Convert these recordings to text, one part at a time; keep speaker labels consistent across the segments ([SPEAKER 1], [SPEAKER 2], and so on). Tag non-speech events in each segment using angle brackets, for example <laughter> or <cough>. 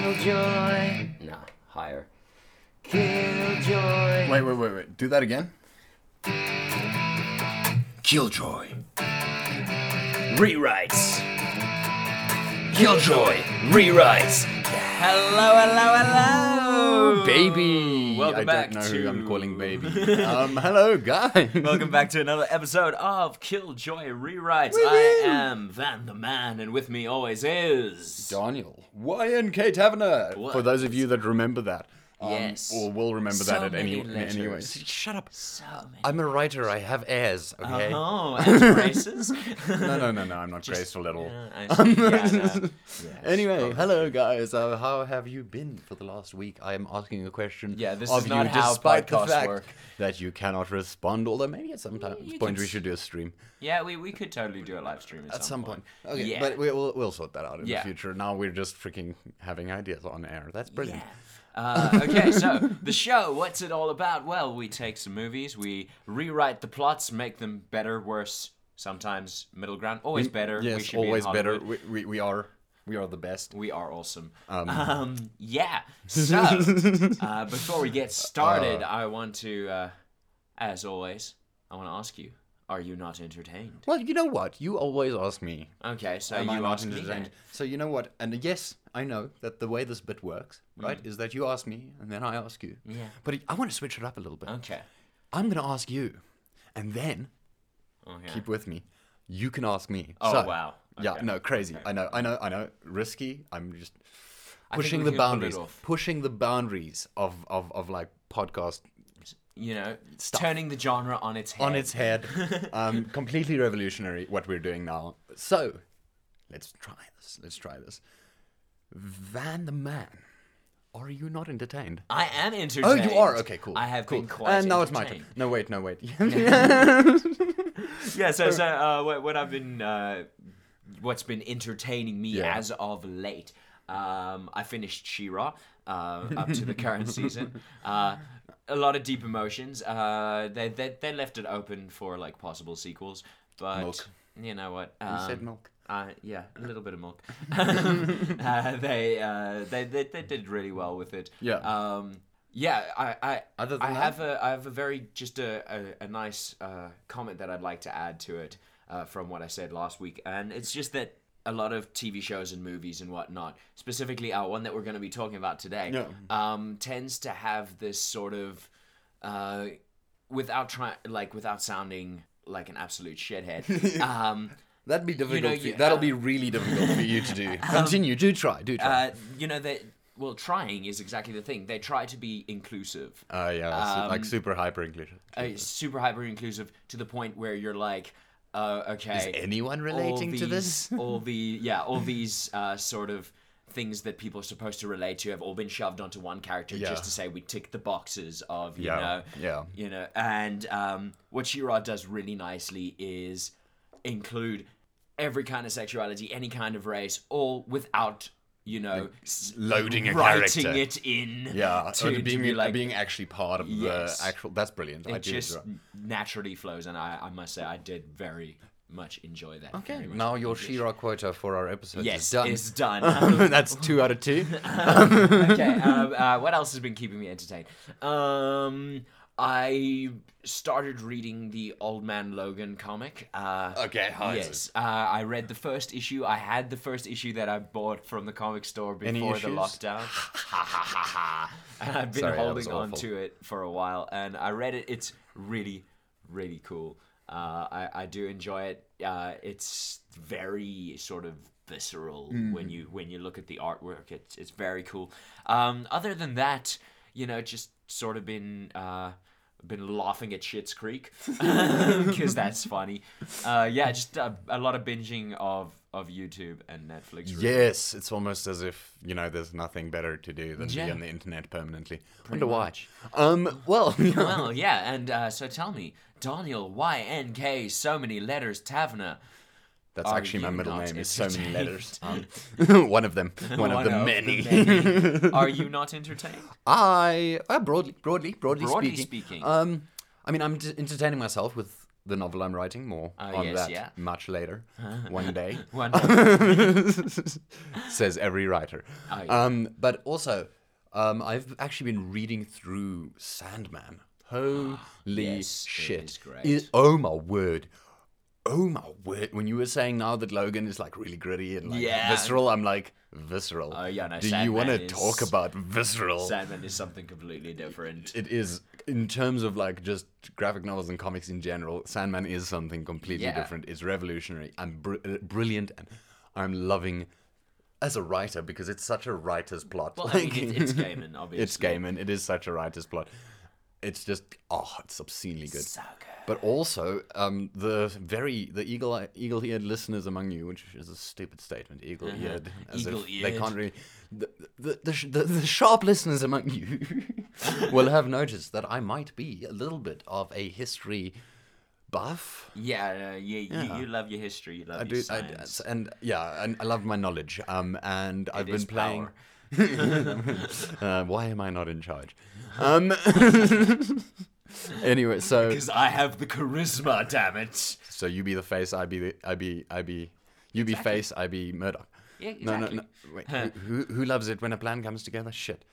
[SPEAKER 1] Killjoy.
[SPEAKER 2] No, higher.
[SPEAKER 1] Killjoy.
[SPEAKER 3] Wait, wait, wait, wait. Do that again.
[SPEAKER 2] Killjoy. Rewrites. Killjoy. Rewrites. Hello, hello, hello.
[SPEAKER 3] Baby.
[SPEAKER 2] Oh, Welcome
[SPEAKER 3] I
[SPEAKER 2] back
[SPEAKER 3] don't know
[SPEAKER 2] to-
[SPEAKER 3] who I'm calling
[SPEAKER 2] <laughs>
[SPEAKER 3] baby. um, hello, guys.
[SPEAKER 2] Welcome back to another episode of Killjoy Rewrites. I am Van the Man, and with me always is.
[SPEAKER 3] Daniel. YNK Taverner.
[SPEAKER 2] What?
[SPEAKER 3] For those of you that remember that. um,
[SPEAKER 2] Yes.
[SPEAKER 3] Or will remember
[SPEAKER 2] So
[SPEAKER 3] that at any,
[SPEAKER 2] many
[SPEAKER 3] in
[SPEAKER 2] letters.
[SPEAKER 3] any way.
[SPEAKER 4] Shut up.
[SPEAKER 2] So many.
[SPEAKER 4] I'm a writer. I have airs. Okay.
[SPEAKER 2] Oh,
[SPEAKER 3] <laughs>
[SPEAKER 2] and braces?
[SPEAKER 3] No,
[SPEAKER 2] <laughs>
[SPEAKER 3] no, no, no. I'm not graceful at all.
[SPEAKER 2] Yeah, I see. Yeah, no.
[SPEAKER 3] <laughs>
[SPEAKER 4] Anyway, hello guys. Uh, how have you been for the last week? I am asking a question.
[SPEAKER 2] Yeah, this
[SPEAKER 4] of
[SPEAKER 2] is not
[SPEAKER 4] you,
[SPEAKER 2] how
[SPEAKER 4] despite the
[SPEAKER 2] podcasts
[SPEAKER 4] fact
[SPEAKER 2] work.
[SPEAKER 4] that you cannot respond. Although maybe at some time
[SPEAKER 2] you
[SPEAKER 4] point
[SPEAKER 2] can
[SPEAKER 4] we
[SPEAKER 2] s-
[SPEAKER 4] should do a stream
[SPEAKER 2] Yeah, we, we could totally do a live stream at,
[SPEAKER 4] at some point. Okay,
[SPEAKER 2] Yeah.
[SPEAKER 4] but we, we'll we'll sort that out in
[SPEAKER 2] Yeah.
[SPEAKER 4] the future. Now we're just freaking having ideas on air. That's brilliant.
[SPEAKER 2] Uh, okay, so the show, what's it all about? Well, we take some movies, we rewrite the plots, make them better, worse, sometimes middle ground, always better. we
[SPEAKER 4] Mm, Yes,
[SPEAKER 2] should be in
[SPEAKER 4] always better.
[SPEAKER 2] Hollywood.
[SPEAKER 4] We, we, we are we are the best.
[SPEAKER 2] We are awesome. Um, <laughs>
[SPEAKER 4] <laughs>
[SPEAKER 2] yeah. So, uh, before we get started, I want to, uh, as always, I want to ask you: Are you not entertained?
[SPEAKER 4] Well, you know what? You always ask me.
[SPEAKER 2] Okay, so
[SPEAKER 4] Am I
[SPEAKER 2] you
[SPEAKER 4] not
[SPEAKER 2] ask me.
[SPEAKER 4] entertained?
[SPEAKER 2] that.
[SPEAKER 4] So you know what? And yes, I know that the way this bit works,
[SPEAKER 2] Mm.
[SPEAKER 4] right, is that you ask me and then I ask you.
[SPEAKER 2] Yeah.
[SPEAKER 4] But I- I want to switch it up a little bit.
[SPEAKER 2] Okay.
[SPEAKER 4] I'm going to ask you, and then
[SPEAKER 2] Okay.
[SPEAKER 4] keep with me. You can ask me.
[SPEAKER 2] Oh,
[SPEAKER 4] So-
[SPEAKER 2] wow.
[SPEAKER 4] Yeah.
[SPEAKER 2] Okay.
[SPEAKER 4] No, crazy. I know. I know. I know. Risky. I'm just
[SPEAKER 2] think
[SPEAKER 4] pushing
[SPEAKER 2] we
[SPEAKER 4] the
[SPEAKER 2] can pull it
[SPEAKER 4] boundaries.
[SPEAKER 2] off.
[SPEAKER 4] Pushing the boundaries of of of like podcast
[SPEAKER 2] you know, turning the genre on its head.
[SPEAKER 4] on its head.
[SPEAKER 2] <laughs>
[SPEAKER 4] um, completely revolutionary what we're doing now. So, let's try this. Let's try this. Van the man, are you not entertained?
[SPEAKER 2] I am entertained.
[SPEAKER 4] Oh, you are. Okay, cool.
[SPEAKER 2] I have
[SPEAKER 4] cool.
[SPEAKER 2] been quite.
[SPEAKER 4] And now it's my turn.
[SPEAKER 2] entertained.
[SPEAKER 4] No, wait, no, wait.
[SPEAKER 2] <laughs> Yeah.
[SPEAKER 4] <laughs>
[SPEAKER 2] So, so uh, what, what I've been, uh, what's been entertaining me
[SPEAKER 4] Yeah.
[SPEAKER 2] as of late. Um, I finished Shira uh, up to
[SPEAKER 4] <laughs>
[SPEAKER 2] the current season. Uh, a lot of deep emotions. Uh, they, they they left it open for like possible sequels, but
[SPEAKER 4] Milk.
[SPEAKER 2] you know what?
[SPEAKER 4] you said
[SPEAKER 2] um,
[SPEAKER 4] milk.
[SPEAKER 2] Uh, yeah, a little bit of milk. <laughs> uh, they, uh, they they they did really well with it.
[SPEAKER 4] Yeah.
[SPEAKER 2] Um, yeah. I I,
[SPEAKER 4] Other than
[SPEAKER 2] I
[SPEAKER 4] that?
[SPEAKER 2] have a I have a very just a a, a nice uh, comment that I'd like to add to it uh, from what I said last week, and it's just that a lot of TV shows and movies and whatnot, specifically our one that we're going to be talking about today,
[SPEAKER 4] Yeah.
[SPEAKER 2] um, tends to have this sort of uh, without trying like without sounding like an absolute
[SPEAKER 4] <laughs>
[SPEAKER 2] shithead. um,
[SPEAKER 4] That'd be difficult.
[SPEAKER 2] know,
[SPEAKER 4] for you-
[SPEAKER 2] you-
[SPEAKER 4] That'll
[SPEAKER 2] uh,
[SPEAKER 4] be really difficult for you to
[SPEAKER 2] <laughs>
[SPEAKER 4] do. Continue. Do try. Do try.
[SPEAKER 2] uh, you know they well trying is exactly the thing they try to be inclusive
[SPEAKER 4] Uh, yeah, su-
[SPEAKER 2] um,
[SPEAKER 4] like super hyper English.
[SPEAKER 2] uh, super hyper inclusive to the point where you're like uh, okay
[SPEAKER 4] Anyone
[SPEAKER 2] all
[SPEAKER 4] relating to
[SPEAKER 2] these-
[SPEAKER 4] this? <laughs>
[SPEAKER 2] all the yeah all these uh, sort of things that people are supposed to relate to have all been shoved onto one character
[SPEAKER 4] Yeah.
[SPEAKER 2] just to say we tick the boxes of you
[SPEAKER 4] Yeah,
[SPEAKER 2] know
[SPEAKER 4] yeah.
[SPEAKER 2] you know and um, what Shira does really nicely is include every kind of sexuality any kind of race all without you know s-
[SPEAKER 4] Loading a
[SPEAKER 2] writing
[SPEAKER 4] character.
[SPEAKER 2] it in <laughs>
[SPEAKER 4] Yeah,
[SPEAKER 2] to, to
[SPEAKER 4] to being
[SPEAKER 2] be like
[SPEAKER 4] being actually part of
[SPEAKER 2] Yes.
[SPEAKER 4] the actual. That's brilliant. I
[SPEAKER 2] it
[SPEAKER 4] do
[SPEAKER 2] just
[SPEAKER 4] try.
[SPEAKER 2] naturally flows and I, I must say I did very much enjoy that
[SPEAKER 4] Okay,
[SPEAKER 2] very much
[SPEAKER 4] now your
[SPEAKER 2] appreciate it.
[SPEAKER 4] Shira quota for our episode
[SPEAKER 2] yes
[SPEAKER 4] is done. <laughs>
[SPEAKER 2] it's done Um,
[SPEAKER 4] That's two out of two.
[SPEAKER 2] <laughs> okay. Um, uh, what else has been keeping me entertained? Um, I started reading the Old Man Logan comic. Uh,
[SPEAKER 4] Okay, how is
[SPEAKER 2] Yes, uh, I read the first issue. I had the first issue that I bought from the comic store
[SPEAKER 4] Any
[SPEAKER 2] before the
[SPEAKER 4] issues?
[SPEAKER 2] lockdown. ha ha ha ha! And I've been
[SPEAKER 4] Sorry, that was
[SPEAKER 2] holding on
[SPEAKER 4] awful.
[SPEAKER 2] to it for a while, and I read it. It's really, really cool. Uh, I I do enjoy it. Uh, it's very sort of visceral when you when you look at the artwork. It's it's very cool. Um, other than that, you know, just sort of been. Uh, been laughing at Shit's Creek <laughs> because that's funny. Uh, yeah, just a, a lot of binging of of YouTube and Netflix. really.
[SPEAKER 4] Yes, it's almost as if you know there's nothing better to do than
[SPEAKER 2] Yeah.
[SPEAKER 4] be on the internet permanently. Wonder why. Um, well, <laughs>
[SPEAKER 2] Well, yeah, and uh, so tell me, Daniel Y N K, so many letters, Taverna.
[SPEAKER 4] that's
[SPEAKER 2] Are
[SPEAKER 4] actually my
[SPEAKER 2] you
[SPEAKER 4] middle
[SPEAKER 2] not
[SPEAKER 4] name. It's so many letters. Um,
[SPEAKER 2] entertained?
[SPEAKER 4] <laughs> one of them. One, of the many.
[SPEAKER 2] <laughs> many. Are you not entertained?
[SPEAKER 4] I uh, broadly, broadly, broadly,
[SPEAKER 2] Broadly
[SPEAKER 4] speaking,
[SPEAKER 2] speaking.
[SPEAKER 4] Um, I mean, I'm d- entertaining myself with the novel I'm writing. More
[SPEAKER 2] Ah,
[SPEAKER 4] on
[SPEAKER 2] yes,
[SPEAKER 4] that
[SPEAKER 2] yeah.
[SPEAKER 4] much
[SPEAKER 2] <laughs>
[SPEAKER 4] later, one day.
[SPEAKER 2] One,
[SPEAKER 4] <laughs> says every writer.
[SPEAKER 2] Ah, yeah.
[SPEAKER 4] Um, but also, um, I've actually been reading through Sandman. Holy
[SPEAKER 2] Ah, Yes, it
[SPEAKER 4] shit!
[SPEAKER 2] is great.
[SPEAKER 4] It- oh my word! Oh my word! When you were saying now that Logan is like really gritty and like
[SPEAKER 2] Yeah.
[SPEAKER 4] visceral, I'm like visceral.
[SPEAKER 2] Oh, yeah, no,
[SPEAKER 4] Do you
[SPEAKER 2] Sandman
[SPEAKER 4] want to
[SPEAKER 2] is-
[SPEAKER 4] talk about visceral?
[SPEAKER 2] <laughs> Sandman is something completely different.
[SPEAKER 4] it is in terms of like just graphic novels and comics in general sandman is something completely
[SPEAKER 2] Yeah.
[SPEAKER 4] different it's revolutionary and br- uh, brilliant and i'm loving as a writer because it's such a writer's plot
[SPEAKER 2] Well, I mean,
[SPEAKER 4] <laughs>
[SPEAKER 2] it, it's Gaiman, obviously.
[SPEAKER 4] it's Gaiman. It is such a writer's plot. It's just oh, it's obscenely good.
[SPEAKER 2] So good.
[SPEAKER 4] But also, um, the very the eagle eagle eared listeners among you, which is a stupid statement, eagle eared, they
[SPEAKER 2] Uh-huh. Eagle-eared.
[SPEAKER 4] can't really. The the, the, sh- the the sharp listeners among you <laughs> will have noticed that I might be a little bit of a history buff.
[SPEAKER 2] Yeah, uh, you, You, you love your history. You love
[SPEAKER 4] I
[SPEAKER 2] your
[SPEAKER 4] do, I,
[SPEAKER 2] science.
[SPEAKER 4] and yeah, and I love my knowledge. Um, and I've
[SPEAKER 2] is
[SPEAKER 4] been playing.
[SPEAKER 2] power.
[SPEAKER 4] <laughs> uh, why am I not in charge? Um, <laughs> anyway,
[SPEAKER 2] <laughs>
[SPEAKER 4] so
[SPEAKER 2] Because I have the charisma, damn it.
[SPEAKER 4] so you be the face, I be the, I be I be you be face, I be Murdoch.
[SPEAKER 2] Yeah,
[SPEAKER 4] No,
[SPEAKER 2] exactly.
[SPEAKER 4] no, no. Wait, who, who who loves it when a plan comes together? Shit.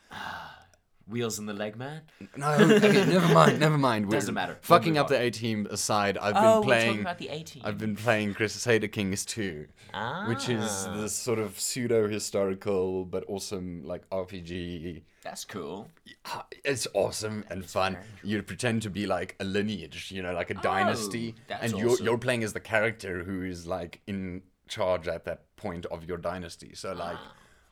[SPEAKER 2] Wheels in the leg, man.
[SPEAKER 4] No, okay, never mind, never mind. We're
[SPEAKER 2] Doesn't matter.
[SPEAKER 4] Fucking
[SPEAKER 2] We'll
[SPEAKER 4] up
[SPEAKER 2] move
[SPEAKER 4] the A team aside, I've
[SPEAKER 2] oh,
[SPEAKER 4] been
[SPEAKER 2] we're talking
[SPEAKER 4] playing.
[SPEAKER 2] about the 18.
[SPEAKER 4] I've been playing Crusader Kings 2,
[SPEAKER 2] Ah.
[SPEAKER 4] which is this sort of pseudo historical but awesome like RPG
[SPEAKER 2] That's cool.
[SPEAKER 4] Ah, it's awesome and fun. You pretend to be like a lineage, you know, like a dynasty,
[SPEAKER 2] Oh, that's
[SPEAKER 4] and you're
[SPEAKER 2] awesome.
[SPEAKER 4] you're playing as the character who is like in charge at that point of your dynasty. So
[SPEAKER 2] Ah.
[SPEAKER 4] like,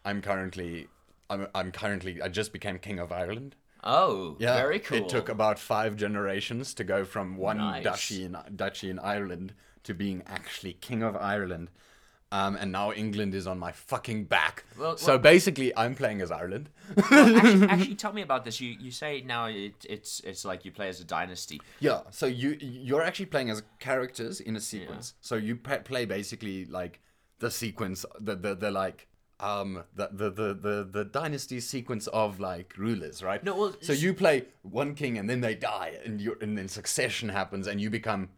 [SPEAKER 4] I'm currently, I'm I'm currently, I just became king of Ireland.
[SPEAKER 2] Oh, very cool.
[SPEAKER 4] It
[SPEAKER 2] <laughs>
[SPEAKER 4] took about five generations to go from one
[SPEAKER 2] Nice.
[SPEAKER 4] duchy in duchy in Ireland to being actually king of Ireland. Um, and now England is on my fucking back.
[SPEAKER 2] Well,
[SPEAKER 4] so basically, I'm playing as Ireland.
[SPEAKER 2] actually, actually, tell me about this. You you say now it, it's it's like you play as a dynasty.
[SPEAKER 4] Yeah, so you you're actually playing as characters in a sequence. So you pa play basically like the sequence, the the, the like um the, the the the the dynasty sequence of like rulers, right?
[SPEAKER 2] No, well,
[SPEAKER 4] so you play one king and then they die, and you and then succession happens, and you become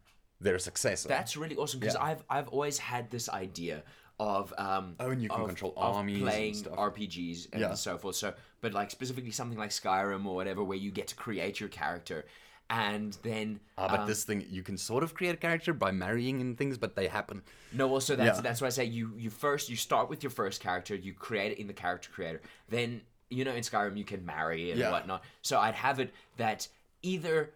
[SPEAKER 4] their successor.
[SPEAKER 2] That's really awesome because
[SPEAKER 4] Yeah.
[SPEAKER 2] I've I've always had this idea of um
[SPEAKER 4] Oh, and you can
[SPEAKER 2] of-
[SPEAKER 4] control
[SPEAKER 2] of
[SPEAKER 4] armies and
[SPEAKER 2] playing
[SPEAKER 4] stuff.
[SPEAKER 2] RPGs and
[SPEAKER 4] Yeah.
[SPEAKER 2] so forth. So, but like specifically something like Skyrim or whatever, where you get to create your character, and then
[SPEAKER 4] Ah, but this thing you can sort of create a character by marrying and things, but they happen.
[SPEAKER 2] No, well, so that's
[SPEAKER 4] Yeah.
[SPEAKER 2] that's why I say you you first you start with your first character, you create it in the character creator. Then you know in Skyrim you can marry and
[SPEAKER 4] Yeah.
[SPEAKER 2] whatnot. So I'd have it that either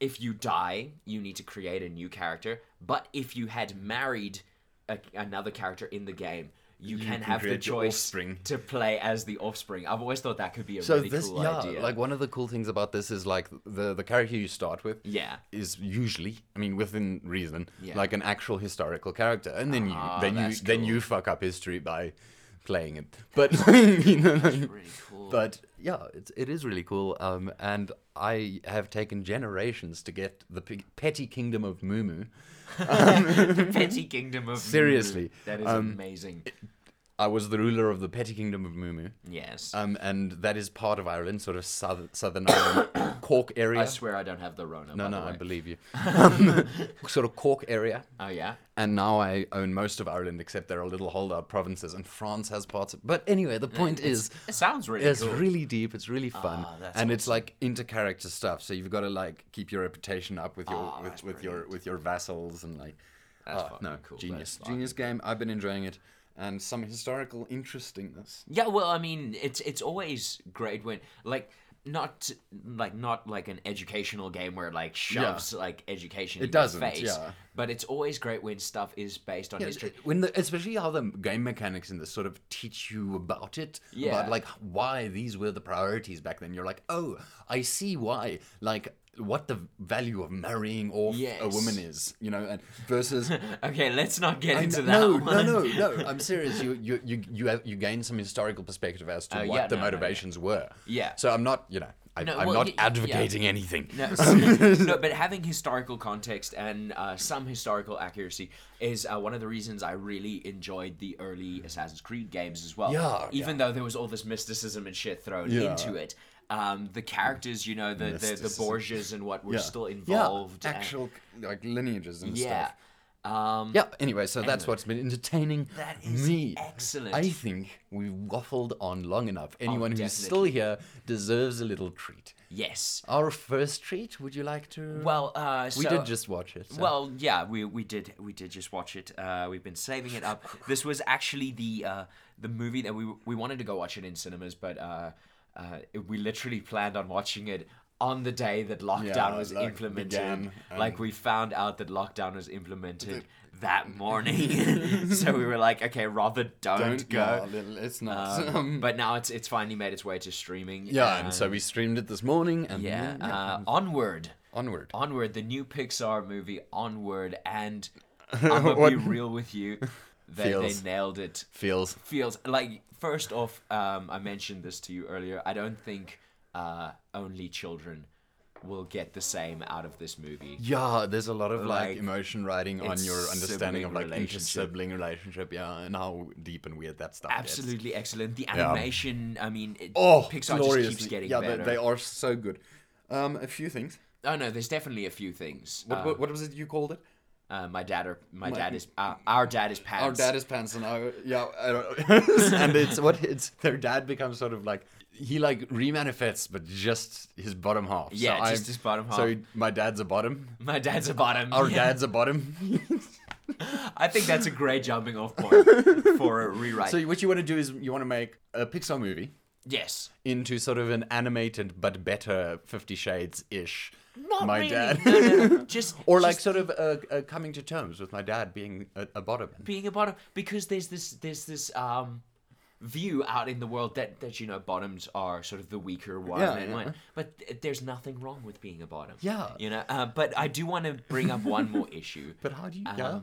[SPEAKER 2] if you die, you need to create a new character, but if you had married a, another character in the game, you, can,
[SPEAKER 4] can
[SPEAKER 2] have the
[SPEAKER 4] create your
[SPEAKER 2] choice
[SPEAKER 4] offspring.
[SPEAKER 2] to play as the offspring. I've always thought that could be a
[SPEAKER 4] So
[SPEAKER 2] really
[SPEAKER 4] this,
[SPEAKER 2] cool
[SPEAKER 4] yeah,
[SPEAKER 2] idea.
[SPEAKER 4] like one of the cool things about this is like the the character you start with. <laughs>
[SPEAKER 2] yeah.
[SPEAKER 4] is usually, I mean, within reason,
[SPEAKER 2] Yeah. Ah,
[SPEAKER 4] like an actual historical character, and then you, then you,
[SPEAKER 2] that's
[SPEAKER 4] then
[SPEAKER 2] cool.
[SPEAKER 4] you fuck up history by playing it. But <laughs> you know,
[SPEAKER 2] Really cool.
[SPEAKER 4] but yeah, it's it is really cool. Um, and I have taken generations to get the p- petty kingdom of Mumu.
[SPEAKER 2] Petty Kingdom of Mumu.
[SPEAKER 4] Seriously, Um,
[SPEAKER 2] That is amazing.
[SPEAKER 4] I was the ruler of the petty kingdom of Mumu.
[SPEAKER 2] yes.
[SPEAKER 4] Um, and that is part of Ireland, sort of southern, southern Ireland, <coughs> Cork area.
[SPEAKER 2] I swear I don't have the Rona.
[SPEAKER 4] no,
[SPEAKER 2] by the
[SPEAKER 4] no, I
[SPEAKER 2] way.
[SPEAKER 4] believe
[SPEAKER 2] <laughs>
[SPEAKER 4] you. Um, <laughs> sort of Cork area.
[SPEAKER 2] Oh yeah.
[SPEAKER 4] and now I own most of Ireland, except there are little holdout provinces, and France has parts. Of, but anyway,
[SPEAKER 2] Mm,
[SPEAKER 4] the point is,
[SPEAKER 2] It sounds really
[SPEAKER 4] it's
[SPEAKER 2] cool.
[SPEAKER 4] really deep, it's really fun,
[SPEAKER 2] Ah,
[SPEAKER 4] and
[SPEAKER 2] that's
[SPEAKER 4] it's like inter-character stuff. So you've got to like keep your reputation up with your
[SPEAKER 2] Ah,
[SPEAKER 4] with,
[SPEAKER 2] that's
[SPEAKER 4] with your with your vassals and like.
[SPEAKER 2] That's
[SPEAKER 4] ah,
[SPEAKER 2] fucking
[SPEAKER 4] no,
[SPEAKER 2] cool,
[SPEAKER 4] genius,
[SPEAKER 2] that's
[SPEAKER 4] genius game. I've been enjoying it, and some historical interestingness.
[SPEAKER 2] yeah, well, I mean, it's it's always great when like not like not like an educational game where it like shoves like education it in
[SPEAKER 4] doesn't,
[SPEAKER 2] your face,
[SPEAKER 4] yeah.
[SPEAKER 2] but it's always great when stuff is based on history.
[SPEAKER 4] When the, especially how the game mechanics in this sort of teach you about it,
[SPEAKER 2] Yeah.
[SPEAKER 4] about like why these were the priorities back then. You're like, oh, I see why, like what the value of marrying off a
[SPEAKER 2] Yes.
[SPEAKER 4] woman is, you know, and versus.
[SPEAKER 2] <laughs> Okay, let's not get <laughs> into that.
[SPEAKER 4] No, no,
[SPEAKER 2] one.
[SPEAKER 4] no, no. I'm serious. You, you, you, you, have, you gain some historical perspective as to
[SPEAKER 2] Oh,
[SPEAKER 4] what
[SPEAKER 2] yeah,
[SPEAKER 4] the
[SPEAKER 2] no, no, yeah.
[SPEAKER 4] motivations were.
[SPEAKER 2] Yeah.
[SPEAKER 4] So I'm not, you know, I,
[SPEAKER 2] No,
[SPEAKER 4] I'm
[SPEAKER 2] well,
[SPEAKER 4] not
[SPEAKER 2] y- y- yeah.
[SPEAKER 4] advocating anything.
[SPEAKER 5] <laughs>
[SPEAKER 4] <laughs>
[SPEAKER 2] No, <laughs> s-
[SPEAKER 5] Um,
[SPEAKER 2] no, but having historical context and uh, some historical accuracy is uh, one of the reasons I really enjoyed the
[SPEAKER 5] Mm.
[SPEAKER 2] early Assassin's Creed games as well.
[SPEAKER 4] Yeah,
[SPEAKER 2] even though there was all this mysticism and shit thrown into it, um, the characters, you know, the the, the
[SPEAKER 4] Mysticism.
[SPEAKER 2] Borgias and what were
[SPEAKER 5] Yeah.
[SPEAKER 2] still
[SPEAKER 5] Yeah,
[SPEAKER 2] involved. and-
[SPEAKER 5] actual like lineages and
[SPEAKER 2] yeah.
[SPEAKER 5] stuff.
[SPEAKER 2] Um,
[SPEAKER 5] Yeah. Anyway, so that's what's been entertaining
[SPEAKER 2] That is
[SPEAKER 5] me.
[SPEAKER 2] excellent. Oh,
[SPEAKER 5] I think we waffled on long enough. Anyone who's still
[SPEAKER 2] definitely.
[SPEAKER 5] here deserves a little treat.
[SPEAKER 2] Yes.
[SPEAKER 5] Our first treat. Would you like to?
[SPEAKER 2] Well, uh,
[SPEAKER 5] we
[SPEAKER 2] so-
[SPEAKER 5] did just watch it. so-
[SPEAKER 4] uh,
[SPEAKER 2] Well, yeah, we we did we did just watch it. Uh, we've been saving it
[SPEAKER 4] <laughs>
[SPEAKER 2] up. This was actually the uh, the movie that we we wanted to go watch it in cinemas, but uh, uh, we literally planned on watching it on the day that lockdown
[SPEAKER 4] Yeah,
[SPEAKER 2] was
[SPEAKER 4] like,
[SPEAKER 2] implemented.
[SPEAKER 4] began, um,
[SPEAKER 2] like we found out that lockdown was implemented
[SPEAKER 4] <laughs>
[SPEAKER 2] that morning, <laughs> so we were like, okay, rather don't,
[SPEAKER 4] Don't
[SPEAKER 2] go.
[SPEAKER 4] go. It's not. <laughs>
[SPEAKER 2] Um, <laughs> but now it's it's finally made its way to streaming. Um,
[SPEAKER 4] yeah, and so we streamed it this morning, and
[SPEAKER 2] yeah,
[SPEAKER 4] then,
[SPEAKER 2] uh, onward.
[SPEAKER 4] onward.
[SPEAKER 2] Onward, the new Pixar movie Onward,
[SPEAKER 4] <laughs>
[SPEAKER 2] and I'm gonna be real with you, they, they
[SPEAKER 4] Feels.
[SPEAKER 2] nailed it.
[SPEAKER 4] Feels
[SPEAKER 2] Feels like first off, um, I mentioned this to you earlier. I don't think uh, only children will get the same out of this movie.
[SPEAKER 4] Yeah, there's a lot of like,
[SPEAKER 2] Like,
[SPEAKER 4] emotion riding on
[SPEAKER 2] it's
[SPEAKER 4] your understanding of
[SPEAKER 2] sibling
[SPEAKER 4] like inter
[SPEAKER 2] relationship.
[SPEAKER 4] sibling relationship, yeah, and how deep and weird that stuff gets.
[SPEAKER 2] Absolutely excellent. The animation, I mean, it,
[SPEAKER 4] Oh,
[SPEAKER 2] Pixar
[SPEAKER 4] gloriously.
[SPEAKER 2] just keeps getting
[SPEAKER 4] yeah, they-
[SPEAKER 2] better.
[SPEAKER 4] They, are so good. Um, a few things.
[SPEAKER 2] Oh no, there's definitely a few things.
[SPEAKER 4] What,
[SPEAKER 2] Uh,
[SPEAKER 4] what, what was it you called it?
[SPEAKER 2] uh, my dad or my, dad is uh, our dad is pants.
[SPEAKER 4] Our dad is pants, and our yeah, I <laughs> don't and it's what it's their dad becomes sort of like he like remanifests, but just his bottom half. So
[SPEAKER 2] Yeah, just
[SPEAKER 4] I'm-
[SPEAKER 2] his bottom half.
[SPEAKER 4] So my dad's a
[SPEAKER 2] <laughs>
[SPEAKER 4] bottom.
[SPEAKER 2] <laughs> my dad's a bottom.
[SPEAKER 4] Our
[SPEAKER 2] Yeah.
[SPEAKER 4] dad's a bottom.
[SPEAKER 2] <laughs> I think that's a great jumping
[SPEAKER 4] <laughs>
[SPEAKER 2] off point for a rewrite.
[SPEAKER 4] so what you want to do is you want to make a Pixar movie.
[SPEAKER 2] yes.
[SPEAKER 4] into sort of an animated but better Fifty Shades ish. my
[SPEAKER 2] really.
[SPEAKER 4] dad, <laughs>
[SPEAKER 2] No, no, no. Just
[SPEAKER 4] or
[SPEAKER 2] just
[SPEAKER 4] like sort of uh, uh, coming to terms with my dad being a, a bottom.
[SPEAKER 2] being a bottom because there's this there's this um view out in the world that that you know bottoms are sort of the weaker one
[SPEAKER 4] Yeah,
[SPEAKER 2] and
[SPEAKER 4] yeah.
[SPEAKER 2] one- but th- there's nothing wrong with being a bottom
[SPEAKER 4] Yeah.
[SPEAKER 2] you know uh, but i do want to bring up one more issue
[SPEAKER 4] <laughs> But how do you?
[SPEAKER 2] um,
[SPEAKER 4] yeah.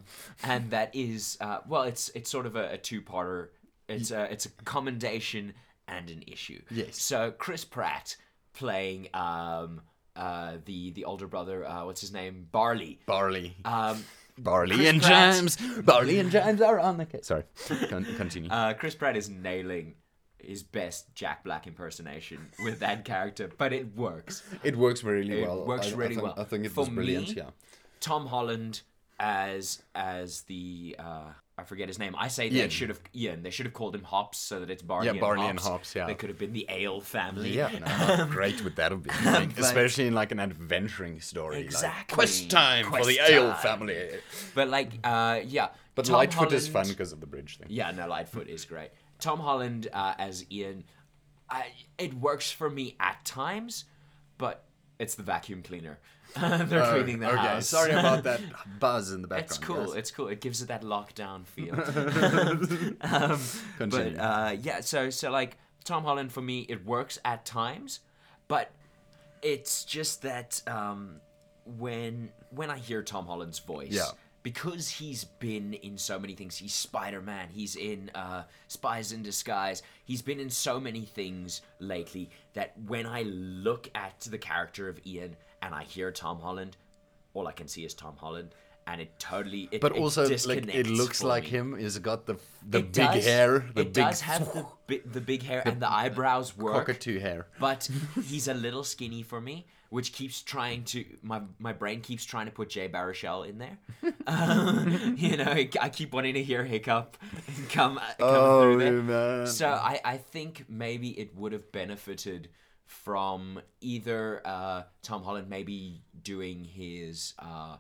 [SPEAKER 2] and that is uh, well it's it's sort of a, a two-parter it's a it's a commendation and an issue
[SPEAKER 4] Yes.
[SPEAKER 2] so chris pratt playing um uh the the older brother uh what's his name barley
[SPEAKER 4] barley,
[SPEAKER 2] um
[SPEAKER 4] barley
[SPEAKER 2] Chris
[SPEAKER 4] and
[SPEAKER 2] Pratt.
[SPEAKER 4] jams, barley and jams are on the case. Sorry,
[SPEAKER 2] <laughs>
[SPEAKER 4] Con- continue.
[SPEAKER 2] uh, Chris Pratt is nailing his best Jack Black impersonation with that character, but it works.
[SPEAKER 4] it works really
[SPEAKER 2] It works really
[SPEAKER 4] think-
[SPEAKER 2] well.
[SPEAKER 4] I think it
[SPEAKER 2] For
[SPEAKER 4] was brilliant.
[SPEAKER 2] me,
[SPEAKER 4] yeah,
[SPEAKER 2] Tom Holland as as the uh, I forget his name. I say they
[SPEAKER 4] Ian.
[SPEAKER 2] should have Ian. They should have called him Hops so that it's Barney.
[SPEAKER 4] Yeah,
[SPEAKER 2] and
[SPEAKER 4] Barney
[SPEAKER 2] Hops.
[SPEAKER 4] and Hops, yeah.
[SPEAKER 2] they could have been the Ale family. <laughs>
[SPEAKER 4] yeah. no,
[SPEAKER 2] Um,
[SPEAKER 4] how great would that have been? Like,
[SPEAKER 2] but-
[SPEAKER 4] especially in like an adventuring story. like,
[SPEAKER 2] Exactly.
[SPEAKER 4] quest time for the
[SPEAKER 2] Quest
[SPEAKER 4] Ale
[SPEAKER 2] time.
[SPEAKER 4] family.
[SPEAKER 2] But like, uh, yeah.
[SPEAKER 4] But
[SPEAKER 2] Tom
[SPEAKER 4] Lightfoot is fun
[SPEAKER 2] Holland-
[SPEAKER 4] because of the bridge thing.
[SPEAKER 2] Yeah, no, Lightfoot is great. Tom Holland uh, as Ian, I, it works for me at times, but it's the vacuum cleaner. <laughs> They're cleaning the
[SPEAKER 4] Oh, Uh, okay,
[SPEAKER 2] house.
[SPEAKER 4] sorry
[SPEAKER 2] <laughs>
[SPEAKER 4] about that buzz in the background.
[SPEAKER 2] It's cool.
[SPEAKER 4] guys.
[SPEAKER 2] It's cool. It gives it that lockdown feel.
[SPEAKER 4] <laughs>
[SPEAKER 2] um, but
[SPEAKER 4] Continue.
[SPEAKER 2] uh, yeah, so so like Tom Holland for me, it works at times, but it's just that um, when when I hear Tom Holland's voice,
[SPEAKER 4] Yeah.
[SPEAKER 2] because he's been in so many things. He's Spider Man. He's in uh, Spies in Disguise. He's been in so many things lately that when I look at the character of Ian and I hear Tom Holland, all I can see is Tom Holland, and it totally. It,
[SPEAKER 4] But
[SPEAKER 2] it
[SPEAKER 4] also, like it
[SPEAKER 2] disconnects
[SPEAKER 4] looks
[SPEAKER 2] for
[SPEAKER 4] like
[SPEAKER 2] me.
[SPEAKER 4] him. He's got the the
[SPEAKER 2] It
[SPEAKER 4] big
[SPEAKER 2] does-
[SPEAKER 4] hair, the big
[SPEAKER 2] it does have
[SPEAKER 4] <laughs>
[SPEAKER 2] the, bi- the big hair and the eyebrows work,
[SPEAKER 4] cockatoo hair. <laughs>
[SPEAKER 2] but he's a little skinny for me, which keeps trying to my my brain keeps trying to put Jay Baruchel in
[SPEAKER 4] <laughs>
[SPEAKER 2] there. <laughs> um, you know, I I keep wanting to hear hiccup <laughs> and come, come through there.
[SPEAKER 4] Oh, man.
[SPEAKER 2] So I, I think maybe it would have benefited from either uh, Tom Holland maybe doing his uh,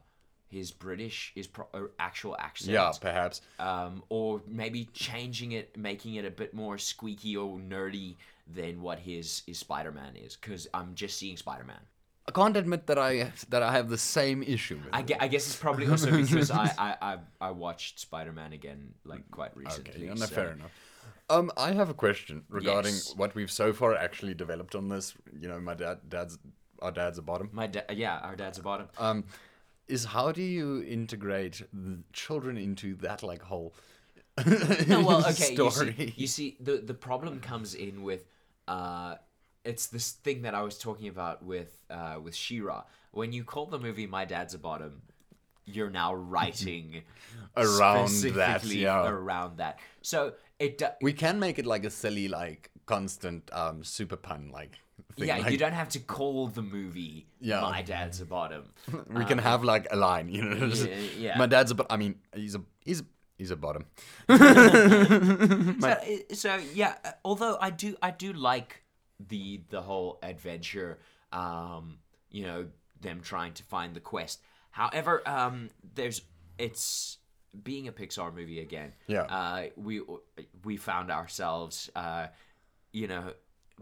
[SPEAKER 2] his British his pro- uh, actual accent,
[SPEAKER 4] yeah, perhaps.
[SPEAKER 2] um, or maybe changing it, making it a bit more squeaky or nerdy than what his his Spider Man is, because I'm just seeing Spider Man.
[SPEAKER 4] I can't admit that I that I have the same issue. With
[SPEAKER 2] I,
[SPEAKER 4] it.
[SPEAKER 2] gue- I guess it's probably
[SPEAKER 4] <laughs>
[SPEAKER 2] also because I I, I, I watched Spider Man again like quite recently.
[SPEAKER 4] Okay, yeah, no,
[SPEAKER 2] so-
[SPEAKER 4] fair enough. Um, I have a question regarding
[SPEAKER 2] Yes.
[SPEAKER 4] what we've so far actually developed on this. You know, my dad, dad's, our dad's a bottom.
[SPEAKER 2] My da- yeah, our dad's a bottom.
[SPEAKER 4] Um, is how do you integrate the children into that like whole <laughs>
[SPEAKER 2] no, well, okay. you see-
[SPEAKER 4] story?
[SPEAKER 2] You see, the the problem comes in with, uh, it's this thing that I was talking about with uh, with Shira. When you call the movie "My Dad's a Bottom," you're now writing
[SPEAKER 4] <laughs> Around that,
[SPEAKER 2] specifically
[SPEAKER 4] yeah.
[SPEAKER 2] around that. So it do-
[SPEAKER 4] We can make it like a silly, like constant um, super pun like thing.
[SPEAKER 2] yeah,
[SPEAKER 4] like,
[SPEAKER 2] you don't have to call the movie
[SPEAKER 4] Yeah.
[SPEAKER 2] "My Dad's a
[SPEAKER 4] <laughs>
[SPEAKER 2] Bottom."
[SPEAKER 4] we can have like a line, you know. just-
[SPEAKER 2] uh, yeah,
[SPEAKER 4] <laughs>
[SPEAKER 2] yeah.
[SPEAKER 4] My dad's a bo- I mean, he's a he's he's a bottom.
[SPEAKER 2] so, i- so yeah, uh, although I do I do like the the whole adventure, um, you know, them trying to find the quest. However, um, there's it's being a Pixar movie again.
[SPEAKER 4] Yeah.
[SPEAKER 2] Uh, we we found ourselves, uh, you know,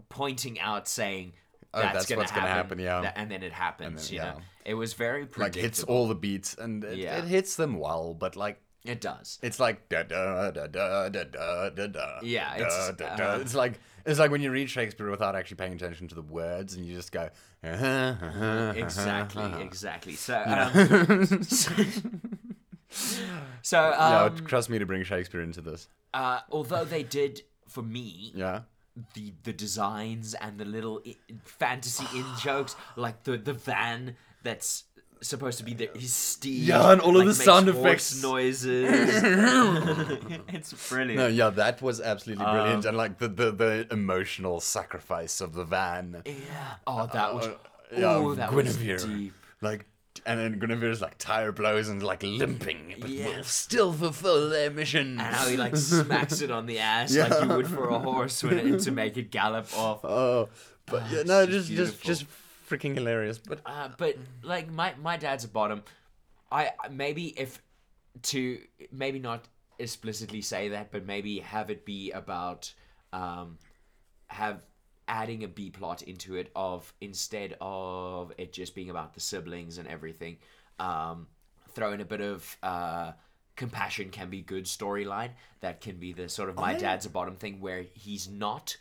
[SPEAKER 2] pointing out saying. That's,
[SPEAKER 4] Oh, that's
[SPEAKER 2] gonna
[SPEAKER 4] what's gonna happen,
[SPEAKER 2] happen.
[SPEAKER 4] yeah.
[SPEAKER 2] Tha- and then it happens.
[SPEAKER 4] then-
[SPEAKER 2] you know,
[SPEAKER 4] yeah.
[SPEAKER 2] it was very
[SPEAKER 4] Like
[SPEAKER 2] predictable.
[SPEAKER 4] hits all the beats and it,
[SPEAKER 2] Yeah.
[SPEAKER 4] it hits them well, but like
[SPEAKER 2] it
[SPEAKER 4] <laughs>
[SPEAKER 2] does.
[SPEAKER 4] it's like da da da da da da da da.
[SPEAKER 2] Yeah,
[SPEAKER 4] da,
[SPEAKER 2] it's-
[SPEAKER 4] da, da.
[SPEAKER 2] uh-huh.
[SPEAKER 4] it's like it's like when you read Shakespeare without actually paying attention to the words, and you just go.
[SPEAKER 2] Uh-huh.
[SPEAKER 4] "Uh-huh."
[SPEAKER 2] <laughs> exactly,
[SPEAKER 4] <laughs>
[SPEAKER 2] exactly. So, um,
[SPEAKER 4] <laughs>
[SPEAKER 2] so
[SPEAKER 4] yeah,
[SPEAKER 2] um,
[SPEAKER 4] it cost me to bring Shakespeare into this.
[SPEAKER 2] uh, although they did for me
[SPEAKER 4] Yeah.
[SPEAKER 2] the the designs and the little I- fantasy
[SPEAKER 4] <sighs>
[SPEAKER 2] in jokes, like the the van that's supposed to be the, his steed,
[SPEAKER 4] Yeah, and all of
[SPEAKER 2] like,
[SPEAKER 4] the
[SPEAKER 2] makes
[SPEAKER 4] sound
[SPEAKER 2] horse
[SPEAKER 4] effects. <laughs>
[SPEAKER 2] noises. <laughs> it's brilliant.
[SPEAKER 4] No, yeah, that was absolutely
[SPEAKER 2] Um,
[SPEAKER 4] brilliant, and like the, the the emotional sacrifice of the van.
[SPEAKER 2] Yeah. Oh, that was.
[SPEAKER 4] Uh, yeah,
[SPEAKER 2] oh, that
[SPEAKER 4] Guinevere.
[SPEAKER 2] was deep.
[SPEAKER 4] Like, and then Guinevere's like tire blows and like limping, but
[SPEAKER 2] Yeah.
[SPEAKER 4] will still fulfill their mission.
[SPEAKER 2] and how he like smacks it on the ass like you would for a horse when it, to make it gallop
[SPEAKER 4] <laughs>
[SPEAKER 2] off.
[SPEAKER 4] oh, but yeah,
[SPEAKER 2] Ah, it's
[SPEAKER 4] no,
[SPEAKER 2] just
[SPEAKER 4] just just
[SPEAKER 2] beautiful.
[SPEAKER 4] just freaking hilarious. But
[SPEAKER 2] Uh, but like my my dad's a bottom. I maybe if to maybe not explicitly say that, but maybe have it be about um have adding a B plot into it of instead of it just being about the siblings and everything, um, throw in a bit of uh compassion can be good storyline that can be the sort of my dad's a bottom thing where he's not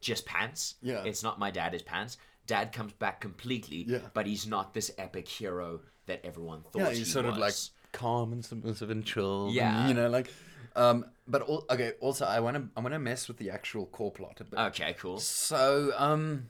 [SPEAKER 2] just pants
[SPEAKER 4] Yeah.
[SPEAKER 2] it's not my dad is pants dad comes back completely
[SPEAKER 4] Yeah.
[SPEAKER 2] but he's not this epic hero that everyone thought
[SPEAKER 4] yeah,
[SPEAKER 2] he
[SPEAKER 4] he's sort
[SPEAKER 2] was.
[SPEAKER 4] of like calm and submissive and chill. and,
[SPEAKER 2] Yeah.
[SPEAKER 4] you know, like, um, but all, okay. Also, I want to I want to mess with the actual core plot a bit.
[SPEAKER 2] okay, cool.
[SPEAKER 4] So, um,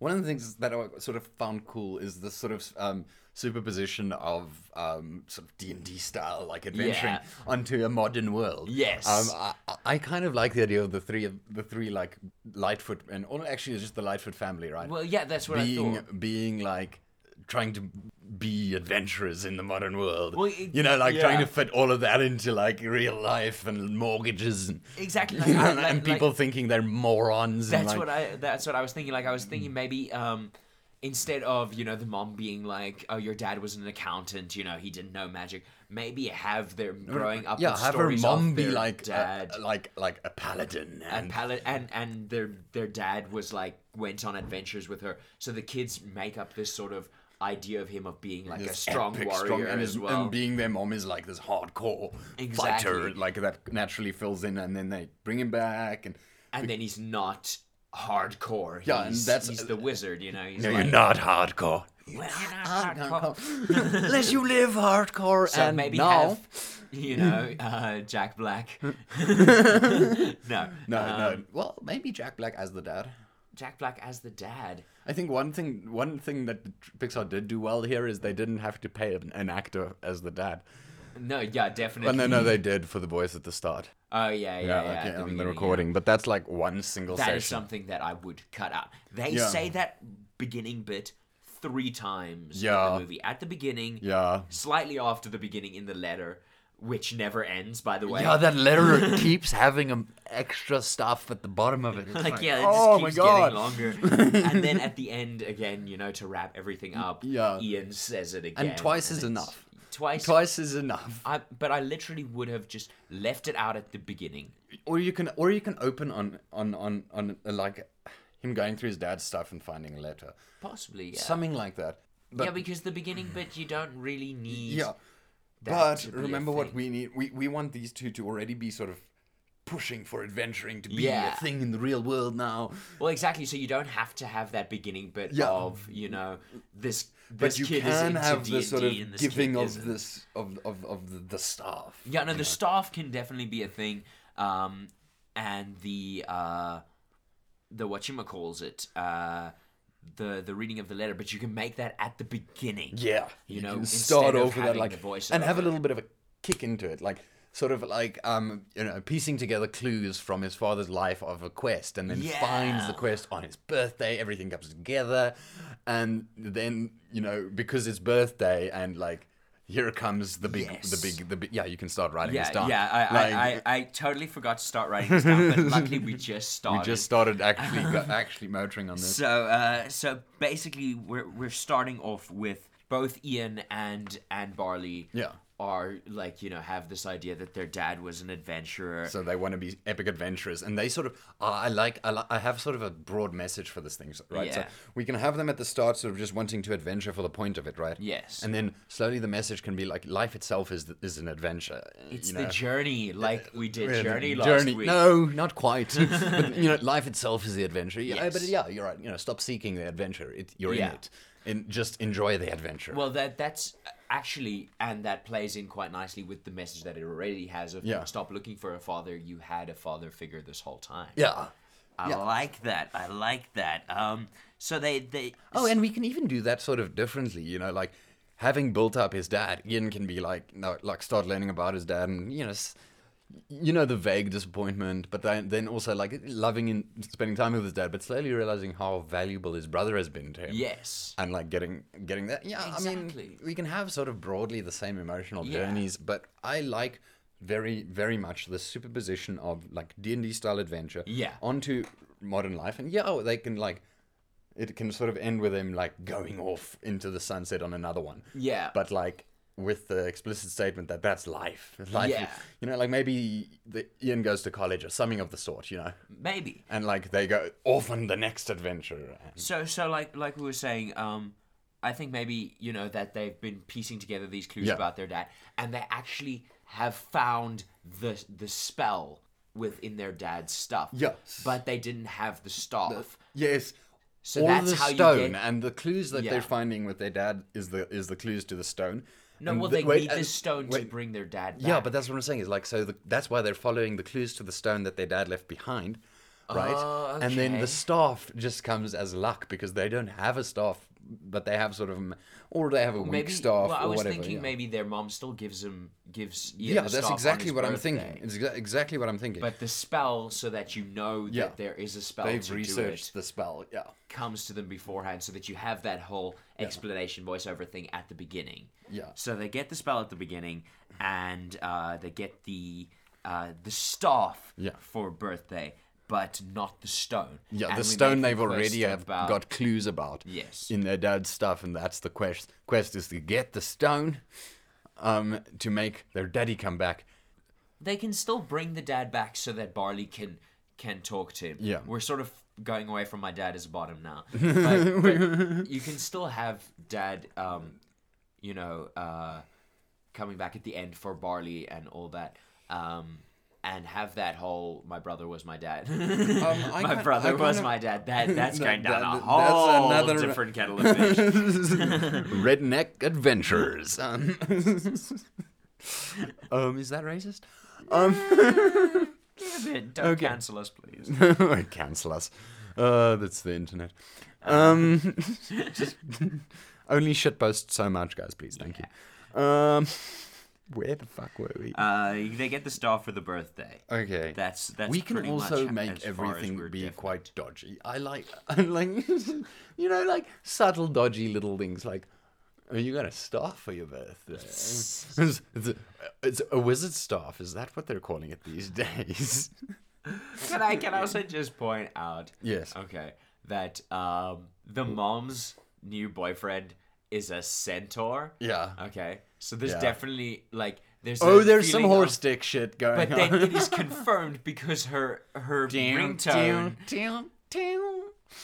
[SPEAKER 4] one of the things that I sort of found cool is this sort of um, superposition of um, sort of D and D style like adventuring
[SPEAKER 2] Yeah.
[SPEAKER 4] onto a modern world.
[SPEAKER 2] Yes.
[SPEAKER 4] um, I, I- I kind of like the idea of the three of the three like Lightfoot and all actually it's just the Lightfoot family, right?
[SPEAKER 2] Well, yeah, that's what I
[SPEAKER 4] being
[SPEAKER 2] thought.
[SPEAKER 4] being like trying to be adventurers in the modern world.
[SPEAKER 2] Well, it-
[SPEAKER 4] you know, like
[SPEAKER 2] yeah.
[SPEAKER 4] trying to fit all of that into like real life and mortgages and
[SPEAKER 2] Exactly,
[SPEAKER 4] <laughs> you
[SPEAKER 2] like, I-
[SPEAKER 4] know,
[SPEAKER 2] like-
[SPEAKER 4] and people thinking they're morons.
[SPEAKER 2] That's
[SPEAKER 4] and like,
[SPEAKER 2] what I. That's what I was thinking. Like I was thinking maybe um, instead of you know the mom being like, oh, your dad was an accountant, you know, he didn't know magic. Maybe have them growing up.
[SPEAKER 4] yeah,
[SPEAKER 2] with
[SPEAKER 4] have her
[SPEAKER 2] stories
[SPEAKER 4] mom
[SPEAKER 2] of
[SPEAKER 4] be
[SPEAKER 2] their
[SPEAKER 4] like uh,
[SPEAKER 2] dad.
[SPEAKER 4] A, like like a paladin
[SPEAKER 2] and
[SPEAKER 4] and,
[SPEAKER 2] Pal- and and their their dad was like went on adventures with her. So the kids make up this sort of idea of him of being like a
[SPEAKER 4] this
[SPEAKER 2] strong
[SPEAKER 4] epic,
[SPEAKER 2] warrior
[SPEAKER 4] strong- and,
[SPEAKER 2] as
[SPEAKER 4] his-
[SPEAKER 2] well.
[SPEAKER 4] and being their mom is like this hardcore
[SPEAKER 2] Exactly.
[SPEAKER 4] fighter, like that naturally fills in, and then they bring him back, and
[SPEAKER 2] and then he's not hardcore. He's,
[SPEAKER 4] Yeah, and that's-
[SPEAKER 2] he's the wizard, you know. He's
[SPEAKER 4] no,
[SPEAKER 2] like,
[SPEAKER 4] you're not hardcore.
[SPEAKER 2] "Well, you're
[SPEAKER 4] <laughs>
[SPEAKER 2] not hardcore."
[SPEAKER 4] Unless you live hardcore
[SPEAKER 2] So
[SPEAKER 4] and
[SPEAKER 2] maybe
[SPEAKER 4] now,
[SPEAKER 2] have, <laughs> you know, uh, Jack
[SPEAKER 4] <laughs>
[SPEAKER 2] Black. <laughs> no,
[SPEAKER 4] no,
[SPEAKER 2] um,
[SPEAKER 4] no. Well, maybe Jack Black as the dad.
[SPEAKER 2] Jack Black as the dad.
[SPEAKER 4] I think one thing one thing that Pixar did do well here is they didn't have to pay an, an actor as the dad.
[SPEAKER 2] No, yeah, definitely.
[SPEAKER 4] But no, no, they did for the voice at the start.
[SPEAKER 2] Oh yeah, yeah, yeah.
[SPEAKER 4] Yeah,
[SPEAKER 2] at
[SPEAKER 4] okay,
[SPEAKER 2] the
[SPEAKER 4] on the
[SPEAKER 2] beginning, yeah.
[SPEAKER 4] recording. But that's like one single
[SPEAKER 2] That is
[SPEAKER 4] session.
[SPEAKER 2] something that I would cut out. They
[SPEAKER 4] Yeah.
[SPEAKER 2] say that beginning bit three times in
[SPEAKER 4] Yeah.
[SPEAKER 2] the movie. At the beginning,
[SPEAKER 4] <laughs> Yeah.
[SPEAKER 2] slightly after the beginning in the letter, which never ends, by the way.
[SPEAKER 3] Yeah, that letter keeps having um, extra stuff at the bottom of it. It's
[SPEAKER 2] <laughs> like, yeah, it just
[SPEAKER 4] "Oh my
[SPEAKER 2] keeps
[SPEAKER 4] God." <laughs>
[SPEAKER 2] getting longer. and then at the end, again, you know, to wrap everything up,
[SPEAKER 4] Yeah.
[SPEAKER 2] Ian says it again.
[SPEAKER 4] And twice is
[SPEAKER 2] it's-
[SPEAKER 4] enough.
[SPEAKER 2] Twice.
[SPEAKER 4] Twice is enough.
[SPEAKER 2] I, but I literally would have just left it out at the beginning.
[SPEAKER 4] Or you can or you can open on on on on uh, like him going through his dad's stuff and finding a letter.
[SPEAKER 2] Possibly, yeah.
[SPEAKER 4] Something like that. But
[SPEAKER 2] yeah, because the beginning bit, you don't really need.
[SPEAKER 4] Yeah.
[SPEAKER 2] that
[SPEAKER 4] But
[SPEAKER 2] to be a
[SPEAKER 4] remember what
[SPEAKER 2] thing.
[SPEAKER 4] we need. We, we want these two to already be sort of pushing for adventuring to be
[SPEAKER 2] Yeah.
[SPEAKER 4] a thing in the real world now.
[SPEAKER 2] Well, exactly. So you don't have to have that beginning bit
[SPEAKER 4] Yeah.
[SPEAKER 2] of you know this.
[SPEAKER 4] But
[SPEAKER 2] This
[SPEAKER 4] you
[SPEAKER 2] kid is
[SPEAKER 4] can
[SPEAKER 2] into
[SPEAKER 4] have
[SPEAKER 2] d
[SPEAKER 4] the sort of
[SPEAKER 2] and this
[SPEAKER 4] giving
[SPEAKER 2] kid
[SPEAKER 4] of
[SPEAKER 2] isn't.
[SPEAKER 4] this of of, of the, the staff.
[SPEAKER 2] Yeah, no, the staff can definitely be a thing, um, and the uh, the what calls it uh, the the reading of the letter. But you can make that at the beginning.
[SPEAKER 4] Yeah,
[SPEAKER 2] You know,
[SPEAKER 4] can
[SPEAKER 2] instead
[SPEAKER 4] start
[SPEAKER 2] of
[SPEAKER 4] off with that
[SPEAKER 2] having
[SPEAKER 4] like
[SPEAKER 2] the voiceover.
[SPEAKER 4] and have a little bit of a kick into it, like sort of like um you know piecing together clues from his father's life of a quest and then finds the
[SPEAKER 2] Yeah.
[SPEAKER 4] quest on his birthday everything comes together and then you know because it's birthday and like here comes the big the
[SPEAKER 2] Yes.
[SPEAKER 4] big the big yeah you can start writing
[SPEAKER 2] Yeah,
[SPEAKER 4] this down
[SPEAKER 2] yeah. I,
[SPEAKER 4] Like,
[SPEAKER 2] I, I, I totally forgot to
[SPEAKER 4] <laughs>
[SPEAKER 2] start writing this down, but luckily we just started.
[SPEAKER 4] we just started
[SPEAKER 2] <laughs>
[SPEAKER 4] actually got actually motoring on this
[SPEAKER 2] So, uh, so basically, we're we're starting off with both Ian and and Barley.
[SPEAKER 4] Yeah.
[SPEAKER 2] Are like you know have this idea that their dad was an adventurer.
[SPEAKER 4] So they want to be epic adventurers, and they sort of I I like I, like, I have sort of a broad message for this thing, so- right? So
[SPEAKER 2] Yeah.
[SPEAKER 4] we can have them at the start, sort of just wanting to adventure for the point of it, right?
[SPEAKER 2] Yes.
[SPEAKER 4] And then slowly the message can be like life itself is is an adventure.
[SPEAKER 2] it's
[SPEAKER 4] you
[SPEAKER 2] the
[SPEAKER 4] know?
[SPEAKER 2] journey, like we did
[SPEAKER 4] Yeah, the
[SPEAKER 2] journey last
[SPEAKER 4] journey.
[SPEAKER 2] week.
[SPEAKER 4] No, not quite. <laughs> but you know, life itself is the adventure. Yeah, but
[SPEAKER 2] Yes.
[SPEAKER 4] yeah, you're right. You know, stop seeking the adventure. It, you're in
[SPEAKER 2] Yeah.
[SPEAKER 4] it, and just enjoy the adventure.
[SPEAKER 2] Well, that that's actually, and that plays in quite nicely with the message that it already has of
[SPEAKER 4] Yeah.
[SPEAKER 2] stop looking for a father. You had a father figure this whole time.
[SPEAKER 4] yeah.
[SPEAKER 2] I like that. I like that. Um, so they they
[SPEAKER 4] Oh, and we can even do that sort of differently, you know, like having built up his dad, Ian can be like, no, like start learning about his dad, and you know, s- you know the vague disappointment, but then then also like loving and spending time with his dad, but slowly realizing how valuable his brother has been to him.
[SPEAKER 2] yes.
[SPEAKER 4] And like getting getting that, yeah. I
[SPEAKER 2] Exactly.
[SPEAKER 4] mean, we can have sort of broadly the same emotional
[SPEAKER 2] Yeah.
[SPEAKER 4] journeys, but I like very very much the superposition of like D and D style adventure
[SPEAKER 2] Yeah.
[SPEAKER 4] onto modern life, and yeah, oh, they can like it can sort of end with him like going off into the sunset on another one.
[SPEAKER 2] Yeah.
[SPEAKER 4] But like with the explicit statement that that's life. Life,
[SPEAKER 2] Yeah.
[SPEAKER 4] you know, like maybe the, Ian goes to college or something of the sort, you know,
[SPEAKER 2] Maybe.
[SPEAKER 4] and like they go off on the next adventure. And,
[SPEAKER 2] So so like like we were saying, um, I think maybe you know that they've been piecing together these clues
[SPEAKER 4] Yeah.
[SPEAKER 2] about their dad, and they actually have found the the spell within their dad's stuff.
[SPEAKER 4] Yes.
[SPEAKER 2] But they didn't have the staff.
[SPEAKER 4] yes.
[SPEAKER 2] So
[SPEAKER 4] all
[SPEAKER 2] that's
[SPEAKER 4] the
[SPEAKER 2] how you
[SPEAKER 4] stone
[SPEAKER 2] get-
[SPEAKER 4] and the clues that
[SPEAKER 2] Yeah.
[SPEAKER 4] they're finding with their dad is the is the clues to the stone.
[SPEAKER 2] No,
[SPEAKER 4] And
[SPEAKER 2] well,
[SPEAKER 4] the-
[SPEAKER 2] they
[SPEAKER 4] wait,
[SPEAKER 2] need
[SPEAKER 4] and-
[SPEAKER 2] this stone
[SPEAKER 4] wait,
[SPEAKER 2] to bring their dad back.
[SPEAKER 4] Yeah, but that's what I'm saying is like so the, that's why they're following the clues to the stone that their dad left behind, right?
[SPEAKER 2] Oh,
[SPEAKER 4] And then
[SPEAKER 2] okay.
[SPEAKER 4] the staff just comes as luck because they don't have a staff, but they have sort of, a m- or they have a weak
[SPEAKER 2] maybe.
[SPEAKER 4] staff
[SPEAKER 2] well, I
[SPEAKER 4] or
[SPEAKER 2] was
[SPEAKER 4] whatever.
[SPEAKER 2] thinking
[SPEAKER 4] yeah,
[SPEAKER 2] maybe their mom still gives him gives.
[SPEAKER 4] yeah
[SPEAKER 2] Ian the
[SPEAKER 4] that's
[SPEAKER 2] staff on
[SPEAKER 4] exactly
[SPEAKER 2] his
[SPEAKER 4] what I'm
[SPEAKER 2] birthday.
[SPEAKER 4] thinking. It's exa- exactly what I'm thinking.
[SPEAKER 2] But the spell, so that you know that
[SPEAKER 4] Yeah.
[SPEAKER 2] there is a spell
[SPEAKER 4] They've
[SPEAKER 2] to
[SPEAKER 4] researched
[SPEAKER 2] do
[SPEAKER 4] the spell. Yeah,
[SPEAKER 2] it, comes to them beforehand, so that you have that whole explanation voiceover thing at the beginning.
[SPEAKER 4] Yeah.
[SPEAKER 2] So they get the spell at the beginning, and uh, they get the uh, the staff
[SPEAKER 4] Yeah.
[SPEAKER 2] for birthday, but not the stone.
[SPEAKER 4] yeah.
[SPEAKER 2] And
[SPEAKER 4] the
[SPEAKER 2] we
[SPEAKER 4] stone
[SPEAKER 2] make the
[SPEAKER 4] they've
[SPEAKER 2] quest
[SPEAKER 4] already have
[SPEAKER 2] about-
[SPEAKER 4] got clues about.
[SPEAKER 2] Yes.
[SPEAKER 4] in their dad's stuff, and that's the quest. Quest is to get the stone, um, to make their daddy come <laughs> back.
[SPEAKER 2] they can still bring the dad back so that Barley can can talk to him.
[SPEAKER 4] Yeah.
[SPEAKER 2] we're sort of going away from my dad is bottom
[SPEAKER 4] <laughs>
[SPEAKER 2] now. But, but you can still have dad, um, you know, uh, coming back at the end for Barley and all that. Um, and have that whole my brother was my <laughs> dad.
[SPEAKER 4] Um, I
[SPEAKER 2] my
[SPEAKER 4] kin-
[SPEAKER 2] brother
[SPEAKER 4] I
[SPEAKER 2] was
[SPEAKER 4] kinda-
[SPEAKER 2] my
[SPEAKER 4] <laughs>
[SPEAKER 2] dad. That that's going down
[SPEAKER 4] that- that's
[SPEAKER 2] a whole
[SPEAKER 4] another-
[SPEAKER 2] different kettle
[SPEAKER 4] <laughs>
[SPEAKER 2] of fish.
[SPEAKER 4] Redneck Adventures. Um, um, is that racist? Um, <laughs>
[SPEAKER 2] Don't cancel us, please.
[SPEAKER 4] Cancel us. Uh, that's the internet. <laughs> Um, just- only shitpost so much, guys. Please, thank you. Um, where the fuck were we?
[SPEAKER 2] Uh, they get the star for the birthday.
[SPEAKER 4] okay,
[SPEAKER 2] That's that's.
[SPEAKER 4] we can
[SPEAKER 2] pretty
[SPEAKER 4] also
[SPEAKER 2] much as
[SPEAKER 4] make
[SPEAKER 2] far as
[SPEAKER 4] everything
[SPEAKER 2] we're
[SPEAKER 4] be
[SPEAKER 2] definite.
[SPEAKER 4] quite dodgy. I like, <laughs> I like, you know, like subtle dodgy little things like. "Oh, You got a staff for your birthday. It's, <laughs> it's a, it's a wizard staff. Is that what they're calling it these <laughs> days?
[SPEAKER 2] can I can
[SPEAKER 4] <laughs>
[SPEAKER 2] I also just point out
[SPEAKER 4] yes.
[SPEAKER 2] okay that um the mom's new boyfriend is a centaur.
[SPEAKER 4] Yeah.
[SPEAKER 2] Okay. So there's
[SPEAKER 4] Yeah.
[SPEAKER 2] definitely like there's
[SPEAKER 4] Oh,
[SPEAKER 2] a
[SPEAKER 4] there's some
[SPEAKER 2] feeling of-
[SPEAKER 4] horse <laughs> dick shit going
[SPEAKER 2] but
[SPEAKER 4] on.
[SPEAKER 2] then
[SPEAKER 4] <laughs>
[SPEAKER 2] it is confirmed because her her ringtone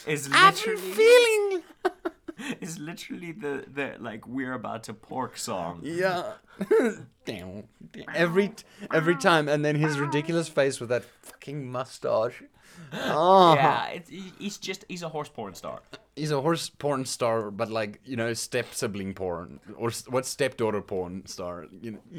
[SPEAKER 2] is literally
[SPEAKER 4] feeling.
[SPEAKER 2] is literally the the like we're about to pork song.
[SPEAKER 4] <laughs> Yeah. Down, down. every t- every time, and then his ridiculous face with that fucking mustache. Oh,
[SPEAKER 2] Yeah, it's, he- he's just he's a horse porn star.
[SPEAKER 4] he's a horse porn star, but like you know, step sibling porn or s- what stepdaughter porn star? You know,
[SPEAKER 2] <laughs>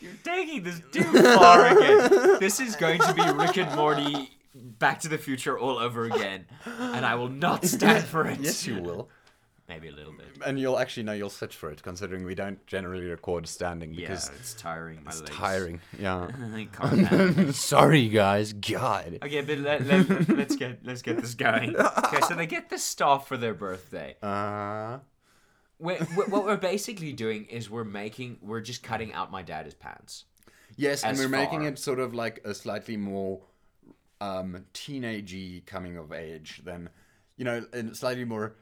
[SPEAKER 2] You're taking this too far again. This is going to be Rick and Morty Back to the Future all over again, and I will not stand for it.
[SPEAKER 4] yes, you will.
[SPEAKER 2] maybe a little bit.
[SPEAKER 4] And you'll actually know you'll search for it, considering we don't generally record standing because
[SPEAKER 2] yeah, it's tiring. My
[SPEAKER 4] it's
[SPEAKER 2] legs.
[SPEAKER 4] tiring. Yeah.
[SPEAKER 2] <laughs>
[SPEAKER 4] <laughs>
[SPEAKER 2] I can't handle it.
[SPEAKER 4] Sorry, guys. God.
[SPEAKER 2] okay, but let, let, let's get let's get this going. Okay, so they get this stuff for their birthday.
[SPEAKER 4] Uh,
[SPEAKER 2] we we- what we're basically doing is we're making we're just cutting out my dad's pants.
[SPEAKER 4] yes, and
[SPEAKER 2] As
[SPEAKER 4] we're making
[SPEAKER 2] far.
[SPEAKER 4] it sort of like a slightly more um, teenagey coming of age than, you know, a slightly more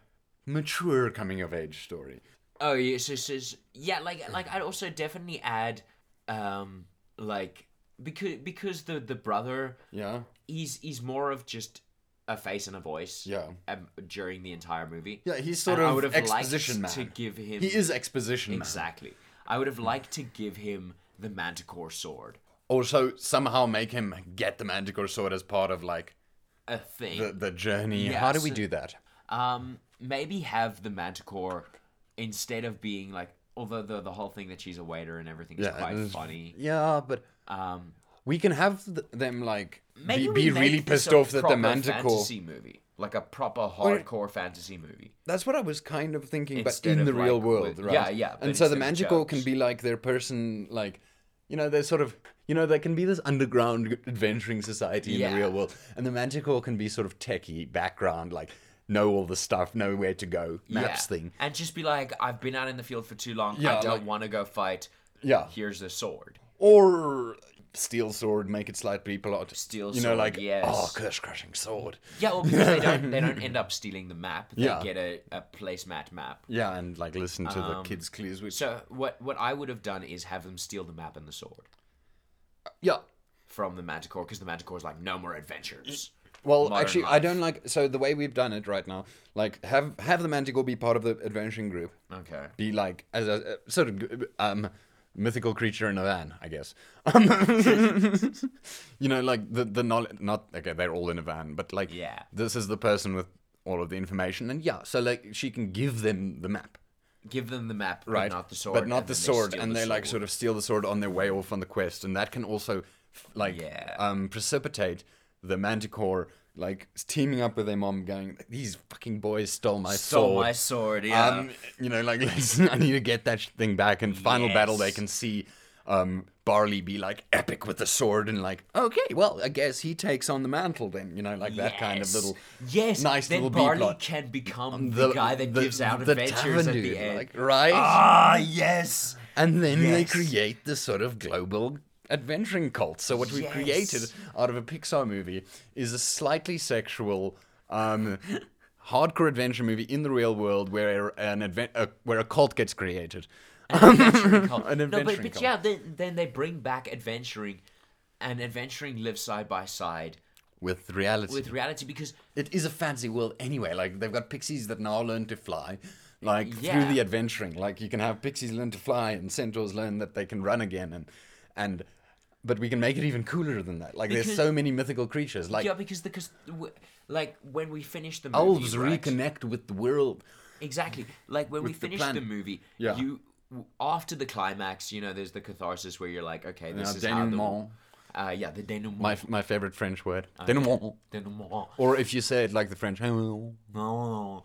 [SPEAKER 4] mature coming of age story.
[SPEAKER 2] Oh yeah, so, so, so- yeah, like like I'd also definitely add, um, like because because the the brother
[SPEAKER 4] Yeah.
[SPEAKER 2] he's he's more of just a face and a voice.
[SPEAKER 4] Yeah.
[SPEAKER 2] Um, during the entire movie.
[SPEAKER 4] Yeah, he's sort
[SPEAKER 2] And I
[SPEAKER 4] of
[SPEAKER 2] would have
[SPEAKER 4] exposition
[SPEAKER 2] liked
[SPEAKER 4] man.
[SPEAKER 2] to give him
[SPEAKER 4] He is exposition man.
[SPEAKER 2] exactly. I would have liked to give him the Manticore sword,
[SPEAKER 4] Also, somehow make him get the Manticore sword as part of like
[SPEAKER 2] a thing.
[SPEAKER 4] the, the journey. How do we
[SPEAKER 2] Yes.
[SPEAKER 4] do that?
[SPEAKER 2] Um, maybe have the Manticore instead of being like, although the the whole thing that she's a waiter and everything is
[SPEAKER 4] Yeah,
[SPEAKER 2] quite
[SPEAKER 4] it's-
[SPEAKER 2] funny.
[SPEAKER 4] Yeah, but
[SPEAKER 2] Um,
[SPEAKER 4] we can have th- them like
[SPEAKER 2] maybe
[SPEAKER 4] be,
[SPEAKER 2] we
[SPEAKER 4] be
[SPEAKER 2] make
[SPEAKER 4] really
[SPEAKER 2] this
[SPEAKER 4] pissed
[SPEAKER 2] a
[SPEAKER 4] off that the
[SPEAKER 2] proper
[SPEAKER 4] Manticore.
[SPEAKER 2] fantasy movie, like a proper hardcore fantasy movie.
[SPEAKER 4] That's what I was kind of thinking,
[SPEAKER 2] Instead
[SPEAKER 4] but in
[SPEAKER 2] of,
[SPEAKER 4] the real
[SPEAKER 2] like,
[SPEAKER 4] world,
[SPEAKER 2] with-
[SPEAKER 4] right?
[SPEAKER 2] yeah, yeah, but
[SPEAKER 4] And so the
[SPEAKER 2] instead of
[SPEAKER 4] Manticore can
[SPEAKER 2] jokes.
[SPEAKER 4] be like their person, like, you know, they're sort of, you know, they can be this underground adventuring society in
[SPEAKER 2] Yeah.
[SPEAKER 4] the real world, and the Manticore can be sort of techie background, like know all the stuff, know where to go, maps
[SPEAKER 2] yeah.
[SPEAKER 4] thing.
[SPEAKER 2] and just be like, I've been out in the field for too long. I
[SPEAKER 4] Yeah,
[SPEAKER 2] don't
[SPEAKER 4] like-
[SPEAKER 2] want to go fight.
[SPEAKER 4] Yeah,
[SPEAKER 2] Here's the sword.
[SPEAKER 4] or steel sword, make it slightly plot.
[SPEAKER 2] Steel
[SPEAKER 4] you know,
[SPEAKER 2] sword,
[SPEAKER 4] like
[SPEAKER 2] yes.
[SPEAKER 4] oh, curse crushing sword.
[SPEAKER 2] Yeah, well, because they don't they don't end up stealing the map. They
[SPEAKER 4] Yeah.
[SPEAKER 2] get a, a placemat map.
[SPEAKER 4] Yeah, and like listen to
[SPEAKER 2] Um,
[SPEAKER 4] the kids' clues. Which,
[SPEAKER 2] So what what I would have done is have them steal the map and the sword.
[SPEAKER 4] yeah,
[SPEAKER 2] from the Manticore because the Manticore's like, no more adventures.
[SPEAKER 4] Well,
[SPEAKER 2] modern
[SPEAKER 4] actually, I
[SPEAKER 2] life.
[SPEAKER 4] don't like. So the way we've done it right now, like have have the Manticore be part of the adventuring group,
[SPEAKER 2] Okay.
[SPEAKER 4] be like as a, a sort of um mythical creature in a van, I guess. <laughs> Um, you know, like the the knowledge. Not okay. They're all in a van, but like
[SPEAKER 2] Yeah.
[SPEAKER 4] this is the person with all of the information, and yeah, so like she can give them the map,
[SPEAKER 2] Give them the map,
[SPEAKER 4] right?
[SPEAKER 2] but not the sword.
[SPEAKER 4] but not
[SPEAKER 2] and
[SPEAKER 4] the
[SPEAKER 2] then they
[SPEAKER 4] sword,
[SPEAKER 2] steal
[SPEAKER 4] and
[SPEAKER 2] the
[SPEAKER 4] they like
[SPEAKER 2] sword.
[SPEAKER 4] sort of steal the sword on their way off on the quest, and that can also f- like
[SPEAKER 2] Yeah.
[SPEAKER 4] um precipitate the Manticore like s- teaming up with their mom, going, "These fucking boys stole my
[SPEAKER 2] stole
[SPEAKER 4] sword."
[SPEAKER 2] my sword. Yeah.
[SPEAKER 4] Um, you know, like <laughs> listen, I need to get that sh- thing back. And final battle, they
[SPEAKER 2] Yes.
[SPEAKER 4] can see um Barley be like epic with the sword, and like, okay, well, I guess he takes on the mantle then. You know, like that kind of
[SPEAKER 2] Yes.
[SPEAKER 4] little.
[SPEAKER 2] yes,
[SPEAKER 4] nice
[SPEAKER 2] then
[SPEAKER 4] little B
[SPEAKER 2] Barley
[SPEAKER 4] plot.
[SPEAKER 2] can become the, guy that gives out
[SPEAKER 4] the
[SPEAKER 2] adventures
[SPEAKER 4] tavern
[SPEAKER 2] at the
[SPEAKER 4] dude,
[SPEAKER 2] end.
[SPEAKER 4] like, right?
[SPEAKER 2] ah, yes.
[SPEAKER 4] And then they
[SPEAKER 2] Yes.
[SPEAKER 4] create this sort of global adventuring cult. So what we've
[SPEAKER 2] Yes.
[SPEAKER 4] created out of a Pixar movie is a slightly sexual, um, <laughs> hardcore adventure movie in the real world where an advent- uh, where a cult gets created.
[SPEAKER 2] Adventuring
[SPEAKER 4] <laughs>
[SPEAKER 2] cult.
[SPEAKER 4] An
[SPEAKER 2] no, but,
[SPEAKER 4] adventuring
[SPEAKER 2] but
[SPEAKER 4] cult.
[SPEAKER 2] yeah, then, then they bring back adventuring, and adventuring lives side by side
[SPEAKER 4] With reality,
[SPEAKER 2] with reality because
[SPEAKER 4] it is a fancy world anyway. Like they've got pixies that now learn to fly, like
[SPEAKER 2] Yeah.
[SPEAKER 4] through the adventuring. Like you can have pixies learn to fly, and centaurs learn that they can run again, and and but we can make it even cooler than that. Like there's
[SPEAKER 2] Because-
[SPEAKER 4] so many mythical creatures. Like
[SPEAKER 2] yeah, because because w- like when we finish the movie,
[SPEAKER 4] elves
[SPEAKER 2] right?
[SPEAKER 4] reconnect with the world.
[SPEAKER 2] Exactly. Like when we
[SPEAKER 4] With the
[SPEAKER 2] finished the,
[SPEAKER 4] plan-
[SPEAKER 2] movie,
[SPEAKER 4] Yeah.
[SPEAKER 2] you w- after the climax, you know, there's the catharsis where you're like, okay, this
[SPEAKER 4] Yeah,
[SPEAKER 2] is how
[SPEAKER 4] denouement.
[SPEAKER 2] the uh, yeah, the denouement.
[SPEAKER 4] My my favorite French word, denouement.
[SPEAKER 2] denouement.
[SPEAKER 4] Or if you say it like the French, "Oh." <laughs>
[SPEAKER 2] No.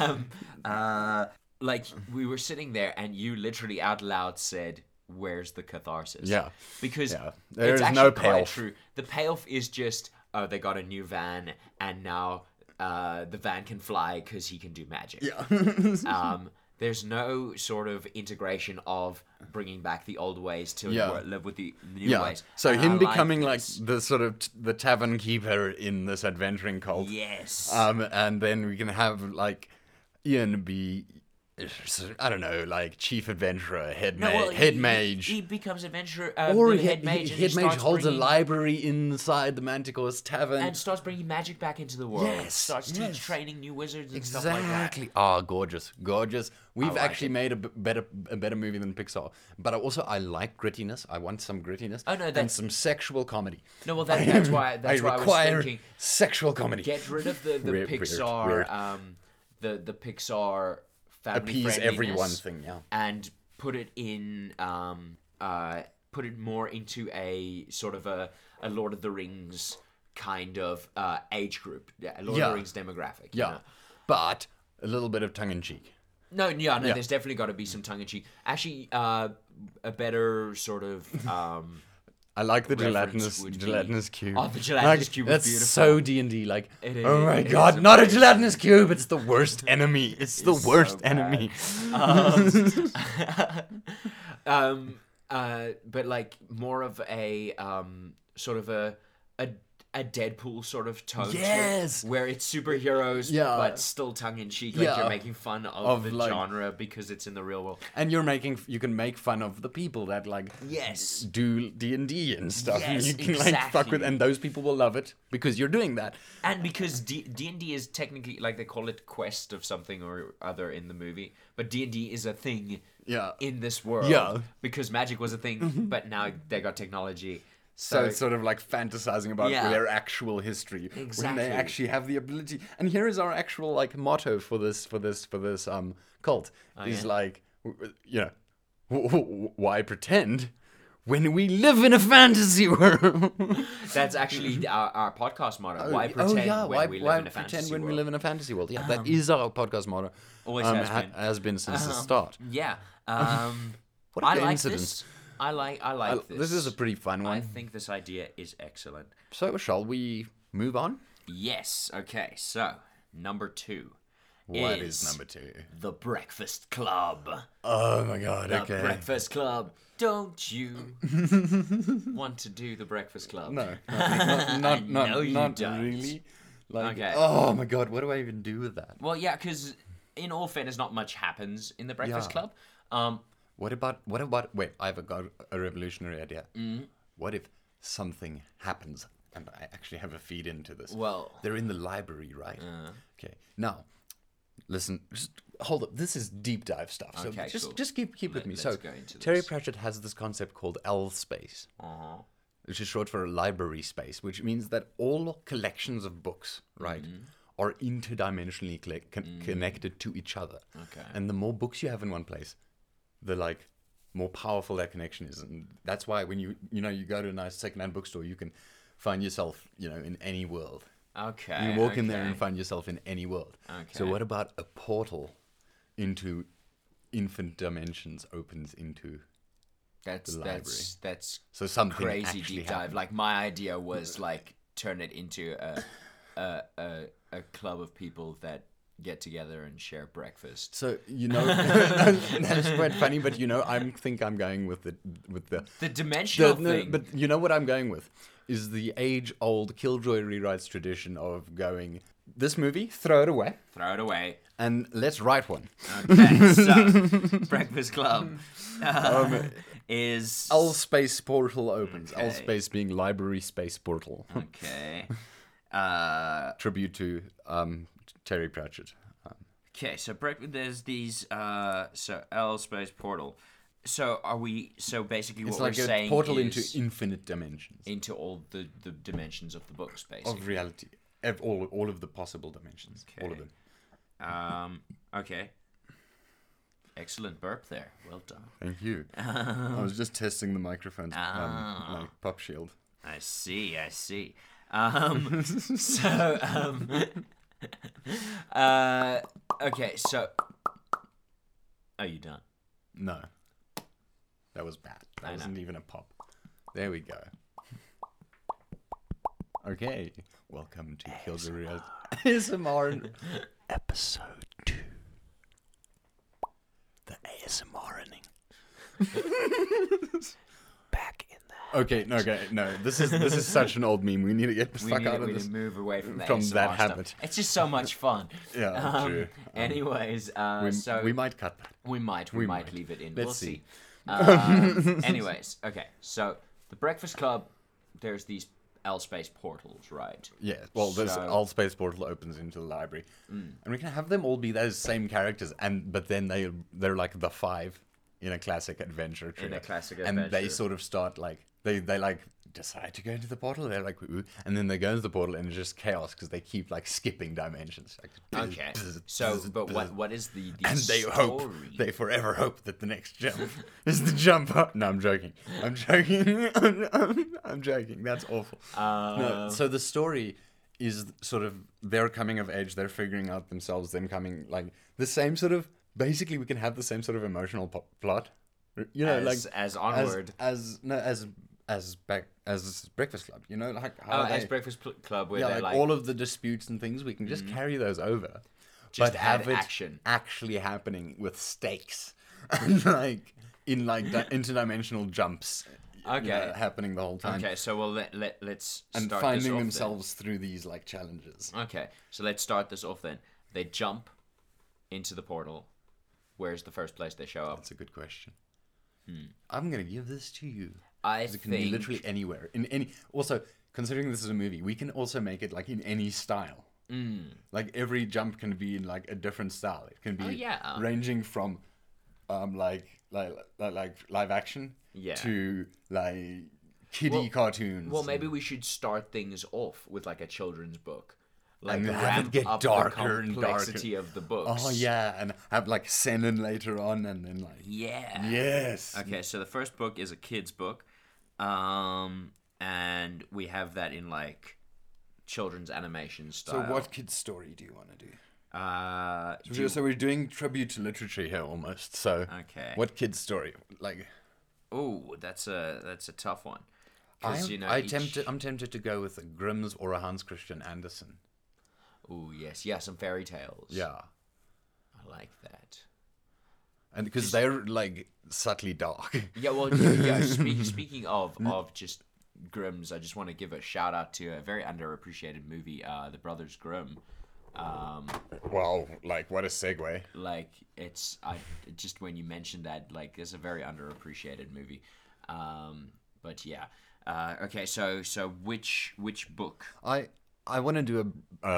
[SPEAKER 2] um, uh, like we were sitting there, and you literally out loud said. Where's the catharsis?
[SPEAKER 4] Yeah.
[SPEAKER 2] because
[SPEAKER 4] Yeah. There
[SPEAKER 2] it's
[SPEAKER 4] is
[SPEAKER 2] actually
[SPEAKER 4] no
[SPEAKER 2] quite
[SPEAKER 4] payoff.
[SPEAKER 2] true. The payoff is just oh, they got a new van, and now uh, the van can fly because he can do magic.
[SPEAKER 4] <laughs>
[SPEAKER 2] <laughs> um, there's no sort of integration of bringing back the old ways to
[SPEAKER 4] Yeah.
[SPEAKER 2] wor- live with the new
[SPEAKER 4] yeah.
[SPEAKER 2] ways.
[SPEAKER 4] So
[SPEAKER 2] And I
[SPEAKER 4] him
[SPEAKER 2] like
[SPEAKER 4] becoming like
[SPEAKER 2] this.
[SPEAKER 4] the sort of t- the tavern keeper in this adventuring cult.
[SPEAKER 2] yes,
[SPEAKER 4] Um, and then we can have like Ian be, I don't know, like chief adventurer, head, ma-
[SPEAKER 2] well,
[SPEAKER 4] head
[SPEAKER 2] he-
[SPEAKER 4] mage.
[SPEAKER 2] He, he becomes adventurer. Uh,
[SPEAKER 4] or
[SPEAKER 2] the
[SPEAKER 4] he-
[SPEAKER 2] head
[SPEAKER 4] he-
[SPEAKER 2] mage. and he
[SPEAKER 4] head mage
[SPEAKER 2] starts
[SPEAKER 4] holds
[SPEAKER 2] bringing,
[SPEAKER 4] a library inside the Manticore's tavern.
[SPEAKER 2] and starts bringing magic back into the world.
[SPEAKER 4] Yes,
[SPEAKER 2] starts te-
[SPEAKER 4] yes.
[SPEAKER 2] training new wizards and stuff like that.
[SPEAKER 4] Exactly. Ah, gorgeous, gorgeous. We've
[SPEAKER 2] like
[SPEAKER 4] actually made a b- better a better movie than Pixar. But I also I like grittiness. I want some grittiness.
[SPEAKER 2] Oh, no,
[SPEAKER 4] and
[SPEAKER 2] that's-
[SPEAKER 4] some sexual comedy.
[SPEAKER 2] No, well, that, <clears throat> that's
[SPEAKER 4] <clears throat>
[SPEAKER 2] why that's
[SPEAKER 4] I
[SPEAKER 2] why
[SPEAKER 4] require
[SPEAKER 2] I was thinking
[SPEAKER 4] sexual comedy.
[SPEAKER 2] get rid of the the
[SPEAKER 4] Weird, weird,
[SPEAKER 2] Pixar
[SPEAKER 4] weird.
[SPEAKER 2] um the the Pixar family
[SPEAKER 4] Appease everyone
[SPEAKER 2] friendliness
[SPEAKER 4] thing, yeah.
[SPEAKER 2] and put it in um uh put it more into a sort of a a Lord of the Rings kind of uh age group yeah Lord of
[SPEAKER 4] Yeah.
[SPEAKER 2] the Rings demographic you
[SPEAKER 4] yeah,
[SPEAKER 2] know?
[SPEAKER 4] but a little bit of tongue in cheek.
[SPEAKER 2] No, yeah, no. There's definitely got to be some tongue in cheek. Actually, uh, a better sort of.
[SPEAKER 4] <laughs>
[SPEAKER 2] Um,
[SPEAKER 4] I like the
[SPEAKER 2] Reference
[SPEAKER 4] gelatinous
[SPEAKER 2] would be-
[SPEAKER 4] gelatinous cube.
[SPEAKER 2] Oh, the gelatinous
[SPEAKER 4] Like,
[SPEAKER 2] cube is
[SPEAKER 4] That's
[SPEAKER 2] beautiful.
[SPEAKER 4] so D and D. Like,
[SPEAKER 2] It is-
[SPEAKER 4] oh my
[SPEAKER 2] it is
[SPEAKER 4] god, not a
[SPEAKER 2] amazing.
[SPEAKER 4] gelatinous cube. It's the worst
[SPEAKER 2] <laughs>
[SPEAKER 4] enemy. It's the
[SPEAKER 2] It's so
[SPEAKER 4] worst
[SPEAKER 2] bad.
[SPEAKER 4] enemy.
[SPEAKER 2] um, <laughs> um, uh, but like more of a um, sort of a a a Deadpool sort of tone. to it,
[SPEAKER 4] Yes.
[SPEAKER 2] where it's superheroes,
[SPEAKER 4] Yeah.
[SPEAKER 2] but still tongue in cheek. Like
[SPEAKER 4] Yeah.
[SPEAKER 2] you're making fun of,
[SPEAKER 4] Of,
[SPEAKER 2] the
[SPEAKER 4] like-
[SPEAKER 2] genre because it's in the real world.
[SPEAKER 4] And you're making you can make fun of the people that like
[SPEAKER 2] Yes.
[SPEAKER 4] do D and D and stuff.
[SPEAKER 2] Yes,
[SPEAKER 4] you can like fuck with,
[SPEAKER 2] exactly.
[SPEAKER 4] and those people will love it because you're doing that.
[SPEAKER 2] And because D and D is technically like they call it quest of something or other in the movie, but D and D is a thing
[SPEAKER 4] Yeah.
[SPEAKER 2] in this world.
[SPEAKER 4] Yeah.
[SPEAKER 2] because magic was a thing, but now they got technology.
[SPEAKER 4] So, it's sort of like fantasizing about
[SPEAKER 2] Yeah.
[SPEAKER 4] their actual history when
[SPEAKER 2] Exactly.
[SPEAKER 4] they actually have the ability. And here is our actual like motto for this for this for this um cult is
[SPEAKER 2] Oh, yeah?
[SPEAKER 4] like w- w- you know w- w- why pretend when we live in a fantasy
[SPEAKER 2] <laughs>
[SPEAKER 4] world. Oh,
[SPEAKER 2] That's
[SPEAKER 4] mm-hmm.
[SPEAKER 2] actually our, our podcast motto. Why pretend when we live in a fantasy
[SPEAKER 4] pretend when we
[SPEAKER 2] world? Um,
[SPEAKER 4] live in a fantasy world? Yeah, that is our podcast motto. Um,
[SPEAKER 2] Always has been.
[SPEAKER 4] has been since the start. <laughs>
[SPEAKER 2] Yeah. Um,
[SPEAKER 4] What a
[SPEAKER 2] I like
[SPEAKER 4] coincidence.
[SPEAKER 2] this. I like. I like this.
[SPEAKER 4] This. is a pretty fun
[SPEAKER 2] I
[SPEAKER 4] one.
[SPEAKER 2] think this idea is excellent.
[SPEAKER 4] So shall we move on?
[SPEAKER 2] Yes. Okay. So number two.
[SPEAKER 4] What is number two?
[SPEAKER 2] The Breakfast Club.
[SPEAKER 4] Oh my god!
[SPEAKER 2] The
[SPEAKER 4] okay.
[SPEAKER 2] Breakfast Club.
[SPEAKER 4] <laughs>
[SPEAKER 2] Don't you want to do the Breakfast Club?
[SPEAKER 4] No,
[SPEAKER 2] <laughs>
[SPEAKER 4] not, not, not,
[SPEAKER 2] know you
[SPEAKER 4] not
[SPEAKER 2] don't.
[SPEAKER 4] really. Like,
[SPEAKER 2] Okay.
[SPEAKER 4] oh my god, what do I even do with that?
[SPEAKER 2] Well, yeah, because in all fairness, not much happens in the Breakfast
[SPEAKER 4] Yeah.
[SPEAKER 2] Club. Um,
[SPEAKER 4] What about, what about, wait, I've got a revolutionary idea.
[SPEAKER 2] Mm-hmm.
[SPEAKER 4] What if something happens? And I actually have a feed into this.
[SPEAKER 2] Well- Uh-huh.
[SPEAKER 4] they're in the library, right? Okay, now, listen, just hold up. This is deep dive stuff. So
[SPEAKER 2] Okay,
[SPEAKER 4] just,
[SPEAKER 2] cool.
[SPEAKER 4] just keep, keep with me.
[SPEAKER 2] let's
[SPEAKER 4] So,
[SPEAKER 2] go into
[SPEAKER 4] Terry
[SPEAKER 2] this.
[SPEAKER 4] Pratchett has this concept called L space.
[SPEAKER 2] uh-huh.
[SPEAKER 4] which is short for a library space, which means that all collections of books, right,
[SPEAKER 2] Mm-hmm.
[SPEAKER 4] are interdimensionally colle- con- connected to each other.
[SPEAKER 2] Mm. Okay.
[SPEAKER 4] And the more books you have in one place, the like more powerful that connection is, and that's why when you you know you go to a nice secondhand bookstore, you can find yourself you know in any world.
[SPEAKER 2] Okay.
[SPEAKER 4] You walk in there
[SPEAKER 2] okay.
[SPEAKER 4] and find yourself in any world. So
[SPEAKER 2] Okay.
[SPEAKER 4] what about a portal into infinite dimensions opens into
[SPEAKER 2] That's
[SPEAKER 4] the library.
[SPEAKER 2] that's that's
[SPEAKER 4] so something
[SPEAKER 2] crazy
[SPEAKER 4] actually
[SPEAKER 2] deep dive.
[SPEAKER 4] happens.
[SPEAKER 2] Like my idea was like turn it into a a, a a club of people that get together and share breakfast.
[SPEAKER 4] So you
[SPEAKER 2] <laughs>
[SPEAKER 4] know <laughs> that's quite funny, but you know I think I'm going with the with the,
[SPEAKER 2] The dimensional
[SPEAKER 4] the no,
[SPEAKER 2] thing.
[SPEAKER 4] but you know what I'm going with is the age-old Killjoy rewrites tradition of going this movie throw it away
[SPEAKER 2] Throw it away.
[SPEAKER 4] and let's write one. <laughs>
[SPEAKER 2] Okay, so Breakfast Club uh, <laughs> is
[SPEAKER 4] L space portal opens. L
[SPEAKER 2] Okay.
[SPEAKER 4] space being library space portal.
[SPEAKER 2] okay. Uh,
[SPEAKER 4] Tribute to um, Terry Pratchett.
[SPEAKER 2] okay, so break, there's these uh, so L space portal. So are we? So basically, what
[SPEAKER 4] It's
[SPEAKER 2] we're
[SPEAKER 4] like a
[SPEAKER 2] saying
[SPEAKER 4] portal
[SPEAKER 2] is
[SPEAKER 4] into infinite dimensions
[SPEAKER 2] into all the, the dimensions of the books, basically.
[SPEAKER 4] of reality. Of all all of the possible dimensions. All of
[SPEAKER 2] Okay.
[SPEAKER 4] them.
[SPEAKER 2] Um. Okay. Excellent burp there. Well done.
[SPEAKER 4] Thank
[SPEAKER 2] <laughs>
[SPEAKER 4] you. I was just testing the microphone's
[SPEAKER 2] Ah.
[SPEAKER 4] um, like pop shield.
[SPEAKER 2] I see. I see. Um.
[SPEAKER 4] <laughs>
[SPEAKER 2] so. Um. <laughs> uh. Okay. So. Are you done?
[SPEAKER 4] No, that was bad. That
[SPEAKER 2] I know.
[SPEAKER 4] wasn't even a pop. There we go. Okay, welcome to Kildare ASMR
[SPEAKER 2] <laughs>
[SPEAKER 4] and- episode two. The ASMRing.
[SPEAKER 2] <laughs> Back in the.
[SPEAKER 4] Okay, no, okay, no. This is this is such an old meme. We need to get the
[SPEAKER 2] We
[SPEAKER 4] fuck
[SPEAKER 2] need,
[SPEAKER 4] out
[SPEAKER 2] we
[SPEAKER 4] of
[SPEAKER 2] need
[SPEAKER 4] this.
[SPEAKER 2] to move away from that.
[SPEAKER 4] from that
[SPEAKER 2] ASMR stuff.
[SPEAKER 4] habit.
[SPEAKER 2] It's just so much fun.
[SPEAKER 4] Yeah,
[SPEAKER 2] Um,
[SPEAKER 4] true.
[SPEAKER 2] Anyways, uh,
[SPEAKER 4] We,
[SPEAKER 2] so
[SPEAKER 4] we might cut that.
[SPEAKER 2] We might. We, might,
[SPEAKER 4] might.
[SPEAKER 2] leave it in.
[SPEAKER 4] Let's
[SPEAKER 2] we'll see.
[SPEAKER 4] <laughs> see.
[SPEAKER 2] Um, anyways, okay. So the Breakfast Club, there's these L space portals, right?
[SPEAKER 4] Yeah, well, this
[SPEAKER 2] So-
[SPEAKER 4] all space portal opens into the library,
[SPEAKER 2] Mm.
[SPEAKER 4] and we can have them all be those same characters, and but then they they're like the five in a classic adventure trio,
[SPEAKER 2] classic
[SPEAKER 4] and they
[SPEAKER 2] adventure.
[SPEAKER 4] sort of start like they they like decide to go into the portal. They're like, Ooh, and then they go into the portal, and it's just chaos because they keep like skipping dimensions. Like, <laughs>
[SPEAKER 2] Okay. So, but what what is the, the
[SPEAKER 4] And they
[SPEAKER 2] story?
[SPEAKER 4] hope, they forever hope that the next jump <laughs> is the jump up. No, I'm joking. <laughs> I'm joking. I'm joking. That's awful.
[SPEAKER 2] Uh,
[SPEAKER 4] No, so the story is sort of their coming of age, they're figuring out themselves, them coming like the same sort of basically we can have the same sort of emotional po- plot, you know,
[SPEAKER 2] as,
[SPEAKER 4] like
[SPEAKER 2] as
[SPEAKER 4] as,
[SPEAKER 2] onward.
[SPEAKER 4] as no as as back as Breakfast Club, you know, like how
[SPEAKER 2] oh,
[SPEAKER 4] they,
[SPEAKER 2] as Breakfast Pl- Club, where
[SPEAKER 4] yeah,
[SPEAKER 2] they're
[SPEAKER 4] like,
[SPEAKER 2] like, Mm.
[SPEAKER 4] all of the disputes and things we can just carry those over,
[SPEAKER 2] Just
[SPEAKER 4] but
[SPEAKER 2] add
[SPEAKER 4] have it
[SPEAKER 2] action.
[SPEAKER 4] actually happening with stakes <laughs> and like in like di- interdimensional jumps. you know,
[SPEAKER 2] Okay.
[SPEAKER 4] happening the whole time
[SPEAKER 2] okay, so we'll let, let let's
[SPEAKER 4] and
[SPEAKER 2] start this
[SPEAKER 4] finding
[SPEAKER 2] off then.
[SPEAKER 4] themselves through these like challenges.
[SPEAKER 2] Okay, so let's start this off then. They jump into the portal. Where's the first place they show up?
[SPEAKER 4] That's a good question.
[SPEAKER 2] Hmm.
[SPEAKER 4] I'm gonna give this to you.
[SPEAKER 2] I
[SPEAKER 4] 'Cause It can be
[SPEAKER 2] think-
[SPEAKER 4] literally anywhere. In any. Also, considering this is a movie, we can also make it like in any style.
[SPEAKER 2] Mm.
[SPEAKER 4] Like every jump can be in like a different style. It can be
[SPEAKER 2] Oh, yeah.
[SPEAKER 4] ranging from, um, like like like, like live action
[SPEAKER 2] Yeah.
[SPEAKER 4] to like kiddie
[SPEAKER 2] Well-
[SPEAKER 4] cartoons.
[SPEAKER 2] Well, maybe we should start things off with like a children's book, like
[SPEAKER 4] And have it
[SPEAKER 2] ramp
[SPEAKER 4] get
[SPEAKER 2] up
[SPEAKER 4] darker
[SPEAKER 2] the
[SPEAKER 4] and darker.
[SPEAKER 2] complexity of the books.
[SPEAKER 4] Oh yeah, and have like Senon later on, and then like
[SPEAKER 2] yeah,
[SPEAKER 4] yes,
[SPEAKER 2] Okay, so the first book is a kid's book, um, and we have that in like children's animation
[SPEAKER 4] So,
[SPEAKER 2] style.
[SPEAKER 4] what kid's story do you want to do?
[SPEAKER 2] Uh,
[SPEAKER 4] So, so we're doing tribute to literature here almost. So,
[SPEAKER 2] Okay.
[SPEAKER 4] what kid's story? Like,
[SPEAKER 2] oh, that's a that's a tough one.
[SPEAKER 4] I,
[SPEAKER 2] 'Cause, you know,
[SPEAKER 4] I
[SPEAKER 2] each-
[SPEAKER 4] tempted, um I'm tempted to go with a Grimm's or a Hans Christian Andersen.
[SPEAKER 2] Oh yes, yeah, some fairy tales.
[SPEAKER 4] Yeah,
[SPEAKER 2] I like that.
[SPEAKER 4] and because they're like subtly dark. <laughs>
[SPEAKER 2] Yeah, well, yeah. yeah speak, speaking of of just Grimm's, I just want to give a shout out to a very underappreciated movie, uh, The Brothers Grimm. Um,
[SPEAKER 4] wow, like what a segue.
[SPEAKER 2] like it's I just when you mentioned that, like it's a very underappreciated movie. Um, but yeah, uh, okay. So so which which book?
[SPEAKER 4] I I want to do a uh,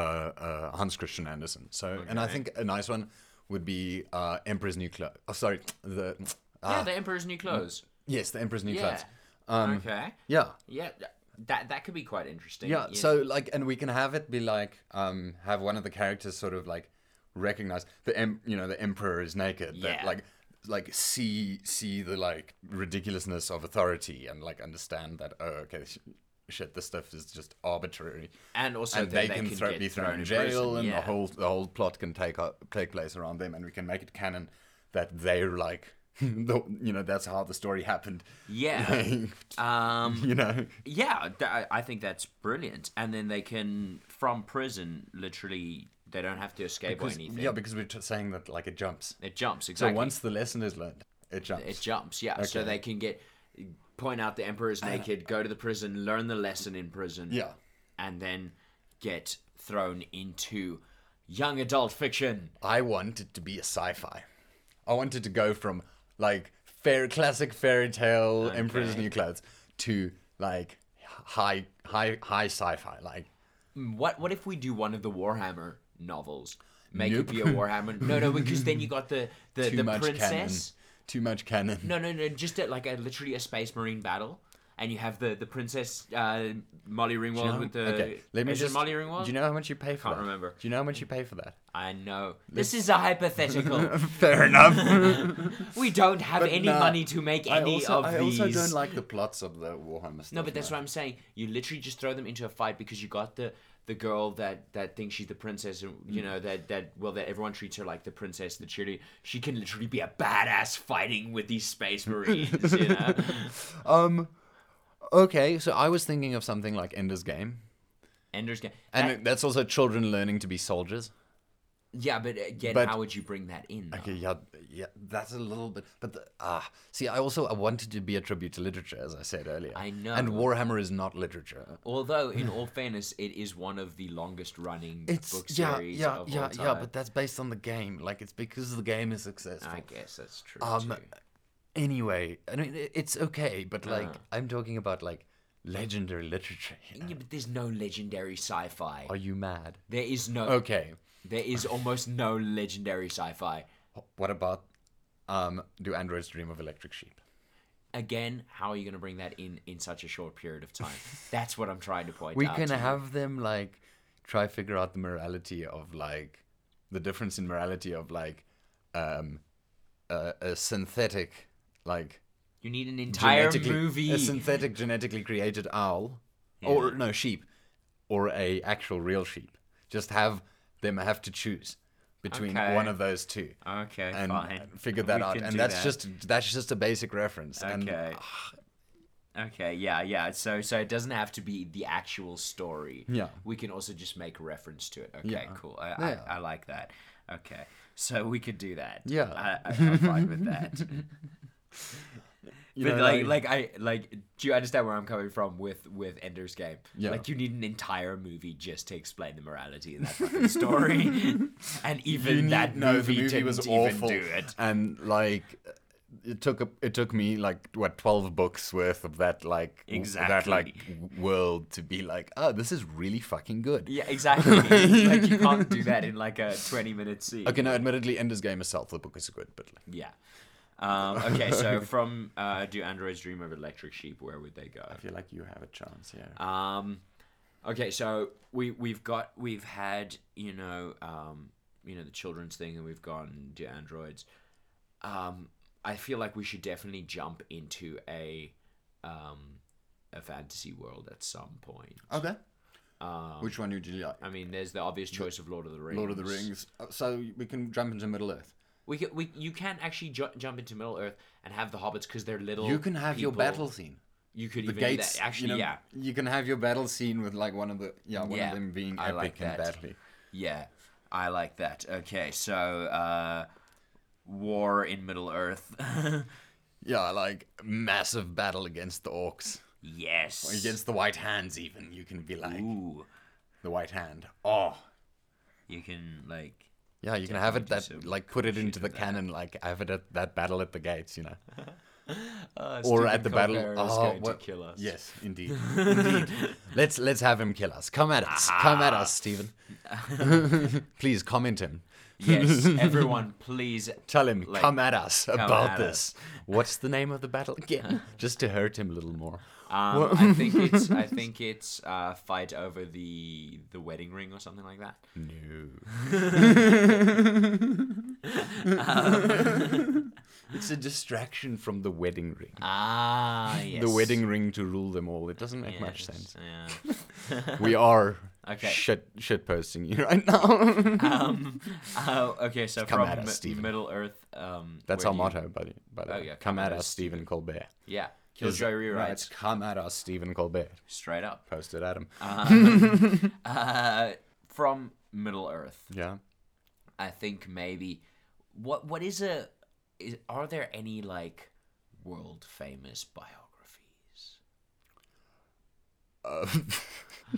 [SPEAKER 4] uh, Hans Christian Andersen. So, and I think a nice one would be uh, Emperor's New Clothes. Oh, sorry, the
[SPEAKER 2] yeah,
[SPEAKER 4] ah,
[SPEAKER 2] The Emperor's New Clothes.
[SPEAKER 4] yes, the Emperor's New
[SPEAKER 2] Yeah.
[SPEAKER 4] Clothes. Um,
[SPEAKER 2] okay.
[SPEAKER 4] Yeah.
[SPEAKER 2] Yeah. th- That, that could be quite interesting.
[SPEAKER 4] Yeah, so like, and we can have it be like, um, have one of the characters sort of like recognize the em- you know, the emperor is naked.
[SPEAKER 2] Yeah.
[SPEAKER 4] That like, like see see the like ridiculousness of authority and like understand that oh okay sh- shit this stuff is just arbitrary
[SPEAKER 2] and also
[SPEAKER 4] and
[SPEAKER 2] that
[SPEAKER 4] they, can, throw,
[SPEAKER 2] get
[SPEAKER 4] be thrown in
[SPEAKER 2] prison,
[SPEAKER 4] jail and
[SPEAKER 2] yeah.
[SPEAKER 4] the whole the whole plot can take up, take place around them and we can make it canon that they're like <laughs> the, you know that's how the story happened <laughs>
[SPEAKER 2] yeah. um,
[SPEAKER 4] you know
[SPEAKER 2] Yeah, th- I- I think that's brilliant. And then they can, from prison, literally, they don't have to escape or anything.
[SPEAKER 4] yeah because we're t- saying that like it jumps
[SPEAKER 2] It jumps,
[SPEAKER 4] So
[SPEAKER 2] exactly.
[SPEAKER 4] once the lesson is learned, it jumps.
[SPEAKER 2] it jumps, yeah. So
[SPEAKER 4] Okay.
[SPEAKER 2] they can get, point out the emperor's naked, go to the prison, learn the lesson in prison.
[SPEAKER 4] Yeah.
[SPEAKER 2] And then get thrown into young adult fiction.
[SPEAKER 4] I wanted to be a sci-fi. I wanted to go from like fair classic fairy tale Emperor's New Clothes to like high high high sci-fi. Like
[SPEAKER 2] Mm, What What if we do one of the Warhammer novels? Make it be a <laughs> Warhammer. No, no, because then you got the, the,
[SPEAKER 4] too
[SPEAKER 2] the
[SPEAKER 4] much
[SPEAKER 2] princess.
[SPEAKER 4] canon. Too much canon.
[SPEAKER 2] No, no, no. Just a, like a literally a space marine battle, and you have the the princess uh, Molly Ringwald
[SPEAKER 4] You know-
[SPEAKER 2] with the.
[SPEAKER 4] okay, let me
[SPEAKER 2] is
[SPEAKER 4] just.
[SPEAKER 2] it Molly Ringwald?
[SPEAKER 4] Do you know how much you pay for
[SPEAKER 2] Can't
[SPEAKER 4] that?
[SPEAKER 2] remember.
[SPEAKER 4] Do you know how much you pay for that? <laughs>
[SPEAKER 2] I know. This is a hypothetical.
[SPEAKER 4] Fair
[SPEAKER 2] <laughs>
[SPEAKER 4] enough.
[SPEAKER 2] we don't have any
[SPEAKER 4] nah,
[SPEAKER 2] money to make
[SPEAKER 4] I
[SPEAKER 2] any
[SPEAKER 4] also,
[SPEAKER 2] of
[SPEAKER 4] I
[SPEAKER 2] these.
[SPEAKER 4] also don't like the plots of the Warhammer stuff.
[SPEAKER 2] no, but that's what I'm saying. You literally just throw them into a fight because you got the the girl that that thinks she's the princess, and
[SPEAKER 4] Mm.
[SPEAKER 2] you know that that well that everyone treats her like the princess, the cheerleader. She can literally be a badass fighting with these space marines.
[SPEAKER 4] <laughs>
[SPEAKER 2] you know?
[SPEAKER 4] Um. Okay, so I was thinking of something like Ender's Game.
[SPEAKER 2] Ender's Game.
[SPEAKER 4] And
[SPEAKER 2] That-
[SPEAKER 4] that's also children learning to be soldiers.
[SPEAKER 2] yeah, but again,
[SPEAKER 4] but-
[SPEAKER 2] how would you bring that in? though?
[SPEAKER 4] Okay, yeah, yeah, that's a little bit, but the, ah, see, I also I wanted to be a tribute to literature, as I said earlier.
[SPEAKER 2] I know.
[SPEAKER 4] And Warhammer is not literature.
[SPEAKER 2] Although, in all fairness, it is one of the longest running
[SPEAKER 4] It's
[SPEAKER 2] book
[SPEAKER 4] yeah,
[SPEAKER 2] series
[SPEAKER 4] yeah,
[SPEAKER 2] of all
[SPEAKER 4] yeah,
[SPEAKER 2] time.
[SPEAKER 4] yeah, but that's based on the game. Like it's because the game is successful.
[SPEAKER 2] I guess that's true.
[SPEAKER 4] um,
[SPEAKER 2] too.
[SPEAKER 4] anyway, I mean i- it's okay, but like I'm talking about like legendary literature. here.
[SPEAKER 2] Yeah, but there's no legendary sci-fi.
[SPEAKER 4] Are you mad?
[SPEAKER 2] There is no.
[SPEAKER 4] Okay,
[SPEAKER 2] There is almost no legendary sci-fi.
[SPEAKER 4] what about um, do androids dream of electric sheep?
[SPEAKER 2] Again, how are you going to bring that in in such a short period
[SPEAKER 4] <laughs>
[SPEAKER 2] of time? That's what I'm trying to point
[SPEAKER 4] we
[SPEAKER 2] out.
[SPEAKER 4] can
[SPEAKER 2] to you.
[SPEAKER 4] have them like try figure out the morality of like the difference in morality of like um a, a synthetic like
[SPEAKER 2] You need an entire
[SPEAKER 4] genetically-
[SPEAKER 2] movie.
[SPEAKER 4] a synthetic genetically created owl or no sheep or a actual real sheep. Just have them have to choose between
[SPEAKER 1] Okay.
[SPEAKER 4] one of those two.
[SPEAKER 1] Okay,
[SPEAKER 4] and
[SPEAKER 1] fine.
[SPEAKER 4] figure that
[SPEAKER 1] We
[SPEAKER 4] out.
[SPEAKER 1] can
[SPEAKER 4] And
[SPEAKER 1] do
[SPEAKER 4] that's
[SPEAKER 1] that.
[SPEAKER 4] just that's just a basic reference. And
[SPEAKER 1] Okay.
[SPEAKER 2] Okay, yeah, yeah. So so it doesn't have to be the actual story.
[SPEAKER 4] Yeah.
[SPEAKER 2] We can also just make reference to it. Okay,
[SPEAKER 4] Yeah.
[SPEAKER 2] cool. I,
[SPEAKER 4] Yeah.
[SPEAKER 2] I, I like that. Okay. So we could do that.
[SPEAKER 4] Yeah.
[SPEAKER 2] I, I, I'm fine with
[SPEAKER 4] <laughs>
[SPEAKER 2] that. but
[SPEAKER 4] know,
[SPEAKER 2] like, like I like do you understand where I'm coming from with with Ender's Game?
[SPEAKER 4] Yeah.
[SPEAKER 2] Like you need an entire movie just to explain the morality in that
[SPEAKER 4] <laughs>
[SPEAKER 2] fucking story. and even that
[SPEAKER 4] no,
[SPEAKER 2] movie,
[SPEAKER 4] the movie
[SPEAKER 2] didn't
[SPEAKER 4] was
[SPEAKER 2] even
[SPEAKER 4] awful.
[SPEAKER 2] do
[SPEAKER 4] <laughs>
[SPEAKER 2] it.
[SPEAKER 4] And like it took a, it took me like what 12 books worth of that like w- that
[SPEAKER 1] Exactly.
[SPEAKER 4] like w- world to be like, "Oh, this is really fucking good."
[SPEAKER 2] Yeah, exactly. like you can't do that in like a 20 minute scene.
[SPEAKER 4] <laughs> Okay, no, admittedly Ender's Game itself the book is good, but like,
[SPEAKER 2] Yeah. Um, okay,
[SPEAKER 3] <laughs>
[SPEAKER 2] so from uh, do androids dream of electric sheep? Where would they go?
[SPEAKER 3] I feel like you have a chance here.
[SPEAKER 2] Um, okay, so we we've got we've had you know um, you know the children's thing, and we've gone do androids. Um, I feel like we should definitely jump into a um, a fantasy world at some point.
[SPEAKER 3] Okay.
[SPEAKER 2] um,
[SPEAKER 3] Which one would you like?
[SPEAKER 2] I mean, there's the obvious choice of Lord of the Rings.
[SPEAKER 3] Lord of the Rings. Uh, So we can jump into Middle Earth.
[SPEAKER 2] We, can, we you can actually ju- jump into Middle Earth and have the hobbits because they're little.
[SPEAKER 3] You can have your
[SPEAKER 2] people.
[SPEAKER 3] battle scene.
[SPEAKER 2] You could
[SPEAKER 3] The
[SPEAKER 2] even do
[SPEAKER 3] gates.
[SPEAKER 2] that.
[SPEAKER 3] you
[SPEAKER 2] Actually,
[SPEAKER 3] know,
[SPEAKER 2] yeah.
[SPEAKER 3] You can have your battle scene with like one of the yeah one
[SPEAKER 2] Yeah,
[SPEAKER 3] of them being
[SPEAKER 2] I
[SPEAKER 3] epic
[SPEAKER 2] like
[SPEAKER 3] and
[SPEAKER 2] that.
[SPEAKER 3] battling.
[SPEAKER 2] Yeah, I like that. Okay, so uh, war in Middle Earth. <laughs>
[SPEAKER 4] yeah, like massive battle against the orcs.
[SPEAKER 2] yes.
[SPEAKER 4] Against the white hands even. You can be like
[SPEAKER 2] Ooh,
[SPEAKER 4] the white hand. Oh,
[SPEAKER 2] you can like.
[SPEAKER 4] Yeah, you can have it
[SPEAKER 2] Definitely
[SPEAKER 4] that
[SPEAKER 2] some
[SPEAKER 4] like put it into the canon, like have it at that battle at the gates, you know,
[SPEAKER 2] Uh,
[SPEAKER 4] or at the battle. Oh, what- Yes, indeed. <laughs> indeed. Let's let's have him kill us. Come at us. Come at us, Stephen. <laughs> please comment him. <laughs>
[SPEAKER 2] yes, everyone, please.
[SPEAKER 4] Tell him
[SPEAKER 2] Like,
[SPEAKER 4] come at us about
[SPEAKER 2] at
[SPEAKER 4] this. What's the name of the battle <laughs> again? Just to hurt him a little more.
[SPEAKER 2] Um, I think it's. I think it's uh, fight over the the wedding ring or something like that. <laughs>
[SPEAKER 4] No. it's a distraction from the wedding ring.
[SPEAKER 2] <laughs> Ah, yes.
[SPEAKER 4] The wedding ring to rule them all. It doesn't make much
[SPEAKER 2] Yes,
[SPEAKER 4] sense.
[SPEAKER 2] Yeah. <laughs>
[SPEAKER 4] We are
[SPEAKER 2] Okay.
[SPEAKER 4] shit shit posting you right now. <laughs>
[SPEAKER 2] um, uh, okay, so
[SPEAKER 4] Come
[SPEAKER 2] from
[SPEAKER 4] at us,
[SPEAKER 2] Mi-
[SPEAKER 4] Stephen.
[SPEAKER 2] Middle Earth. Um,
[SPEAKER 4] That's
[SPEAKER 2] where
[SPEAKER 4] our
[SPEAKER 2] do you-
[SPEAKER 4] motto, buddy. By the
[SPEAKER 2] Oh,
[SPEAKER 4] way.
[SPEAKER 2] yeah,
[SPEAKER 4] come at us, Stephen Colbert.
[SPEAKER 2] Yeah, Killjoy rewrites
[SPEAKER 4] It's come at us, Stephen Colbert. <laughs>
[SPEAKER 2] straight up.
[SPEAKER 4] Posted at him.
[SPEAKER 2] Ah. Uh, from Middle Earth,
[SPEAKER 4] yeah.
[SPEAKER 2] I think maybe what what is a is, are there any like world famous biographies?
[SPEAKER 4] Uh,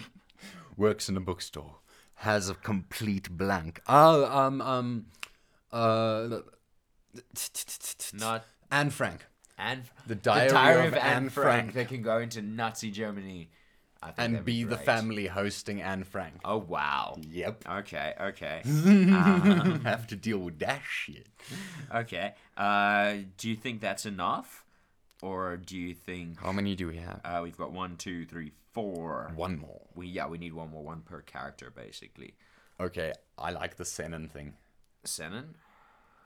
[SPEAKER 4] <laughs> works in a bookstore. Has a complete blank. Oh, um, um, uh,
[SPEAKER 2] Not
[SPEAKER 4] Anne Frank.
[SPEAKER 2] Anne.
[SPEAKER 4] The Diary of Anne Frank.
[SPEAKER 2] They can go into Nazi Germany, I think
[SPEAKER 4] And
[SPEAKER 2] that'd be,
[SPEAKER 4] be the
[SPEAKER 2] great.
[SPEAKER 4] family hosting Anne Frank.
[SPEAKER 2] Oh wow.
[SPEAKER 4] <laughs> Yep.
[SPEAKER 2] Okay. Okay.
[SPEAKER 4] Um, <laughs> Have to deal with that shit.
[SPEAKER 2] okay. Uh, do you think that's enough, or do you think
[SPEAKER 4] How many do we have?
[SPEAKER 2] uh, we've got one, two, three, four?
[SPEAKER 4] One more.
[SPEAKER 2] We yeah, we need one more, one per character basically.
[SPEAKER 4] Okay, I like the seinen thing.
[SPEAKER 2] Senon.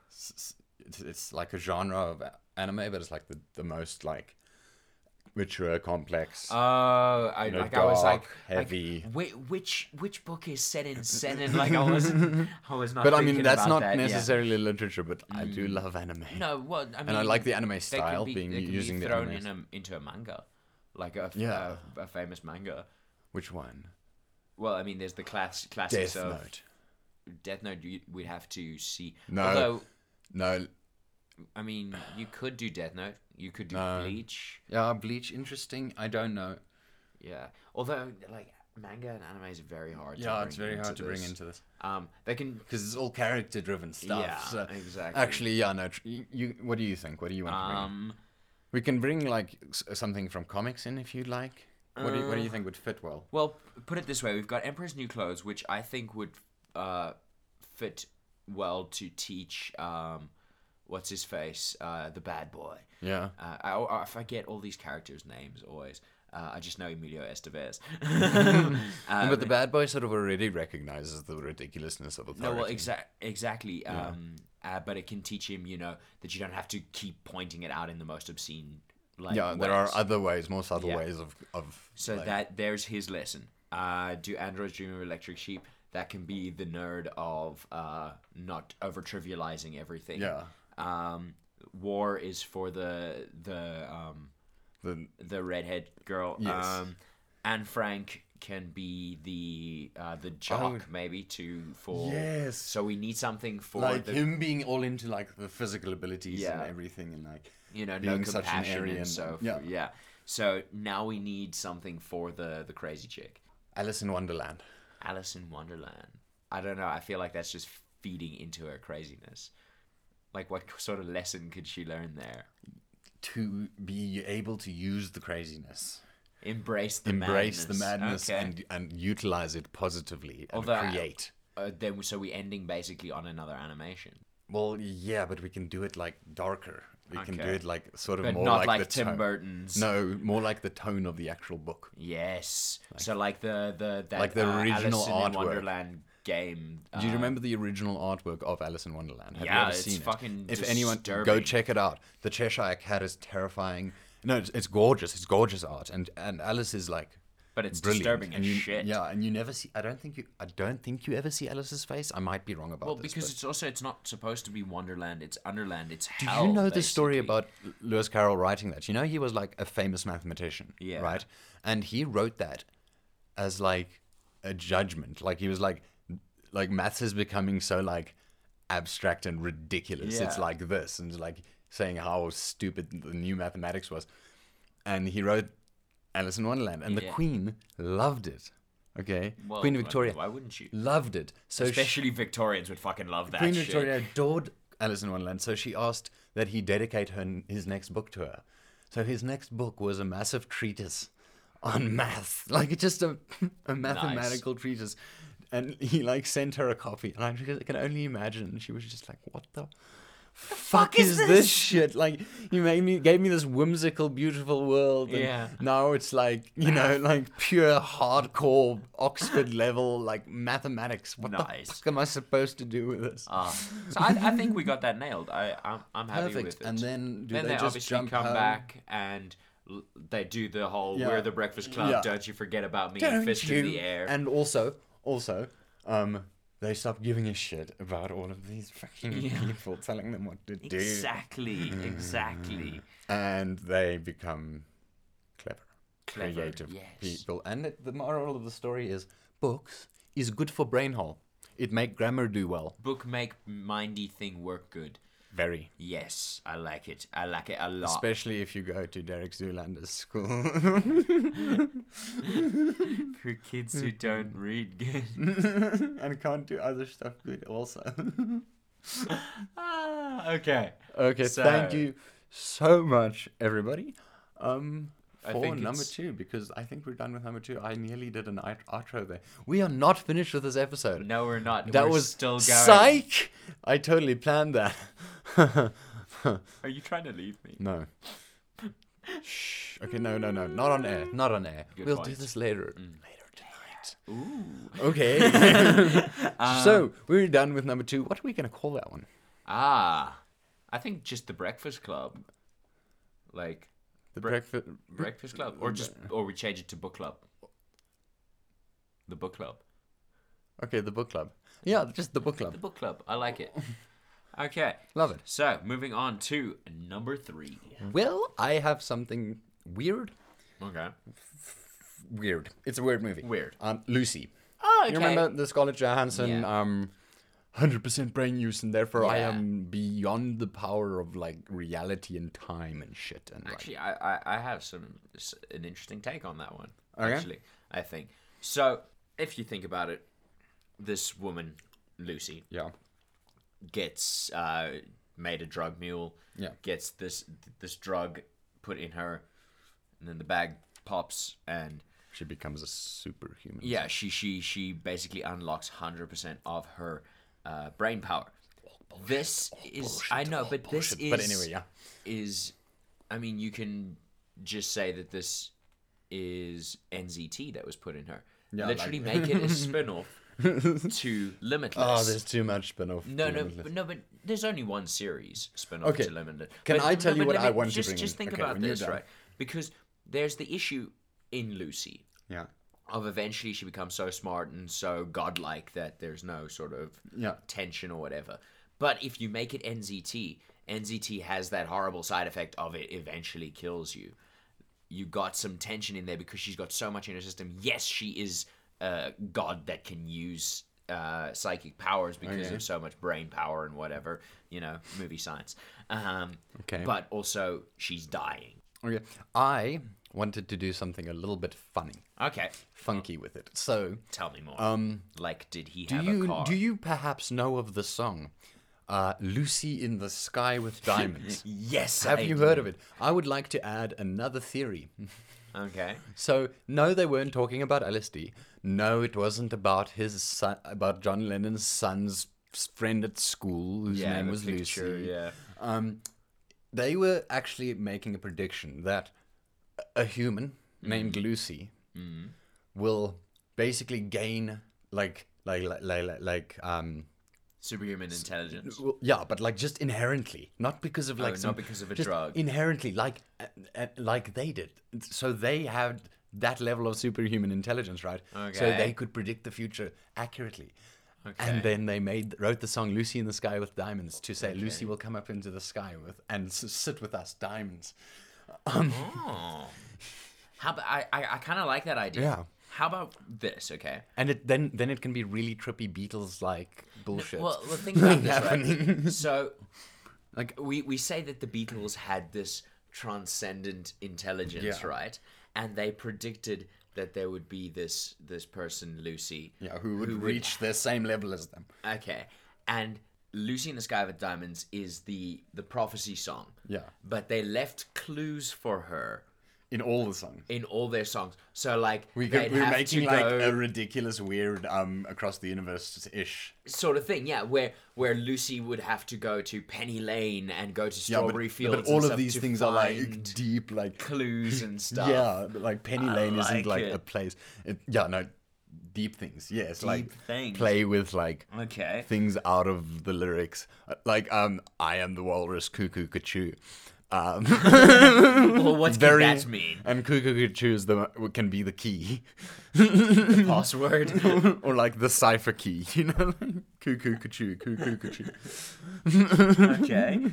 [SPEAKER 4] It's, it's like a genre of a- anime, but it's like the, the most like mature, complex.
[SPEAKER 2] Oh, I
[SPEAKER 4] know,
[SPEAKER 2] like I was like
[SPEAKER 4] dark,
[SPEAKER 2] like,
[SPEAKER 4] heavy.
[SPEAKER 2] whi- which which book is
[SPEAKER 4] <laughs>
[SPEAKER 2] set in Senon? Like I wasn't, I was not.
[SPEAKER 4] but I mean,
[SPEAKER 2] thinking
[SPEAKER 4] that's not
[SPEAKER 2] about that, yeah.
[SPEAKER 4] necessarily literature, but I do love anime.
[SPEAKER 2] No, well, I mean,
[SPEAKER 4] I like the anime
[SPEAKER 2] they could
[SPEAKER 4] style,
[SPEAKER 2] be,
[SPEAKER 4] being-
[SPEAKER 2] they could
[SPEAKER 4] using
[SPEAKER 2] be
[SPEAKER 4] the
[SPEAKER 2] thrown
[SPEAKER 4] anime
[SPEAKER 2] in a, into a manga, like a, f-
[SPEAKER 4] Yeah.
[SPEAKER 2] a, a famous manga.
[SPEAKER 4] Which one?
[SPEAKER 2] Well, I mean, there's the class classics
[SPEAKER 4] Death
[SPEAKER 2] of
[SPEAKER 4] Note.
[SPEAKER 2] Death Note. You, we'd have to see.
[SPEAKER 4] No.
[SPEAKER 2] Although,
[SPEAKER 4] No,
[SPEAKER 2] I mean, you could do Death Note. You could do
[SPEAKER 4] No.
[SPEAKER 2] Bleach.
[SPEAKER 3] Yeah, Bleach. Interesting. I don't know.
[SPEAKER 2] Yeah. Although, like manga and anime is very hard. to
[SPEAKER 3] Yeah,
[SPEAKER 2] bring
[SPEAKER 3] it's very hard to bring
[SPEAKER 2] this.
[SPEAKER 3] into this
[SPEAKER 2] Um, they can
[SPEAKER 3] because it's all character-driven stuff.
[SPEAKER 2] Yeah,
[SPEAKER 3] so-
[SPEAKER 2] exactly.
[SPEAKER 4] actually, yeah, no. Tr- you, you, what do you think? What do you want to bring? in?
[SPEAKER 2] um.
[SPEAKER 4] We can bring like s- something from comics in if you'd like.
[SPEAKER 3] what, do you,
[SPEAKER 2] Uh,
[SPEAKER 3] what do you think would fit well?
[SPEAKER 2] Well, p- put it this way: we've got Emperor's New Clothes, which I think would uh, fit well to teach. Um, what's his face? Uh, the bad boy. <laughs>
[SPEAKER 4] Yeah.
[SPEAKER 2] Uh, I, I forget all these characters' names always. Uh, I just know Emilio Estevez. <laughs> uh,
[SPEAKER 4] No, but the bad boy sort of already recognizes the ridiculousness of authority.
[SPEAKER 2] no, well, exa- exactly. Um, uh, but it can teach him, you know, that you don't have to keep pointing it out in the most obscene. Like,
[SPEAKER 4] yeah, there are
[SPEAKER 2] ways.
[SPEAKER 4] other ways, more subtle
[SPEAKER 2] Yeah.
[SPEAKER 4] ways of of
[SPEAKER 2] So
[SPEAKER 4] like,
[SPEAKER 2] that there's his lesson. uh, do androids dream of electric sheep? That can be the nerd of uh, not over trivializing everything.
[SPEAKER 4] Yeah.
[SPEAKER 2] Um, war is for the the um,
[SPEAKER 4] The,
[SPEAKER 2] the redhead girl.
[SPEAKER 4] Yes.
[SPEAKER 2] Um, and Frank can be the uh, the jock maybe to for
[SPEAKER 4] Oh, Yes.
[SPEAKER 2] So we need something for
[SPEAKER 4] like
[SPEAKER 2] the
[SPEAKER 4] him being all into like the physical abilities
[SPEAKER 2] Yeah.
[SPEAKER 4] and everything and like
[SPEAKER 2] you know no
[SPEAKER 4] being such an
[SPEAKER 2] compassion
[SPEAKER 4] Aryan,
[SPEAKER 2] and so
[SPEAKER 4] yeah.
[SPEAKER 2] yeah. So now we need something for the the crazy chick.
[SPEAKER 4] Alice in Wonderland.
[SPEAKER 2] Alice in Wonderland. I don't know. I feel like that's just feeding into her craziness. Like, what sort of lesson could she learn there?
[SPEAKER 4] To be able to use the craziness,
[SPEAKER 2] Embrace the
[SPEAKER 4] embrace
[SPEAKER 2] madness.
[SPEAKER 4] the madness,
[SPEAKER 2] Okay.
[SPEAKER 4] and and utilize it positively and
[SPEAKER 2] Although-
[SPEAKER 4] create.
[SPEAKER 2] Uh, then, so we're ending basically on another animation,
[SPEAKER 4] Well, yeah, but we can do it like darker. We can do
[SPEAKER 2] Okay.
[SPEAKER 4] it like sort of
[SPEAKER 2] but
[SPEAKER 4] more
[SPEAKER 2] not
[SPEAKER 4] like,
[SPEAKER 2] like,
[SPEAKER 4] the
[SPEAKER 2] Tim
[SPEAKER 4] tone.
[SPEAKER 2] Burton's.
[SPEAKER 4] No, more like the tone of the actual book.
[SPEAKER 2] Yes. so like the the that,
[SPEAKER 4] Like the
[SPEAKER 2] uh,
[SPEAKER 4] original
[SPEAKER 2] Alice in
[SPEAKER 4] artwork.
[SPEAKER 2] Wonderland game.
[SPEAKER 4] Do you
[SPEAKER 2] uh,
[SPEAKER 4] remember the original artwork of Alice in Wonderland? Have you
[SPEAKER 2] Yeah,
[SPEAKER 4] ever
[SPEAKER 2] it's
[SPEAKER 4] seen it?
[SPEAKER 2] fucking
[SPEAKER 4] If anyone, go
[SPEAKER 2] disturbing.
[SPEAKER 4] check it out. The Cheshire Cat is terrifying. No, it's, it's gorgeous. It's gorgeous art, and and Alice is like
[SPEAKER 2] But it's
[SPEAKER 4] brilliant.
[SPEAKER 2] disturbing
[SPEAKER 4] and
[SPEAKER 2] as
[SPEAKER 4] you-
[SPEAKER 2] shit.
[SPEAKER 4] Yeah, and you never see. I don't think you. I don't think you ever see Alice's face. I might be wrong about
[SPEAKER 2] Well,
[SPEAKER 4] this.
[SPEAKER 2] because
[SPEAKER 4] but-
[SPEAKER 2] it's also it's not supposed to be Wonderland. It's Underland. It's
[SPEAKER 4] Do
[SPEAKER 2] hell.
[SPEAKER 4] you know the story
[SPEAKER 2] basically.
[SPEAKER 4] about L- Lewis Carroll writing that? You know, he was like a famous mathematician,
[SPEAKER 2] Yeah.
[SPEAKER 4] right? And he wrote that as like a judgment. Like he was like, like maths is becoming so like abstract and ridiculous. It's
[SPEAKER 2] Yeah.
[SPEAKER 4] like this, and like saying how stupid the new mathematics was. And he wrote Alice in Wonderland, and the
[SPEAKER 2] Yeah.
[SPEAKER 4] Queen loved it. Okay,
[SPEAKER 2] Well,
[SPEAKER 4] Queen
[SPEAKER 2] like,
[SPEAKER 4] Victoria
[SPEAKER 2] Why wouldn't you?
[SPEAKER 4] loved it. So she-
[SPEAKER 2] Especially Victorians would fucking love that
[SPEAKER 4] Queen
[SPEAKER 2] shit.
[SPEAKER 4] Victoria adored Alice in Wonderland, so she asked that he dedicate her his next book to her. So his next book was a massive treatise on math, <laughs> like it's just a, a mathematical treatise. And he like sent her a copy, and I just can only imagine she was just like, "What the." Fuck, is,
[SPEAKER 2] is
[SPEAKER 4] this?
[SPEAKER 2] this?"
[SPEAKER 4] shit? Like you made me gave me this whimsical, beautiful world, and
[SPEAKER 2] Yeah.
[SPEAKER 4] now it's like you <laughs> know, like pure hardcore Oxford level like mathematics. What
[SPEAKER 2] Nice.
[SPEAKER 4] the fuck am I supposed to do with this?
[SPEAKER 2] Ah. so I, I think we got that nailed. I, I'm, I'm happy
[SPEAKER 4] Perfect.
[SPEAKER 2] with it.
[SPEAKER 4] And then do
[SPEAKER 2] Then
[SPEAKER 4] they,
[SPEAKER 2] they,
[SPEAKER 4] just
[SPEAKER 2] obviously
[SPEAKER 4] jump
[SPEAKER 2] come
[SPEAKER 4] home?
[SPEAKER 2] back and l- they do the whole
[SPEAKER 4] Yeah.
[SPEAKER 2] "We're the Breakfast Club,
[SPEAKER 4] Yeah.
[SPEAKER 2] don't you forget about me"
[SPEAKER 4] Don't
[SPEAKER 2] fist
[SPEAKER 4] you?
[SPEAKER 2] in the air.
[SPEAKER 4] And also, also, um, they stop giving a shit about all of these
[SPEAKER 2] <laughs>
[SPEAKER 4] fucking people telling them what to do,
[SPEAKER 2] exactly, exactly.
[SPEAKER 4] and they become clever,
[SPEAKER 2] Clever,
[SPEAKER 4] creative
[SPEAKER 2] yes.
[SPEAKER 4] people. And it, the moral of the story is: books is good for brain hole. It make grammar do well.
[SPEAKER 2] Book make mindy thing work good.
[SPEAKER 4] Very.
[SPEAKER 2] Yes, I like it. I like it a lot.
[SPEAKER 4] Especially if you go to Derek Zoolander's school. <laughs>
[SPEAKER 2] for kids who don't read good.
[SPEAKER 4] and can't do other stuff good also.
[SPEAKER 2] ah, okay.
[SPEAKER 4] Okay,
[SPEAKER 2] So-
[SPEAKER 4] thank you so much, everybody. Um,
[SPEAKER 2] I
[SPEAKER 4] for
[SPEAKER 2] think
[SPEAKER 4] number
[SPEAKER 2] it's-
[SPEAKER 4] two, because I think we're done with number two. I nearly did an out- outro there. We are not finished with this episode.
[SPEAKER 2] No, we're not.
[SPEAKER 4] that
[SPEAKER 2] We're
[SPEAKER 4] was
[SPEAKER 2] still going.
[SPEAKER 4] Psych! I totally planned that. <laughs>
[SPEAKER 2] Are you trying to leave me?
[SPEAKER 4] no. Shh. Okay, no, no, no. Not on air. Not on air.
[SPEAKER 2] Good
[SPEAKER 4] we'll do
[SPEAKER 2] point. Mm.
[SPEAKER 4] this later. Later tonight.
[SPEAKER 2] Ooh. Um,
[SPEAKER 4] Okay.
[SPEAKER 2] <laughs>
[SPEAKER 4] <laughs> so, we're done with number two. What are we going to call that one?
[SPEAKER 2] Ah, I think just the Breakfast Club, like
[SPEAKER 4] The breakfast.
[SPEAKER 2] Breakfast Club, or just or we change it to Book Club. The Book Club.
[SPEAKER 4] Okay, the book club. Yeah, just the book
[SPEAKER 2] The
[SPEAKER 4] club.
[SPEAKER 2] Book Club. I like it. Okay.
[SPEAKER 4] Love it.
[SPEAKER 2] So moving on to number three.
[SPEAKER 4] Well, I have something weird.
[SPEAKER 2] Okay.
[SPEAKER 4] Weird. It's a weird movie.
[SPEAKER 2] Weird.
[SPEAKER 4] Um, Lucy.
[SPEAKER 2] Oh, okay.
[SPEAKER 4] You remember the Scarlett Johansson?
[SPEAKER 2] Yeah.
[SPEAKER 4] Um, hundred percent brain use, and therefore I
[SPEAKER 2] Yeah.
[SPEAKER 4] am beyond the power of like reality and time and shit. And like,
[SPEAKER 2] Actually, I, I, I have some s- an interesting take on that one.
[SPEAKER 4] Okay.
[SPEAKER 2] Actually, I think so. If you think about it, this woman Lucy
[SPEAKER 4] yeah,
[SPEAKER 2] gets uh, made a drug mule.
[SPEAKER 4] Yeah.
[SPEAKER 2] Gets this this drug put in her, and then the bag pops, and
[SPEAKER 4] she becomes a superhuman.
[SPEAKER 2] yeah, she she she basically unlocks hundred percent of her uh, brain power. This is I know, but this is
[SPEAKER 4] Oh, But anyway, yeah.
[SPEAKER 2] is I mean, you can just say that this is NZT that was put in her. Literally make
[SPEAKER 4] <laughs>
[SPEAKER 2] it a spin-off to Limitless.
[SPEAKER 4] Oh, there's too much spin-off.
[SPEAKER 2] No,
[SPEAKER 4] to
[SPEAKER 2] no,
[SPEAKER 4] Limitless.
[SPEAKER 2] but no, but there's only one series spin-off
[SPEAKER 4] Okay.
[SPEAKER 2] to Limitless.
[SPEAKER 4] Can
[SPEAKER 2] But-
[SPEAKER 4] I tell
[SPEAKER 2] no,
[SPEAKER 4] you
[SPEAKER 2] but
[SPEAKER 4] what
[SPEAKER 2] let
[SPEAKER 4] I
[SPEAKER 2] me-
[SPEAKER 4] want to
[SPEAKER 2] just,
[SPEAKER 4] bring
[SPEAKER 2] Just
[SPEAKER 4] in?
[SPEAKER 2] think
[SPEAKER 4] Okay,
[SPEAKER 2] about
[SPEAKER 4] when you're
[SPEAKER 2] this,
[SPEAKER 4] done.
[SPEAKER 2] right? Because there's the issue in Lucy
[SPEAKER 4] Yeah.
[SPEAKER 2] of eventually she becomes so smart and so godlike that there's no sort of
[SPEAKER 4] Yeah.
[SPEAKER 2] tension or whatever. But if you make it NZT, NZT has that horrible side effect of it eventually kills you. You got some tension in there because she's got so much in her system. Yes, she is a god that can use uh, psychic powers because of so much brain power and whatever, you know, movie science. Um,
[SPEAKER 4] Okay.
[SPEAKER 2] But also, she's dying.
[SPEAKER 4] Okay. I wanted to do something a little bit funny,
[SPEAKER 2] Okay, Oh.
[SPEAKER 4] funky with it. So,
[SPEAKER 2] tell me more. Um, like, did he
[SPEAKER 4] do
[SPEAKER 2] have a
[SPEAKER 4] you
[SPEAKER 2] car?
[SPEAKER 4] do you perhaps know of the song uh, "Lucy in the Sky with Diamonds"?
[SPEAKER 2] Yes,
[SPEAKER 4] Have
[SPEAKER 2] <laughs> I
[SPEAKER 4] you
[SPEAKER 2] do.
[SPEAKER 4] heard of it? I would like to add another theory. <laughs>
[SPEAKER 2] Okay.
[SPEAKER 4] So no, they weren't talking about LSD. No, it wasn't about his son, about John Lennon's son's friend at school whose
[SPEAKER 2] Yeah,
[SPEAKER 4] name
[SPEAKER 2] the
[SPEAKER 4] was
[SPEAKER 2] picture,
[SPEAKER 4] Lucy.
[SPEAKER 2] Yeah.
[SPEAKER 4] They were actually making a prediction that a human
[SPEAKER 2] Mm.
[SPEAKER 4] named Lucy will basically gain like like like like, like- like um
[SPEAKER 2] Superhuman intelligence.
[SPEAKER 4] well, yeah, but like just inherently, not because of like
[SPEAKER 2] Oh, not
[SPEAKER 4] some-
[SPEAKER 2] because of a
[SPEAKER 4] just
[SPEAKER 2] drug.
[SPEAKER 4] Inherently, like uh, uh, like they did, so they had that level of superhuman intelligence, right? So
[SPEAKER 2] Okay.
[SPEAKER 4] they could predict the future accurately.
[SPEAKER 2] Okay.
[SPEAKER 4] And then they made wrote the song "Lucy in the Sky with Diamonds" to say Lucy will come up into the sky with and s- sit with us diamonds. Um,
[SPEAKER 2] Oh. How about I? I, I kind of like that idea.
[SPEAKER 4] Yeah.
[SPEAKER 2] How about this? Okay.
[SPEAKER 4] And it then then it can be really trippy Beatles like bullshit.
[SPEAKER 2] Well, well, think about this,
[SPEAKER 4] <laughs>
[SPEAKER 2] right? So, like, we we say that the Beatles had this transcendent intelligence,
[SPEAKER 4] Yeah.
[SPEAKER 2] right? And they predicted that there would be this this person, Lucy.
[SPEAKER 4] yeah, who would reach their same level as them?
[SPEAKER 2] Okay. And Lucy in the Sky with Diamonds is the the prophecy song.
[SPEAKER 4] Yeah.
[SPEAKER 2] But they left clues for her
[SPEAKER 4] In all the songs.
[SPEAKER 2] in all their songs. So like
[SPEAKER 4] We could,
[SPEAKER 2] they'd
[SPEAKER 4] we're
[SPEAKER 2] have to
[SPEAKER 4] making like
[SPEAKER 2] go-
[SPEAKER 4] a ridiculous, weird, um, across the universe ish.
[SPEAKER 2] sort of thing, yeah, where where Lucy would have to go to Penny Lane and go to Strawberry Fields.
[SPEAKER 4] but
[SPEAKER 2] and
[SPEAKER 4] all of
[SPEAKER 2] stuff
[SPEAKER 4] these
[SPEAKER 2] to
[SPEAKER 4] things are like
[SPEAKER 2] find
[SPEAKER 4] deep, like
[SPEAKER 2] clues
[SPEAKER 4] <laughs>
[SPEAKER 2] and stuff.
[SPEAKER 4] yeah, but, like Penny Lane
[SPEAKER 2] like
[SPEAKER 4] isn't like
[SPEAKER 2] it.
[SPEAKER 4] a place. It, yeah, no, deep things. Yes, like
[SPEAKER 2] things.
[SPEAKER 4] play with like
[SPEAKER 2] Okay.
[SPEAKER 4] things out of the lyrics, Uh, like um, I am the walrus, cuckoo, cuckoo.
[SPEAKER 2] <laughs>
[SPEAKER 4] Um,
[SPEAKER 2] <laughs> Well, what
[SPEAKER 4] very
[SPEAKER 2] could that
[SPEAKER 4] <laughs>
[SPEAKER 2] mean?
[SPEAKER 4] and cuckoo, cuckoo is the can be the key. <laughs>
[SPEAKER 2] Password.
[SPEAKER 4] or like the cipher key, <laughs> you know, cuckoo, cuckoo, cuckoo, cuckoo.
[SPEAKER 2] okay.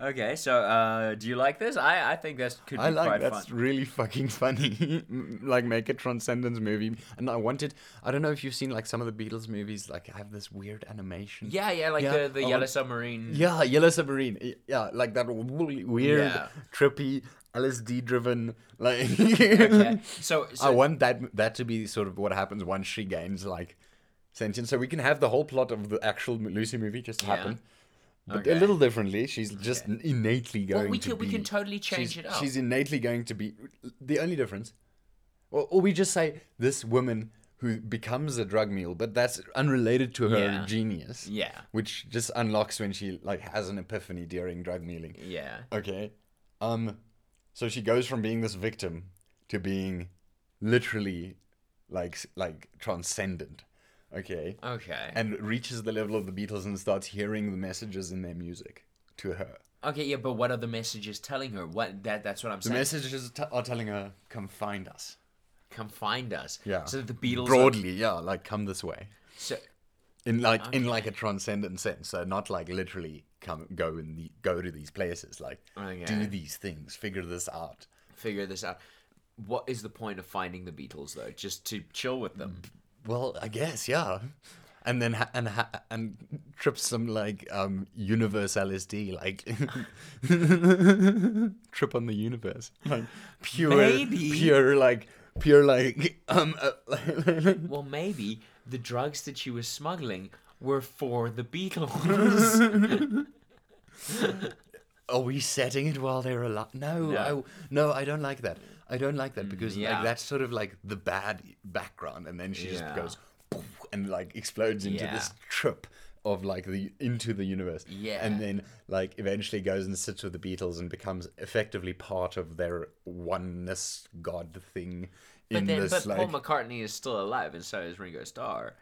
[SPEAKER 2] Okay, so uh, do you like this? I, I think that could be
[SPEAKER 4] I like
[SPEAKER 2] quite
[SPEAKER 4] that's
[SPEAKER 2] fun.
[SPEAKER 4] really fucking funny. <laughs> like make a transcendence movie, and I wanted. I don't know if you've seen like some of the Beatles movies. Like have this weird animation.
[SPEAKER 2] Yeah, yeah, like
[SPEAKER 4] Yeah,
[SPEAKER 2] the, the
[SPEAKER 4] I
[SPEAKER 2] Yellow
[SPEAKER 4] want-
[SPEAKER 2] Submarine.
[SPEAKER 4] Yeah, Yellow Submarine. Y- Yeah, like that really weird,
[SPEAKER 2] Yeah.
[SPEAKER 4] trippy, LSD driven. <laughs> Like,
[SPEAKER 2] Okay. So,
[SPEAKER 4] <laughs>
[SPEAKER 2] so
[SPEAKER 4] I want that that to be sort of what happens once she gains like sentience, so we can have the whole plot of the actual Lucy movie just happen. But
[SPEAKER 2] Okay.
[SPEAKER 4] a little differently, she's just innately going
[SPEAKER 2] we
[SPEAKER 4] to
[SPEAKER 2] can- we can
[SPEAKER 4] be-
[SPEAKER 2] totally change
[SPEAKER 4] she's-
[SPEAKER 2] it up.
[SPEAKER 4] She's innately going to be the only difference. Or, or we just say this woman who becomes a drug mule, but that's unrelated to her
[SPEAKER 2] Yeah.
[SPEAKER 4] genius.
[SPEAKER 2] Yeah.
[SPEAKER 4] Which just unlocks when she like has an epiphany during drug muling.
[SPEAKER 2] yeah.
[SPEAKER 4] Okay. Um so she goes from being this victim to being literally like s- like transcendent. Okay.
[SPEAKER 2] Okay.
[SPEAKER 4] And reaches the level of the Beatles and starts hearing the messages in their music to her.
[SPEAKER 2] Okay, yeah, but what are the messages telling her? What that that's what I'm
[SPEAKER 4] The
[SPEAKER 2] saying.
[SPEAKER 4] messages t- are telling her come find us.
[SPEAKER 2] Come find us.
[SPEAKER 4] Yeah.
[SPEAKER 2] So the Beatles are-
[SPEAKER 4] Broadly, yeah, like come this way.
[SPEAKER 2] so,
[SPEAKER 4] In like in like a transcendent sense, so not like literally come go in the, go to these places, like
[SPEAKER 2] Okay.
[SPEAKER 4] do these things, figure this out.
[SPEAKER 2] figure this out. What is the point of finding the Beatles though? Just to chill with
[SPEAKER 4] <laughs>
[SPEAKER 2] them.
[SPEAKER 4] Well, I guess yeah. And then ha- and ha- and trip some like um universe LSD, like <laughs> trip on the universe, like pure,
[SPEAKER 2] Maybe.
[SPEAKER 4] pure like pure like um. Uh, <laughs>
[SPEAKER 2] Well, maybe the drugs that she was smuggling were for the
[SPEAKER 4] <laughs>
[SPEAKER 2] Beatles.
[SPEAKER 4] are we setting it while they're alive? No,
[SPEAKER 2] No.
[SPEAKER 4] I, no, I don't like that. I don't like that because
[SPEAKER 2] Mm, yeah.
[SPEAKER 4] like that's sort of like the bad background, and then she
[SPEAKER 2] Yeah.
[SPEAKER 4] just goes poof, and like explodes into
[SPEAKER 2] Yeah.
[SPEAKER 4] this trip of like the into the universe,
[SPEAKER 2] Yeah.
[SPEAKER 4] and then like eventually goes and sits with the Beatles and becomes effectively part of their oneness god thing.
[SPEAKER 2] <laughs> but
[SPEAKER 4] in
[SPEAKER 2] then,
[SPEAKER 4] this
[SPEAKER 2] but
[SPEAKER 4] like
[SPEAKER 2] Paul McCartney is still alive, and so is Ringo Starr.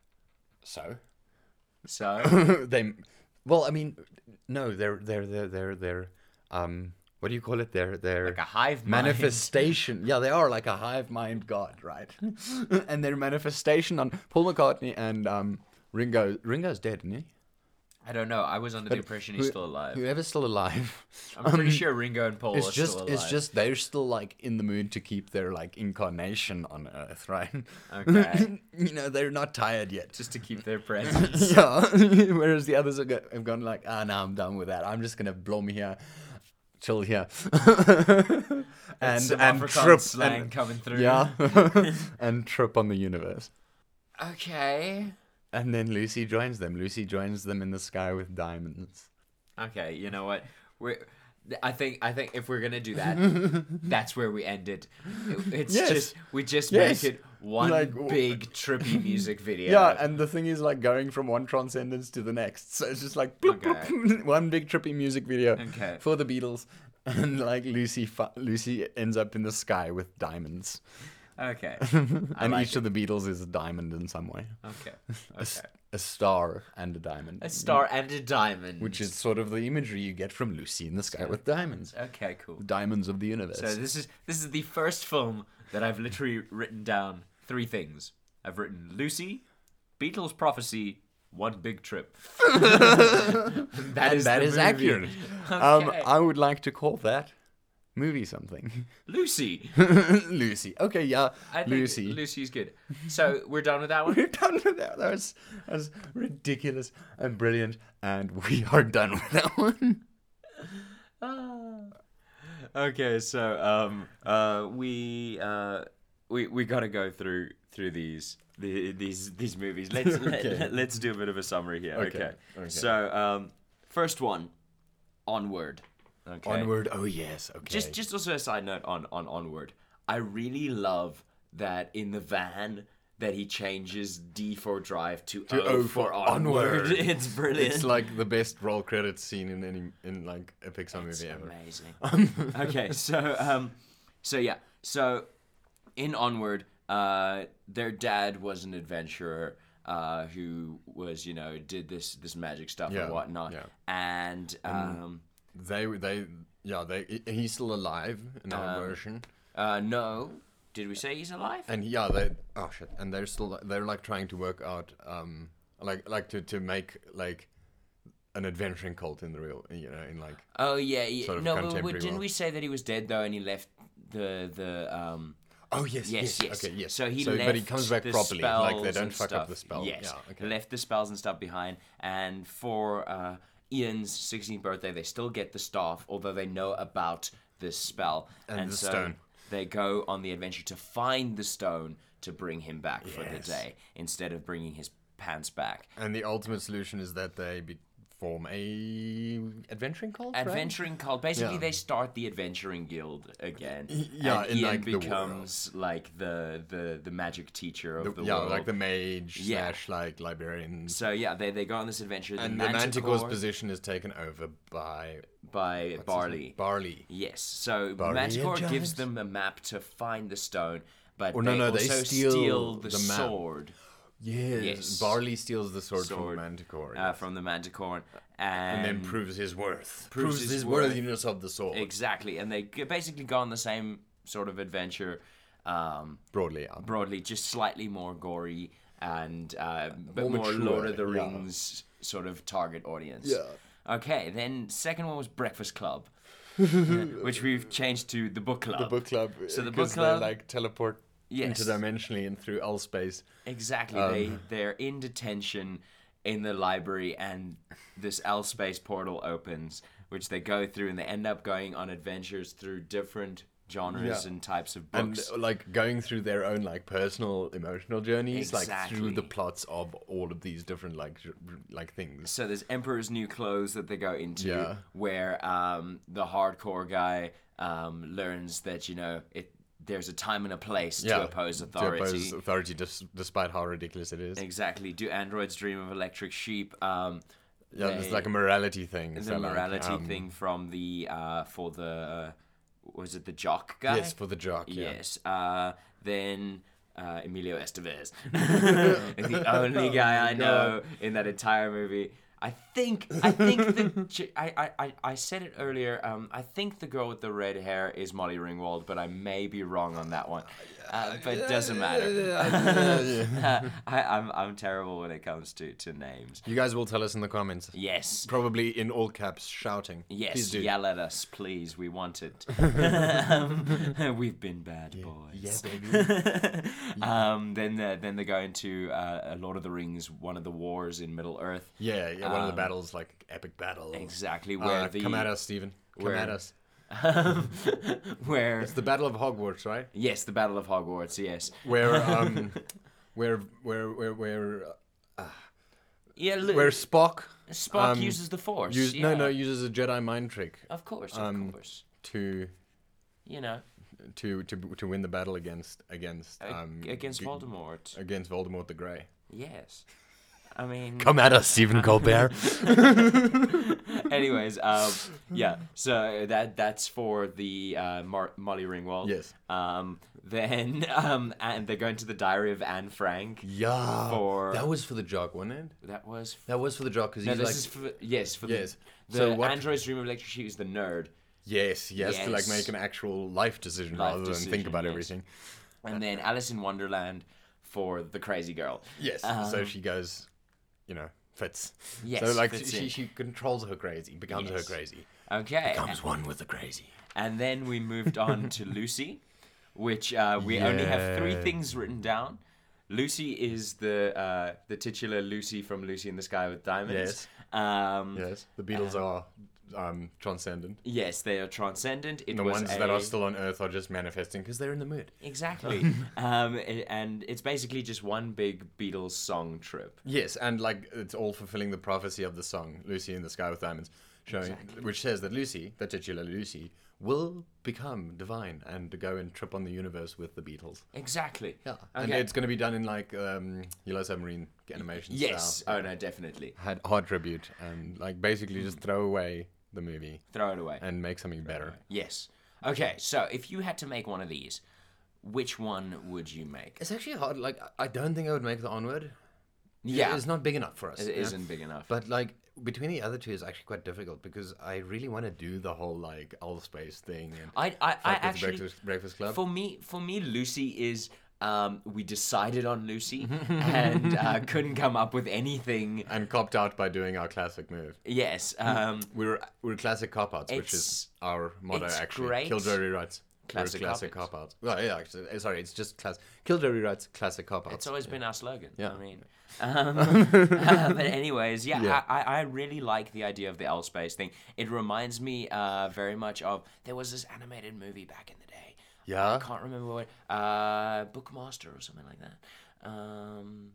[SPEAKER 4] <laughs> so
[SPEAKER 2] So
[SPEAKER 4] <laughs> they well i mean no they're they're they're they're, they're um what do you call it? Their their
[SPEAKER 2] Like a hive mind.
[SPEAKER 4] manifestation. yeah, they are like a hive mind god, right? <laughs> and their manifestation on Paul McCartney and um, Ringo. Ringo's dead, isn't he?
[SPEAKER 2] I don't know. I was under the impression he's
[SPEAKER 4] Who-
[SPEAKER 2] still alive.
[SPEAKER 4] Whoever's still alive.
[SPEAKER 2] I'm pretty sure Ringo and Uh, Paul are
[SPEAKER 4] It's just
[SPEAKER 2] still alive.
[SPEAKER 4] it's just they're still like in the mood to keep their like incarnation on Earth, right?
[SPEAKER 2] Okay.
[SPEAKER 4] <laughs> you know they're not tired yet. <laughs>
[SPEAKER 2] just to keep their presence.
[SPEAKER 4] Yeah. <laughs> Whereas the others have, go- have gone like, ah, no, I'm done with that. I'm just gonna blow me here, chill here, <laughs> and
[SPEAKER 2] Some
[SPEAKER 4] and
[SPEAKER 2] Afrikaans
[SPEAKER 4] trip
[SPEAKER 2] slang
[SPEAKER 4] and,
[SPEAKER 2] coming through.
[SPEAKER 4] <laughs> yeah, and trip on the universe.
[SPEAKER 2] Okay.
[SPEAKER 4] And then Lucy joins them. Lucy joins them in the sky with diamonds.
[SPEAKER 2] Okay. You know what? We. are I think I think if we're gonna
[SPEAKER 4] <laughs>
[SPEAKER 2] do that, that's where we end it. It- It's
[SPEAKER 4] Yes.
[SPEAKER 2] just we just
[SPEAKER 4] Yes.
[SPEAKER 2] make it one
[SPEAKER 4] Like, w-
[SPEAKER 2] big
[SPEAKER 4] <laughs>
[SPEAKER 2] trippy music video.
[SPEAKER 4] Yeah, and the thing is like going from one transcendence to the next. So it's just like bloop,
[SPEAKER 2] Okay.
[SPEAKER 4] bloop, <laughs> one big trippy music video
[SPEAKER 2] Okay.
[SPEAKER 4] for the Beatles, <laughs> and like Lucy, fi- Lucy ends up in the sky with <laughs> diamonds,
[SPEAKER 2] okay, I
[SPEAKER 4] and
[SPEAKER 2] like
[SPEAKER 4] each of the Beatles is a diamond in some way, <laughs>
[SPEAKER 2] okay,
[SPEAKER 4] a, s-
[SPEAKER 2] okay.
[SPEAKER 4] a star and a diamond,
[SPEAKER 2] A star and a diamond,
[SPEAKER 4] which is sort of the imagery you get from Lucy in the sky with diamonds,
[SPEAKER 2] okay, cool.
[SPEAKER 4] diamonds of the universe.
[SPEAKER 2] So this is this is the first film that I've literally written down three things. I've written Lucy, Beatles prophecy, one big trip. <laughs> that
[SPEAKER 4] And
[SPEAKER 2] is
[SPEAKER 4] that
[SPEAKER 2] the
[SPEAKER 4] is
[SPEAKER 2] movie.
[SPEAKER 4] accurate. <laughs> Um,
[SPEAKER 2] Okay.
[SPEAKER 4] I would like to call that movie something, <laughs>
[SPEAKER 2] Lucy.
[SPEAKER 4] Lucy. Okay, yeah,
[SPEAKER 2] I think
[SPEAKER 4] Lucy. <laughs>
[SPEAKER 2] Lucy's good. So we're done with that one.
[SPEAKER 4] We're done with that. That was, that was ridiculous and brilliant, and we <laughs> are done with that one.
[SPEAKER 2] Ah. Okay, so um uh we uh we we gotta go through through these the, these these movies. <laughs> Let's let, let's do a bit of a summary here. Okay. So um first one, onward. Okay.
[SPEAKER 4] Onward. Oh yes. Okay.
[SPEAKER 2] Just just also a side note on on onward. I really love that in the van that he changes D for drive to, O,
[SPEAKER 4] O
[SPEAKER 2] for
[SPEAKER 4] for
[SPEAKER 2] onward.
[SPEAKER 4] onward.
[SPEAKER 2] <laughs> It's brilliant.
[SPEAKER 3] It's like the best roll credits scene in any in like a Pixar movie ever.
[SPEAKER 2] <laughs> Amazing. okay, so um, so yeah, so in onward, uh, their dad was an adventurer uh, who was you know did this this magic stuff
[SPEAKER 3] Yeah,
[SPEAKER 2] and whatnot,
[SPEAKER 3] yeah.
[SPEAKER 2] and um,
[SPEAKER 3] They they yeah they he's still alive in our
[SPEAKER 2] Um,
[SPEAKER 3] version
[SPEAKER 2] uh, no, did we say he's alive?
[SPEAKER 3] and yeah they oh shit and they're still they're like trying to work out um like like to to make like an adventuring cult in the real you know in like
[SPEAKER 2] Oh yeah, yeah.
[SPEAKER 3] Sort of
[SPEAKER 2] no, but we-
[SPEAKER 3] contemporary
[SPEAKER 2] didn't
[SPEAKER 3] world.
[SPEAKER 2] we say that he was dead though, and he left the the um.
[SPEAKER 3] oh yes
[SPEAKER 2] Yes, yes.
[SPEAKER 3] okay yes
[SPEAKER 2] So he left
[SPEAKER 3] but he comes back
[SPEAKER 2] the
[SPEAKER 3] properly like they
[SPEAKER 2] spells
[SPEAKER 3] don't
[SPEAKER 2] and
[SPEAKER 3] fuck
[SPEAKER 2] stuff.
[SPEAKER 3] up the spell
[SPEAKER 2] Yes,
[SPEAKER 3] yeah okay
[SPEAKER 2] left the spells and stuff behind, and for uh, Ian's 16th birthday, they still get the staff, although they know about this spell
[SPEAKER 3] And the stone.
[SPEAKER 2] They go on the adventure to find the stone to bring him back for the
[SPEAKER 3] Yes.
[SPEAKER 2] day instead of bringing his pants back.
[SPEAKER 3] and the ultimate solution is that they be- form a adventuring cult right?
[SPEAKER 2] Adventuring cult. Basically,
[SPEAKER 3] Yeah.
[SPEAKER 2] they start the adventuring guild again.
[SPEAKER 3] yeah,
[SPEAKER 2] and
[SPEAKER 3] in,
[SPEAKER 2] Ian
[SPEAKER 3] like, the world.
[SPEAKER 2] becomes like the the the magic teacher of the,
[SPEAKER 3] yeah
[SPEAKER 2] world.
[SPEAKER 3] like the mage
[SPEAKER 2] Yeah.
[SPEAKER 3] slash like librarian
[SPEAKER 2] So yeah, they, they go on this adventure. The
[SPEAKER 3] and the manticore's position is taken over by
[SPEAKER 2] by Barley.
[SPEAKER 3] barley
[SPEAKER 2] Yes. So
[SPEAKER 3] Barley
[SPEAKER 2] Manticore
[SPEAKER 3] and
[SPEAKER 2] gives
[SPEAKER 3] Giles.
[SPEAKER 2] them a map to find the stone, but
[SPEAKER 3] Or Oh, no,
[SPEAKER 2] they
[SPEAKER 3] no,
[SPEAKER 2] also
[SPEAKER 3] they steal
[SPEAKER 2] the,
[SPEAKER 3] the map.
[SPEAKER 2] sword
[SPEAKER 3] Yes.
[SPEAKER 2] Yes.
[SPEAKER 3] Barley steals the sword,
[SPEAKER 2] Sword,
[SPEAKER 3] from Manticore.
[SPEAKER 2] uh,
[SPEAKER 3] yes.
[SPEAKER 2] from the Manticore, and,
[SPEAKER 3] and then proves his worth.
[SPEAKER 2] proves
[SPEAKER 3] Proves,
[SPEAKER 2] his
[SPEAKER 3] his,
[SPEAKER 2] worth.
[SPEAKER 3] worthiness of the sword.
[SPEAKER 2] exactly, and they g- basically go on the same sort of adventure, um,
[SPEAKER 3] broadly out.
[SPEAKER 2] broadly, just slightly more gory and uh, but
[SPEAKER 3] More
[SPEAKER 2] more, Lord
[SPEAKER 3] mature,
[SPEAKER 2] of the
[SPEAKER 3] yeah.
[SPEAKER 2] Rings sort of target audience.
[SPEAKER 3] Yeah.
[SPEAKER 2] Okay, then second one was Breakfast
[SPEAKER 3] <laughs>
[SPEAKER 2] Club, which we've changed to the Book Club. The
[SPEAKER 3] Book club. uh,
[SPEAKER 2] So the book
[SPEAKER 3] 'cause
[SPEAKER 2] club-
[SPEAKER 3] They, like teleport
[SPEAKER 2] Yes.
[SPEAKER 3] interdimensionally and through L space.
[SPEAKER 2] Exactly.
[SPEAKER 3] Um,
[SPEAKER 2] they they're in detention in the library, and this L space portal opens, which they go through, and they end up going on adventures through different genres
[SPEAKER 3] Yeah.
[SPEAKER 2] and types of
[SPEAKER 3] And
[SPEAKER 2] books.
[SPEAKER 3] like going through their own like personal emotional journeys, like through the
[SPEAKER 2] Exactly.
[SPEAKER 3] plots of all of these different like j- like things.
[SPEAKER 2] so there's Emperor's New Clothes that they go into,
[SPEAKER 3] Yeah.
[SPEAKER 2] where um, the hardcore guy um, learns that you know it. There's a time and a place to oppose authority.
[SPEAKER 3] To oppose authority, dis- despite how ridiculous it is.
[SPEAKER 2] Exactly. Do androids dream of electric sheep? Um,
[SPEAKER 3] Yeah, it's
[SPEAKER 2] they-
[SPEAKER 3] like a morality thing.
[SPEAKER 2] the
[SPEAKER 3] so, like,
[SPEAKER 2] morality
[SPEAKER 3] um,
[SPEAKER 2] thing from the uh, for the uh, was it the jock guy?
[SPEAKER 3] Yes, for the jock. Yeah.
[SPEAKER 2] Yes. Uh, then
[SPEAKER 3] <laughs>
[SPEAKER 2] uh, <laughs>
[SPEAKER 3] Oh
[SPEAKER 2] Emilio Estevez, the only guy I know in that entire movie. I think I think the ch- <laughs> I, I- I, I said it earlier. Um, I think the girl with the red hair is Molly Ringwald, but I may be wrong on that one. Uh, but it doesn't matter. <laughs> Uh, I, I'm I'm terrible when it comes to, to names.
[SPEAKER 4] You guys will tell us in the comments.
[SPEAKER 2] Yes.
[SPEAKER 4] Probably in all caps, shouting. Please
[SPEAKER 2] Yes,
[SPEAKER 4] do.
[SPEAKER 2] yell at us, please. We
[SPEAKER 4] <laughs>
[SPEAKER 2] want it. <laughs> Um, we've been bad boys. <laughs> um, then the, then they go into uh, Lord of the Rings, one of the wars in Middle Earth.
[SPEAKER 4] Yeah, yeah. One of the battles, like epic battle.
[SPEAKER 2] Exactly
[SPEAKER 4] Uh,
[SPEAKER 2] Um, where the
[SPEAKER 4] Come at us, Stephen. Come
[SPEAKER 2] where-
[SPEAKER 4] at us.
[SPEAKER 2] <laughs> where
[SPEAKER 4] It's the Battle of Hogwarts, right?
[SPEAKER 2] yes, the Battle of Hogwarts. Yes, <laughs>
[SPEAKER 4] Where um, where where where where uh,
[SPEAKER 2] yeah. Look,
[SPEAKER 4] where Spock
[SPEAKER 2] Spock
[SPEAKER 4] um,
[SPEAKER 2] uses the Force.
[SPEAKER 4] use, no
[SPEAKER 2] yeah.
[SPEAKER 4] no uses a Jedi mind trick
[SPEAKER 2] Of course, of
[SPEAKER 4] um,
[SPEAKER 2] course.
[SPEAKER 4] to
[SPEAKER 2] You know,
[SPEAKER 4] to to to win the battle against against
[SPEAKER 2] ag-
[SPEAKER 4] um
[SPEAKER 2] against
[SPEAKER 4] g-
[SPEAKER 2] Voldemort.
[SPEAKER 4] against Voldemort the Grey.
[SPEAKER 2] Yes. I
[SPEAKER 4] <laughs>
[SPEAKER 2] mean,
[SPEAKER 4] Come at us, Stephen Colbert.
[SPEAKER 2] <laughs> anyways, um, yeah. So that that's for the uh, Mar- Molly
[SPEAKER 4] <laughs>
[SPEAKER 2] Ringwald.
[SPEAKER 4] Yes.
[SPEAKER 2] Um, then um, and they're going to the Diary of Anne Frank.
[SPEAKER 4] yeah,
[SPEAKER 2] For-
[SPEAKER 4] that was for the jock, wasn't it?
[SPEAKER 2] That was.
[SPEAKER 4] That was for the jock because
[SPEAKER 2] No,
[SPEAKER 4] he's
[SPEAKER 2] this
[SPEAKER 4] like
[SPEAKER 2] is for yes for
[SPEAKER 4] Yes.
[SPEAKER 2] the, the
[SPEAKER 4] So what-
[SPEAKER 2] android's dream of electric sheep is the nerd,
[SPEAKER 4] yes, he has to like
[SPEAKER 2] Yes.
[SPEAKER 4] make an actual life decision
[SPEAKER 2] Life
[SPEAKER 4] rather than think
[SPEAKER 2] decision,
[SPEAKER 4] about
[SPEAKER 2] yes.
[SPEAKER 4] everything. <laughs>
[SPEAKER 2] and then Alice in Wonderland for the crazy girl.
[SPEAKER 4] Yes, so she goes, you know, fits.
[SPEAKER 2] Uh-huh. Yes,
[SPEAKER 4] so like
[SPEAKER 2] fits
[SPEAKER 4] she,
[SPEAKER 2] in.
[SPEAKER 4] she controls her crazy, becomes
[SPEAKER 2] Yes.
[SPEAKER 4] her crazy,
[SPEAKER 2] Okay.
[SPEAKER 4] becomes one with the crazy.
[SPEAKER 2] And then we moved
[SPEAKER 4] <laughs>
[SPEAKER 2] on to Lucy, which uh, we only have three
[SPEAKER 4] Yeah.
[SPEAKER 2] things written down. Lucy is the uh, the titular Lucy from Lucy in the Sky with Diamonds. Yes. Um, yes.
[SPEAKER 4] Yes, the Beatles
[SPEAKER 2] Uh-huh.
[SPEAKER 4] are um, transcendent.
[SPEAKER 2] they are transcendent. It
[SPEAKER 4] The
[SPEAKER 2] was
[SPEAKER 4] ones
[SPEAKER 2] a...
[SPEAKER 4] that are still on Earth are just manifesting because they're in the mood.
[SPEAKER 2] Exactly.
[SPEAKER 4] <laughs>
[SPEAKER 2] um, a- and it's basically just one big Beatles song trip.
[SPEAKER 4] Yes, and like it's all fulfilling the prophecy of the song "Lucy in the Sky with Diamonds," showing which says that Lucy, the titular Lucy, will become divine and to go and trip on the universe with the Beatles.
[SPEAKER 2] Exactly.
[SPEAKER 4] Yeah, and
[SPEAKER 2] Okay.
[SPEAKER 4] it's going to be done in like um, Yellow Submarine animation.
[SPEAKER 2] yes.
[SPEAKER 4] style.
[SPEAKER 2] Oh, no, definitely.
[SPEAKER 4] had hard tribute and like basically just throw away the movie
[SPEAKER 2] Throw it away.
[SPEAKER 4] and make something better.
[SPEAKER 2] Yes. Okay, so if you had to make one of these, which one would you make?
[SPEAKER 4] It's actually hard. Like I- I don't think I would make the onward.
[SPEAKER 2] Yeah.
[SPEAKER 4] it's not big enough for us.
[SPEAKER 2] It
[SPEAKER 4] you know?
[SPEAKER 2] isn't big enough.
[SPEAKER 4] But like between the other two is actually quite difficult because I really want to do the whole like all space thing and
[SPEAKER 2] I, I, I
[SPEAKER 4] with the
[SPEAKER 2] actually
[SPEAKER 4] breakfast, breakfast club.
[SPEAKER 2] for me for me Lucy is um, we decided
[SPEAKER 4] <laughs>
[SPEAKER 2] on Lucy and uh, couldn't come up with anything.
[SPEAKER 4] and copped out by doing our classic move.
[SPEAKER 2] Yes,
[SPEAKER 4] Mm.
[SPEAKER 2] um,
[SPEAKER 4] We were we we're classic cop outs, which
[SPEAKER 2] It's-
[SPEAKER 4] is our motto
[SPEAKER 2] it's
[SPEAKER 4] actually.
[SPEAKER 2] great.
[SPEAKER 4] Killjoy rewrites. Classic,
[SPEAKER 2] Classic
[SPEAKER 4] classic
[SPEAKER 2] cop-outs.
[SPEAKER 4] cop outs. Well, yeah, actually, eh, sorry, it's just class. Killjoy rewrites classic cop outs.
[SPEAKER 2] it's always been our slogan.
[SPEAKER 4] Yeah.
[SPEAKER 2] I mean,
[SPEAKER 4] <laughs>
[SPEAKER 2] um, but anyways, yeah,
[SPEAKER 4] Yeah.
[SPEAKER 2] I, I, I really like the idea of the L space thing. It reminds me uh, very much of there was this animated movie back in the day. I
[SPEAKER 4] Yeah,
[SPEAKER 2] can't remember what uh, Bookmaster or something like that. Um,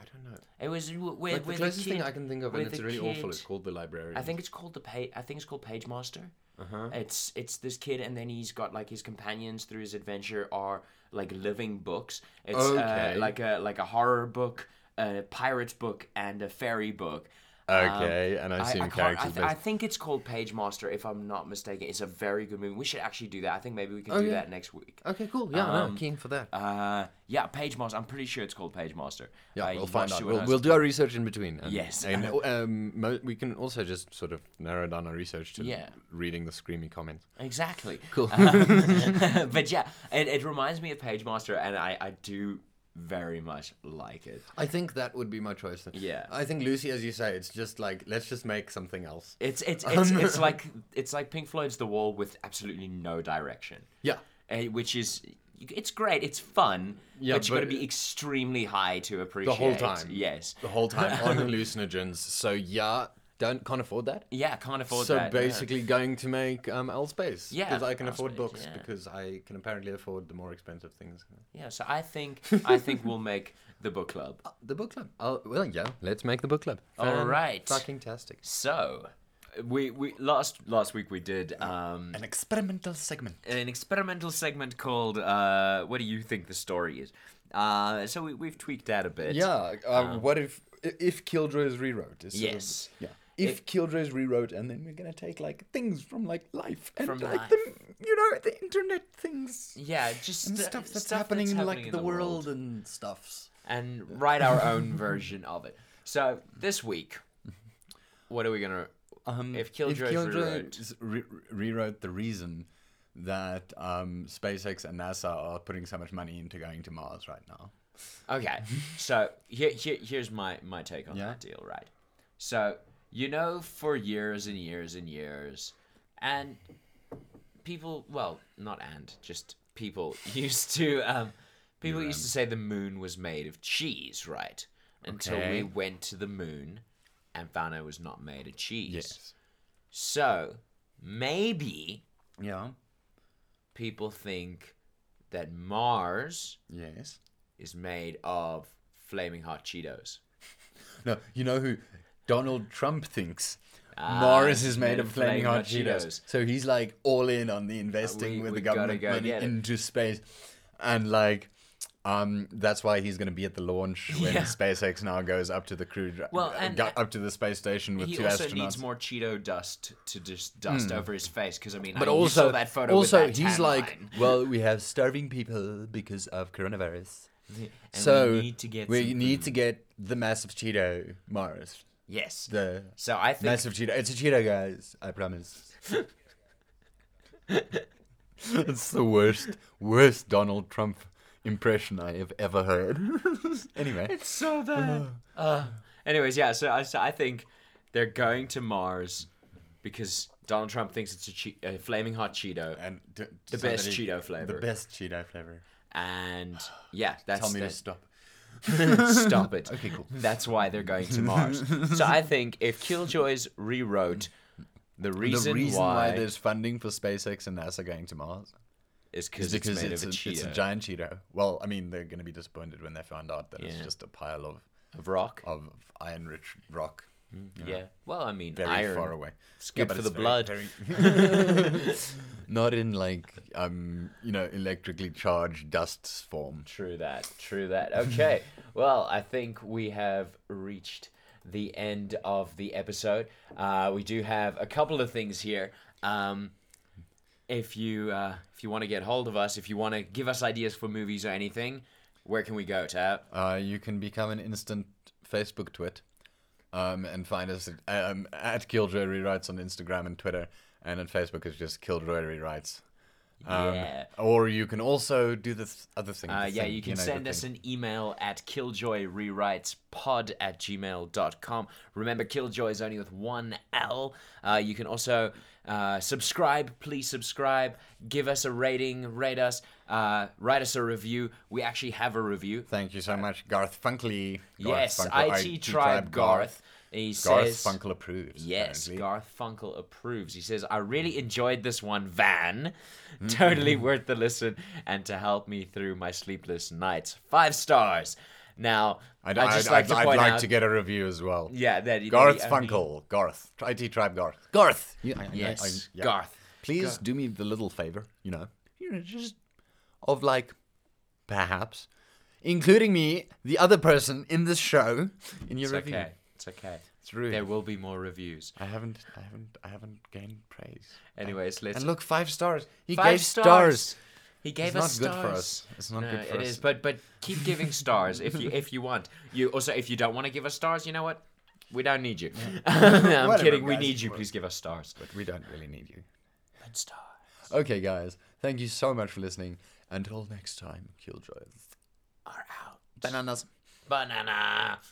[SPEAKER 4] I don't know.
[SPEAKER 2] it was w- where,
[SPEAKER 4] Like, the
[SPEAKER 2] where
[SPEAKER 4] closest
[SPEAKER 2] kid-
[SPEAKER 4] thing I can think of, and
[SPEAKER 2] where
[SPEAKER 4] it's
[SPEAKER 2] the
[SPEAKER 4] really awful.
[SPEAKER 2] kid-
[SPEAKER 4] It's called the librarian.
[SPEAKER 2] I think it's called the page. I think it's called Page Master.
[SPEAKER 4] Uh-huh.
[SPEAKER 2] It's it's this kid, and then he's got like his companions through his adventure are like living books. It's
[SPEAKER 4] Okay.
[SPEAKER 2] uh, like a like a horror book, a pirate book, and a fairy book.
[SPEAKER 4] Okay, and um, I assume
[SPEAKER 2] I, can't- I,
[SPEAKER 4] characters
[SPEAKER 2] th-
[SPEAKER 4] based-
[SPEAKER 2] I think it's called Page Master, if I'm not mistaken. It's a very good movie. We should actually do that. I think maybe we can do
[SPEAKER 4] yeah.
[SPEAKER 2] that next week.
[SPEAKER 4] Okay, cool. Yeah, no,
[SPEAKER 2] Um,
[SPEAKER 4] keen for that.
[SPEAKER 2] Uh, yeah, Page Master. I'm pretty sure it's called Page Master.
[SPEAKER 4] Yeah,
[SPEAKER 2] Uh, you
[SPEAKER 4] we'll find
[SPEAKER 2] must
[SPEAKER 4] out.
[SPEAKER 2] do it
[SPEAKER 4] We'll,
[SPEAKER 2] on-
[SPEAKER 4] we'll do our research in between. And,
[SPEAKER 2] Yes.
[SPEAKER 4] and um, mo- we can also just sort of narrow down our research to
[SPEAKER 2] Yeah.
[SPEAKER 4] reading the screamy comments.
[SPEAKER 2] Exactly. Cool.
[SPEAKER 4] <laughs>
[SPEAKER 2] Um, <laughs> but yeah, it, it reminds me of Page Master, and I, I do very much like it.
[SPEAKER 4] I think that would be my choice. Then.
[SPEAKER 2] Yeah.
[SPEAKER 4] I think Lucy, as you say, it's just like let's just make something else.
[SPEAKER 2] It's it's
[SPEAKER 4] <laughs>
[SPEAKER 2] it's, it's like it's like Pink Floyd's The Wall with absolutely no direction.
[SPEAKER 4] Yeah.
[SPEAKER 2] Uh, which is it's great. It's fun.
[SPEAKER 4] Yeah,
[SPEAKER 2] but you got to
[SPEAKER 4] but-
[SPEAKER 2] be extremely high to appreciate
[SPEAKER 4] time.
[SPEAKER 2] Yes.
[SPEAKER 4] The whole time on hallucinogens. So yeah, don't can't afford that.
[SPEAKER 2] Yeah, can't afford
[SPEAKER 4] so
[SPEAKER 2] that. no.
[SPEAKER 4] basically, going to make um, L space.
[SPEAKER 2] Yeah,
[SPEAKER 4] Because I can
[SPEAKER 2] L
[SPEAKER 4] afford
[SPEAKER 2] space,
[SPEAKER 4] books
[SPEAKER 2] yeah. Uh,
[SPEAKER 4] because I can apparently afford the more expensive things.
[SPEAKER 2] yeah. So I think
[SPEAKER 4] <laughs>
[SPEAKER 2] I think we'll make the book club.
[SPEAKER 4] The book club. Oh well, yeah. Let's make the book club.
[SPEAKER 2] All right.
[SPEAKER 4] Fucking tastic.
[SPEAKER 2] So we we last last week we did um
[SPEAKER 4] An experimental segment.
[SPEAKER 2] an experimental segment called uh, "What do you think the story is?" Uh, so we, we've tweaked that a bit.
[SPEAKER 4] Yeah. Uh, what if i- if Killjoys rewrote? is sort of-
[SPEAKER 2] um, Yes.
[SPEAKER 4] yeah. If Killjoys rewrote, and then we're gonna take like things from like life and
[SPEAKER 2] From
[SPEAKER 4] like the you know the internet things
[SPEAKER 2] Yeah. Just
[SPEAKER 4] and
[SPEAKER 2] the-
[SPEAKER 4] stuff that's happening, in like
[SPEAKER 2] in
[SPEAKER 4] the, world, and stuffs.
[SPEAKER 2] <laughs> and write our own version of it. So this week, what are we gonna?
[SPEAKER 4] Um,
[SPEAKER 2] If Killjoys rewrote-
[SPEAKER 4] s- re- re- rewrote the reason that um, SpaceX and NASA are putting so much money into going to Mars right now. <laughs>
[SPEAKER 2] Okay, so here, here here's my my take on
[SPEAKER 4] Yeah.
[SPEAKER 2] that deal, right? So you know, for years and years and years, and people, well, not and just people <laughs> used to um, people used to say the moon was made of cheese, right? Until
[SPEAKER 4] Okay.
[SPEAKER 2] we went to the moon and found out it was not made of cheese. So maybe
[SPEAKER 4] Yeah.
[SPEAKER 2] people think that Mars
[SPEAKER 4] Yes.
[SPEAKER 2] is made of flaming hot Cheetos.
[SPEAKER 4] No, you know who Donald Trump thinks
[SPEAKER 2] Ah,
[SPEAKER 4] Mars is made of flaming hot Cheetos. So he's like all in on the investing
[SPEAKER 2] Uh, We-
[SPEAKER 4] with
[SPEAKER 2] we
[SPEAKER 4] the government
[SPEAKER 2] gotta go
[SPEAKER 4] money
[SPEAKER 2] get it.
[SPEAKER 4] into space, and like. Um, that's why he's going to be at the launch when
[SPEAKER 2] <laughs> Yeah.
[SPEAKER 4] SpaceX now goes up to the crew,
[SPEAKER 2] Well,
[SPEAKER 4] well,
[SPEAKER 2] and-
[SPEAKER 4] up to the space station with
[SPEAKER 2] He
[SPEAKER 4] two
[SPEAKER 2] also
[SPEAKER 4] astronauts. Hmm.
[SPEAKER 2] needs more Cheeto dust to just dust over his face because I mean,
[SPEAKER 4] But
[SPEAKER 2] I,
[SPEAKER 4] also,
[SPEAKER 2] you saw that photo. with
[SPEAKER 4] also
[SPEAKER 2] that
[SPEAKER 4] he's
[SPEAKER 2] tan
[SPEAKER 4] like,
[SPEAKER 2] line.
[SPEAKER 4] well, we have starving people because of coronavirus.
[SPEAKER 2] And
[SPEAKER 4] so
[SPEAKER 2] we need to get
[SPEAKER 4] we
[SPEAKER 2] some
[SPEAKER 4] need
[SPEAKER 2] food.
[SPEAKER 4] to get the massive Cheeto Mars,
[SPEAKER 2] yes.
[SPEAKER 4] the
[SPEAKER 2] so I think
[SPEAKER 4] massive Cheeto. It's a Cheeto, guys. I promise.
[SPEAKER 2] <laughs>
[SPEAKER 4] it's the worst, worst Donald Trump impression I have ever heard. <laughs> anyway,
[SPEAKER 2] it's so bad. Uh, anyways, yeah. So I, so I think they're going to Mars because Donald Trump thinks it's a, che- a flaming hot Cheeto,
[SPEAKER 4] and d-
[SPEAKER 2] the best
[SPEAKER 4] somebody-
[SPEAKER 2] Cheeto flavor,
[SPEAKER 4] The best Cheeto flavor.
[SPEAKER 2] and
[SPEAKER 4] <sighs>
[SPEAKER 2] yeah, that's
[SPEAKER 4] Tell me to
[SPEAKER 2] that's-
[SPEAKER 4] stop.
[SPEAKER 2] <laughs> Stop
[SPEAKER 4] <laughs>
[SPEAKER 2] it.
[SPEAKER 4] Okay, cool.
[SPEAKER 2] That's why they're going to Mars. so I think if Killjoys rewrote the reason,
[SPEAKER 4] the reason
[SPEAKER 2] why,
[SPEAKER 4] why there's funding for SpaceX and NASA going to Mars
[SPEAKER 2] is
[SPEAKER 4] is
[SPEAKER 2] because it's
[SPEAKER 4] because
[SPEAKER 2] made
[SPEAKER 4] it's,
[SPEAKER 2] of a
[SPEAKER 4] a, it's
[SPEAKER 2] cheetah
[SPEAKER 4] a giant Cheeto. Well, I mean, they're going to be disappointed when they find out that it's
[SPEAKER 2] Yeah.
[SPEAKER 4] just a pile of,
[SPEAKER 2] of rock.
[SPEAKER 4] of iron rich rock
[SPEAKER 2] yeah. Well, I mean,
[SPEAKER 4] very
[SPEAKER 2] iron.
[SPEAKER 4] far away.
[SPEAKER 2] It's good
[SPEAKER 4] but
[SPEAKER 2] for the
[SPEAKER 4] it's very-
[SPEAKER 2] blood. <laughs>
[SPEAKER 4] <laughs> Not in like, um, you know, electrically charged dust form.
[SPEAKER 2] True that. True
[SPEAKER 4] <laughs>
[SPEAKER 2] that. Okay. well, I think we have reached the end of the episode. Uh, we do have a couple of things here. Um, if you uh, if you want to get hold of us, if you want to give us ideas for movies or anything, where can we go, Tab?
[SPEAKER 4] Uh, you can become an instant Facebook twit um, and find us at, um, at Killjoy Rewrites on Instagram and Twitter. And on Facebook, it's just Killjoy Rewrites. Um,
[SPEAKER 2] yeah.
[SPEAKER 4] Or you can also do this other thing.
[SPEAKER 2] Uh,
[SPEAKER 4] the
[SPEAKER 2] yeah,
[SPEAKER 4] thing,
[SPEAKER 2] you can
[SPEAKER 4] know, the
[SPEAKER 2] send us
[SPEAKER 4] thing.
[SPEAKER 2] an email at killjoyrewritespod at gmail.com. Remember, Killjoy is only with one L. Uh, you can also uh, subscribe. Please subscribe. Give us a rating. Rate us. Uh, write us a review. We actually have a review.
[SPEAKER 4] Thank you so much, Garth Funkley.
[SPEAKER 2] yes,
[SPEAKER 4] Garth
[SPEAKER 2] IT, Tribe Garth. He
[SPEAKER 4] Garth
[SPEAKER 2] says,
[SPEAKER 4] Funkle approves.
[SPEAKER 2] Yes,
[SPEAKER 4] apparently.
[SPEAKER 2] Garth Funkel approves. He says, I really
[SPEAKER 4] Mm.
[SPEAKER 2] enjoyed this one, Van.
[SPEAKER 4] Mm-hmm.
[SPEAKER 2] Totally worth the listen and to help me through my sleepless nights. Five stars. Now, I'd,
[SPEAKER 4] I'd, I'd,
[SPEAKER 2] just
[SPEAKER 4] like
[SPEAKER 2] like
[SPEAKER 4] I'd,
[SPEAKER 2] to
[SPEAKER 4] I'd
[SPEAKER 2] point
[SPEAKER 4] like
[SPEAKER 2] out.
[SPEAKER 4] to get a review as well.
[SPEAKER 2] yeah, that
[SPEAKER 4] Garth
[SPEAKER 2] that he only-
[SPEAKER 4] Funkel. Garth. IT Tribe Garth. Garth! Yeah, I- I-
[SPEAKER 2] Yes,
[SPEAKER 4] I- yeah.
[SPEAKER 2] Garth.
[SPEAKER 4] Please do me the little favor, you know, you know, just of like, perhaps, including me, the other person in this show, in your
[SPEAKER 2] It's
[SPEAKER 4] review.
[SPEAKER 2] okay. It's okay.
[SPEAKER 4] It's rude.
[SPEAKER 2] There will be more reviews.
[SPEAKER 4] I haven't, I haven't, I haven't gained praise.
[SPEAKER 2] Anyways, let's.
[SPEAKER 4] And look, five stars. He
[SPEAKER 2] Five
[SPEAKER 4] gave stars.
[SPEAKER 2] He gave
[SPEAKER 4] It's
[SPEAKER 2] us
[SPEAKER 4] not good
[SPEAKER 2] stars.
[SPEAKER 4] for us. It's not
[SPEAKER 2] no,
[SPEAKER 4] good for
[SPEAKER 2] it
[SPEAKER 4] us.
[SPEAKER 2] is, but but keep giving stars if you if you want. You also if you don't want to give us stars, you know what? We don't need you. <laughs>
[SPEAKER 4] <laughs>
[SPEAKER 2] I'm
[SPEAKER 4] Whatever,
[SPEAKER 2] kidding. We
[SPEAKER 4] guys.
[SPEAKER 2] need you. Please give us stars.
[SPEAKER 4] But we don't really need you.
[SPEAKER 2] But stars.
[SPEAKER 4] Okay, guys. Thank you so much for listening. Until next time, Killjoys.
[SPEAKER 2] are out.
[SPEAKER 4] Bananas.
[SPEAKER 2] Banana.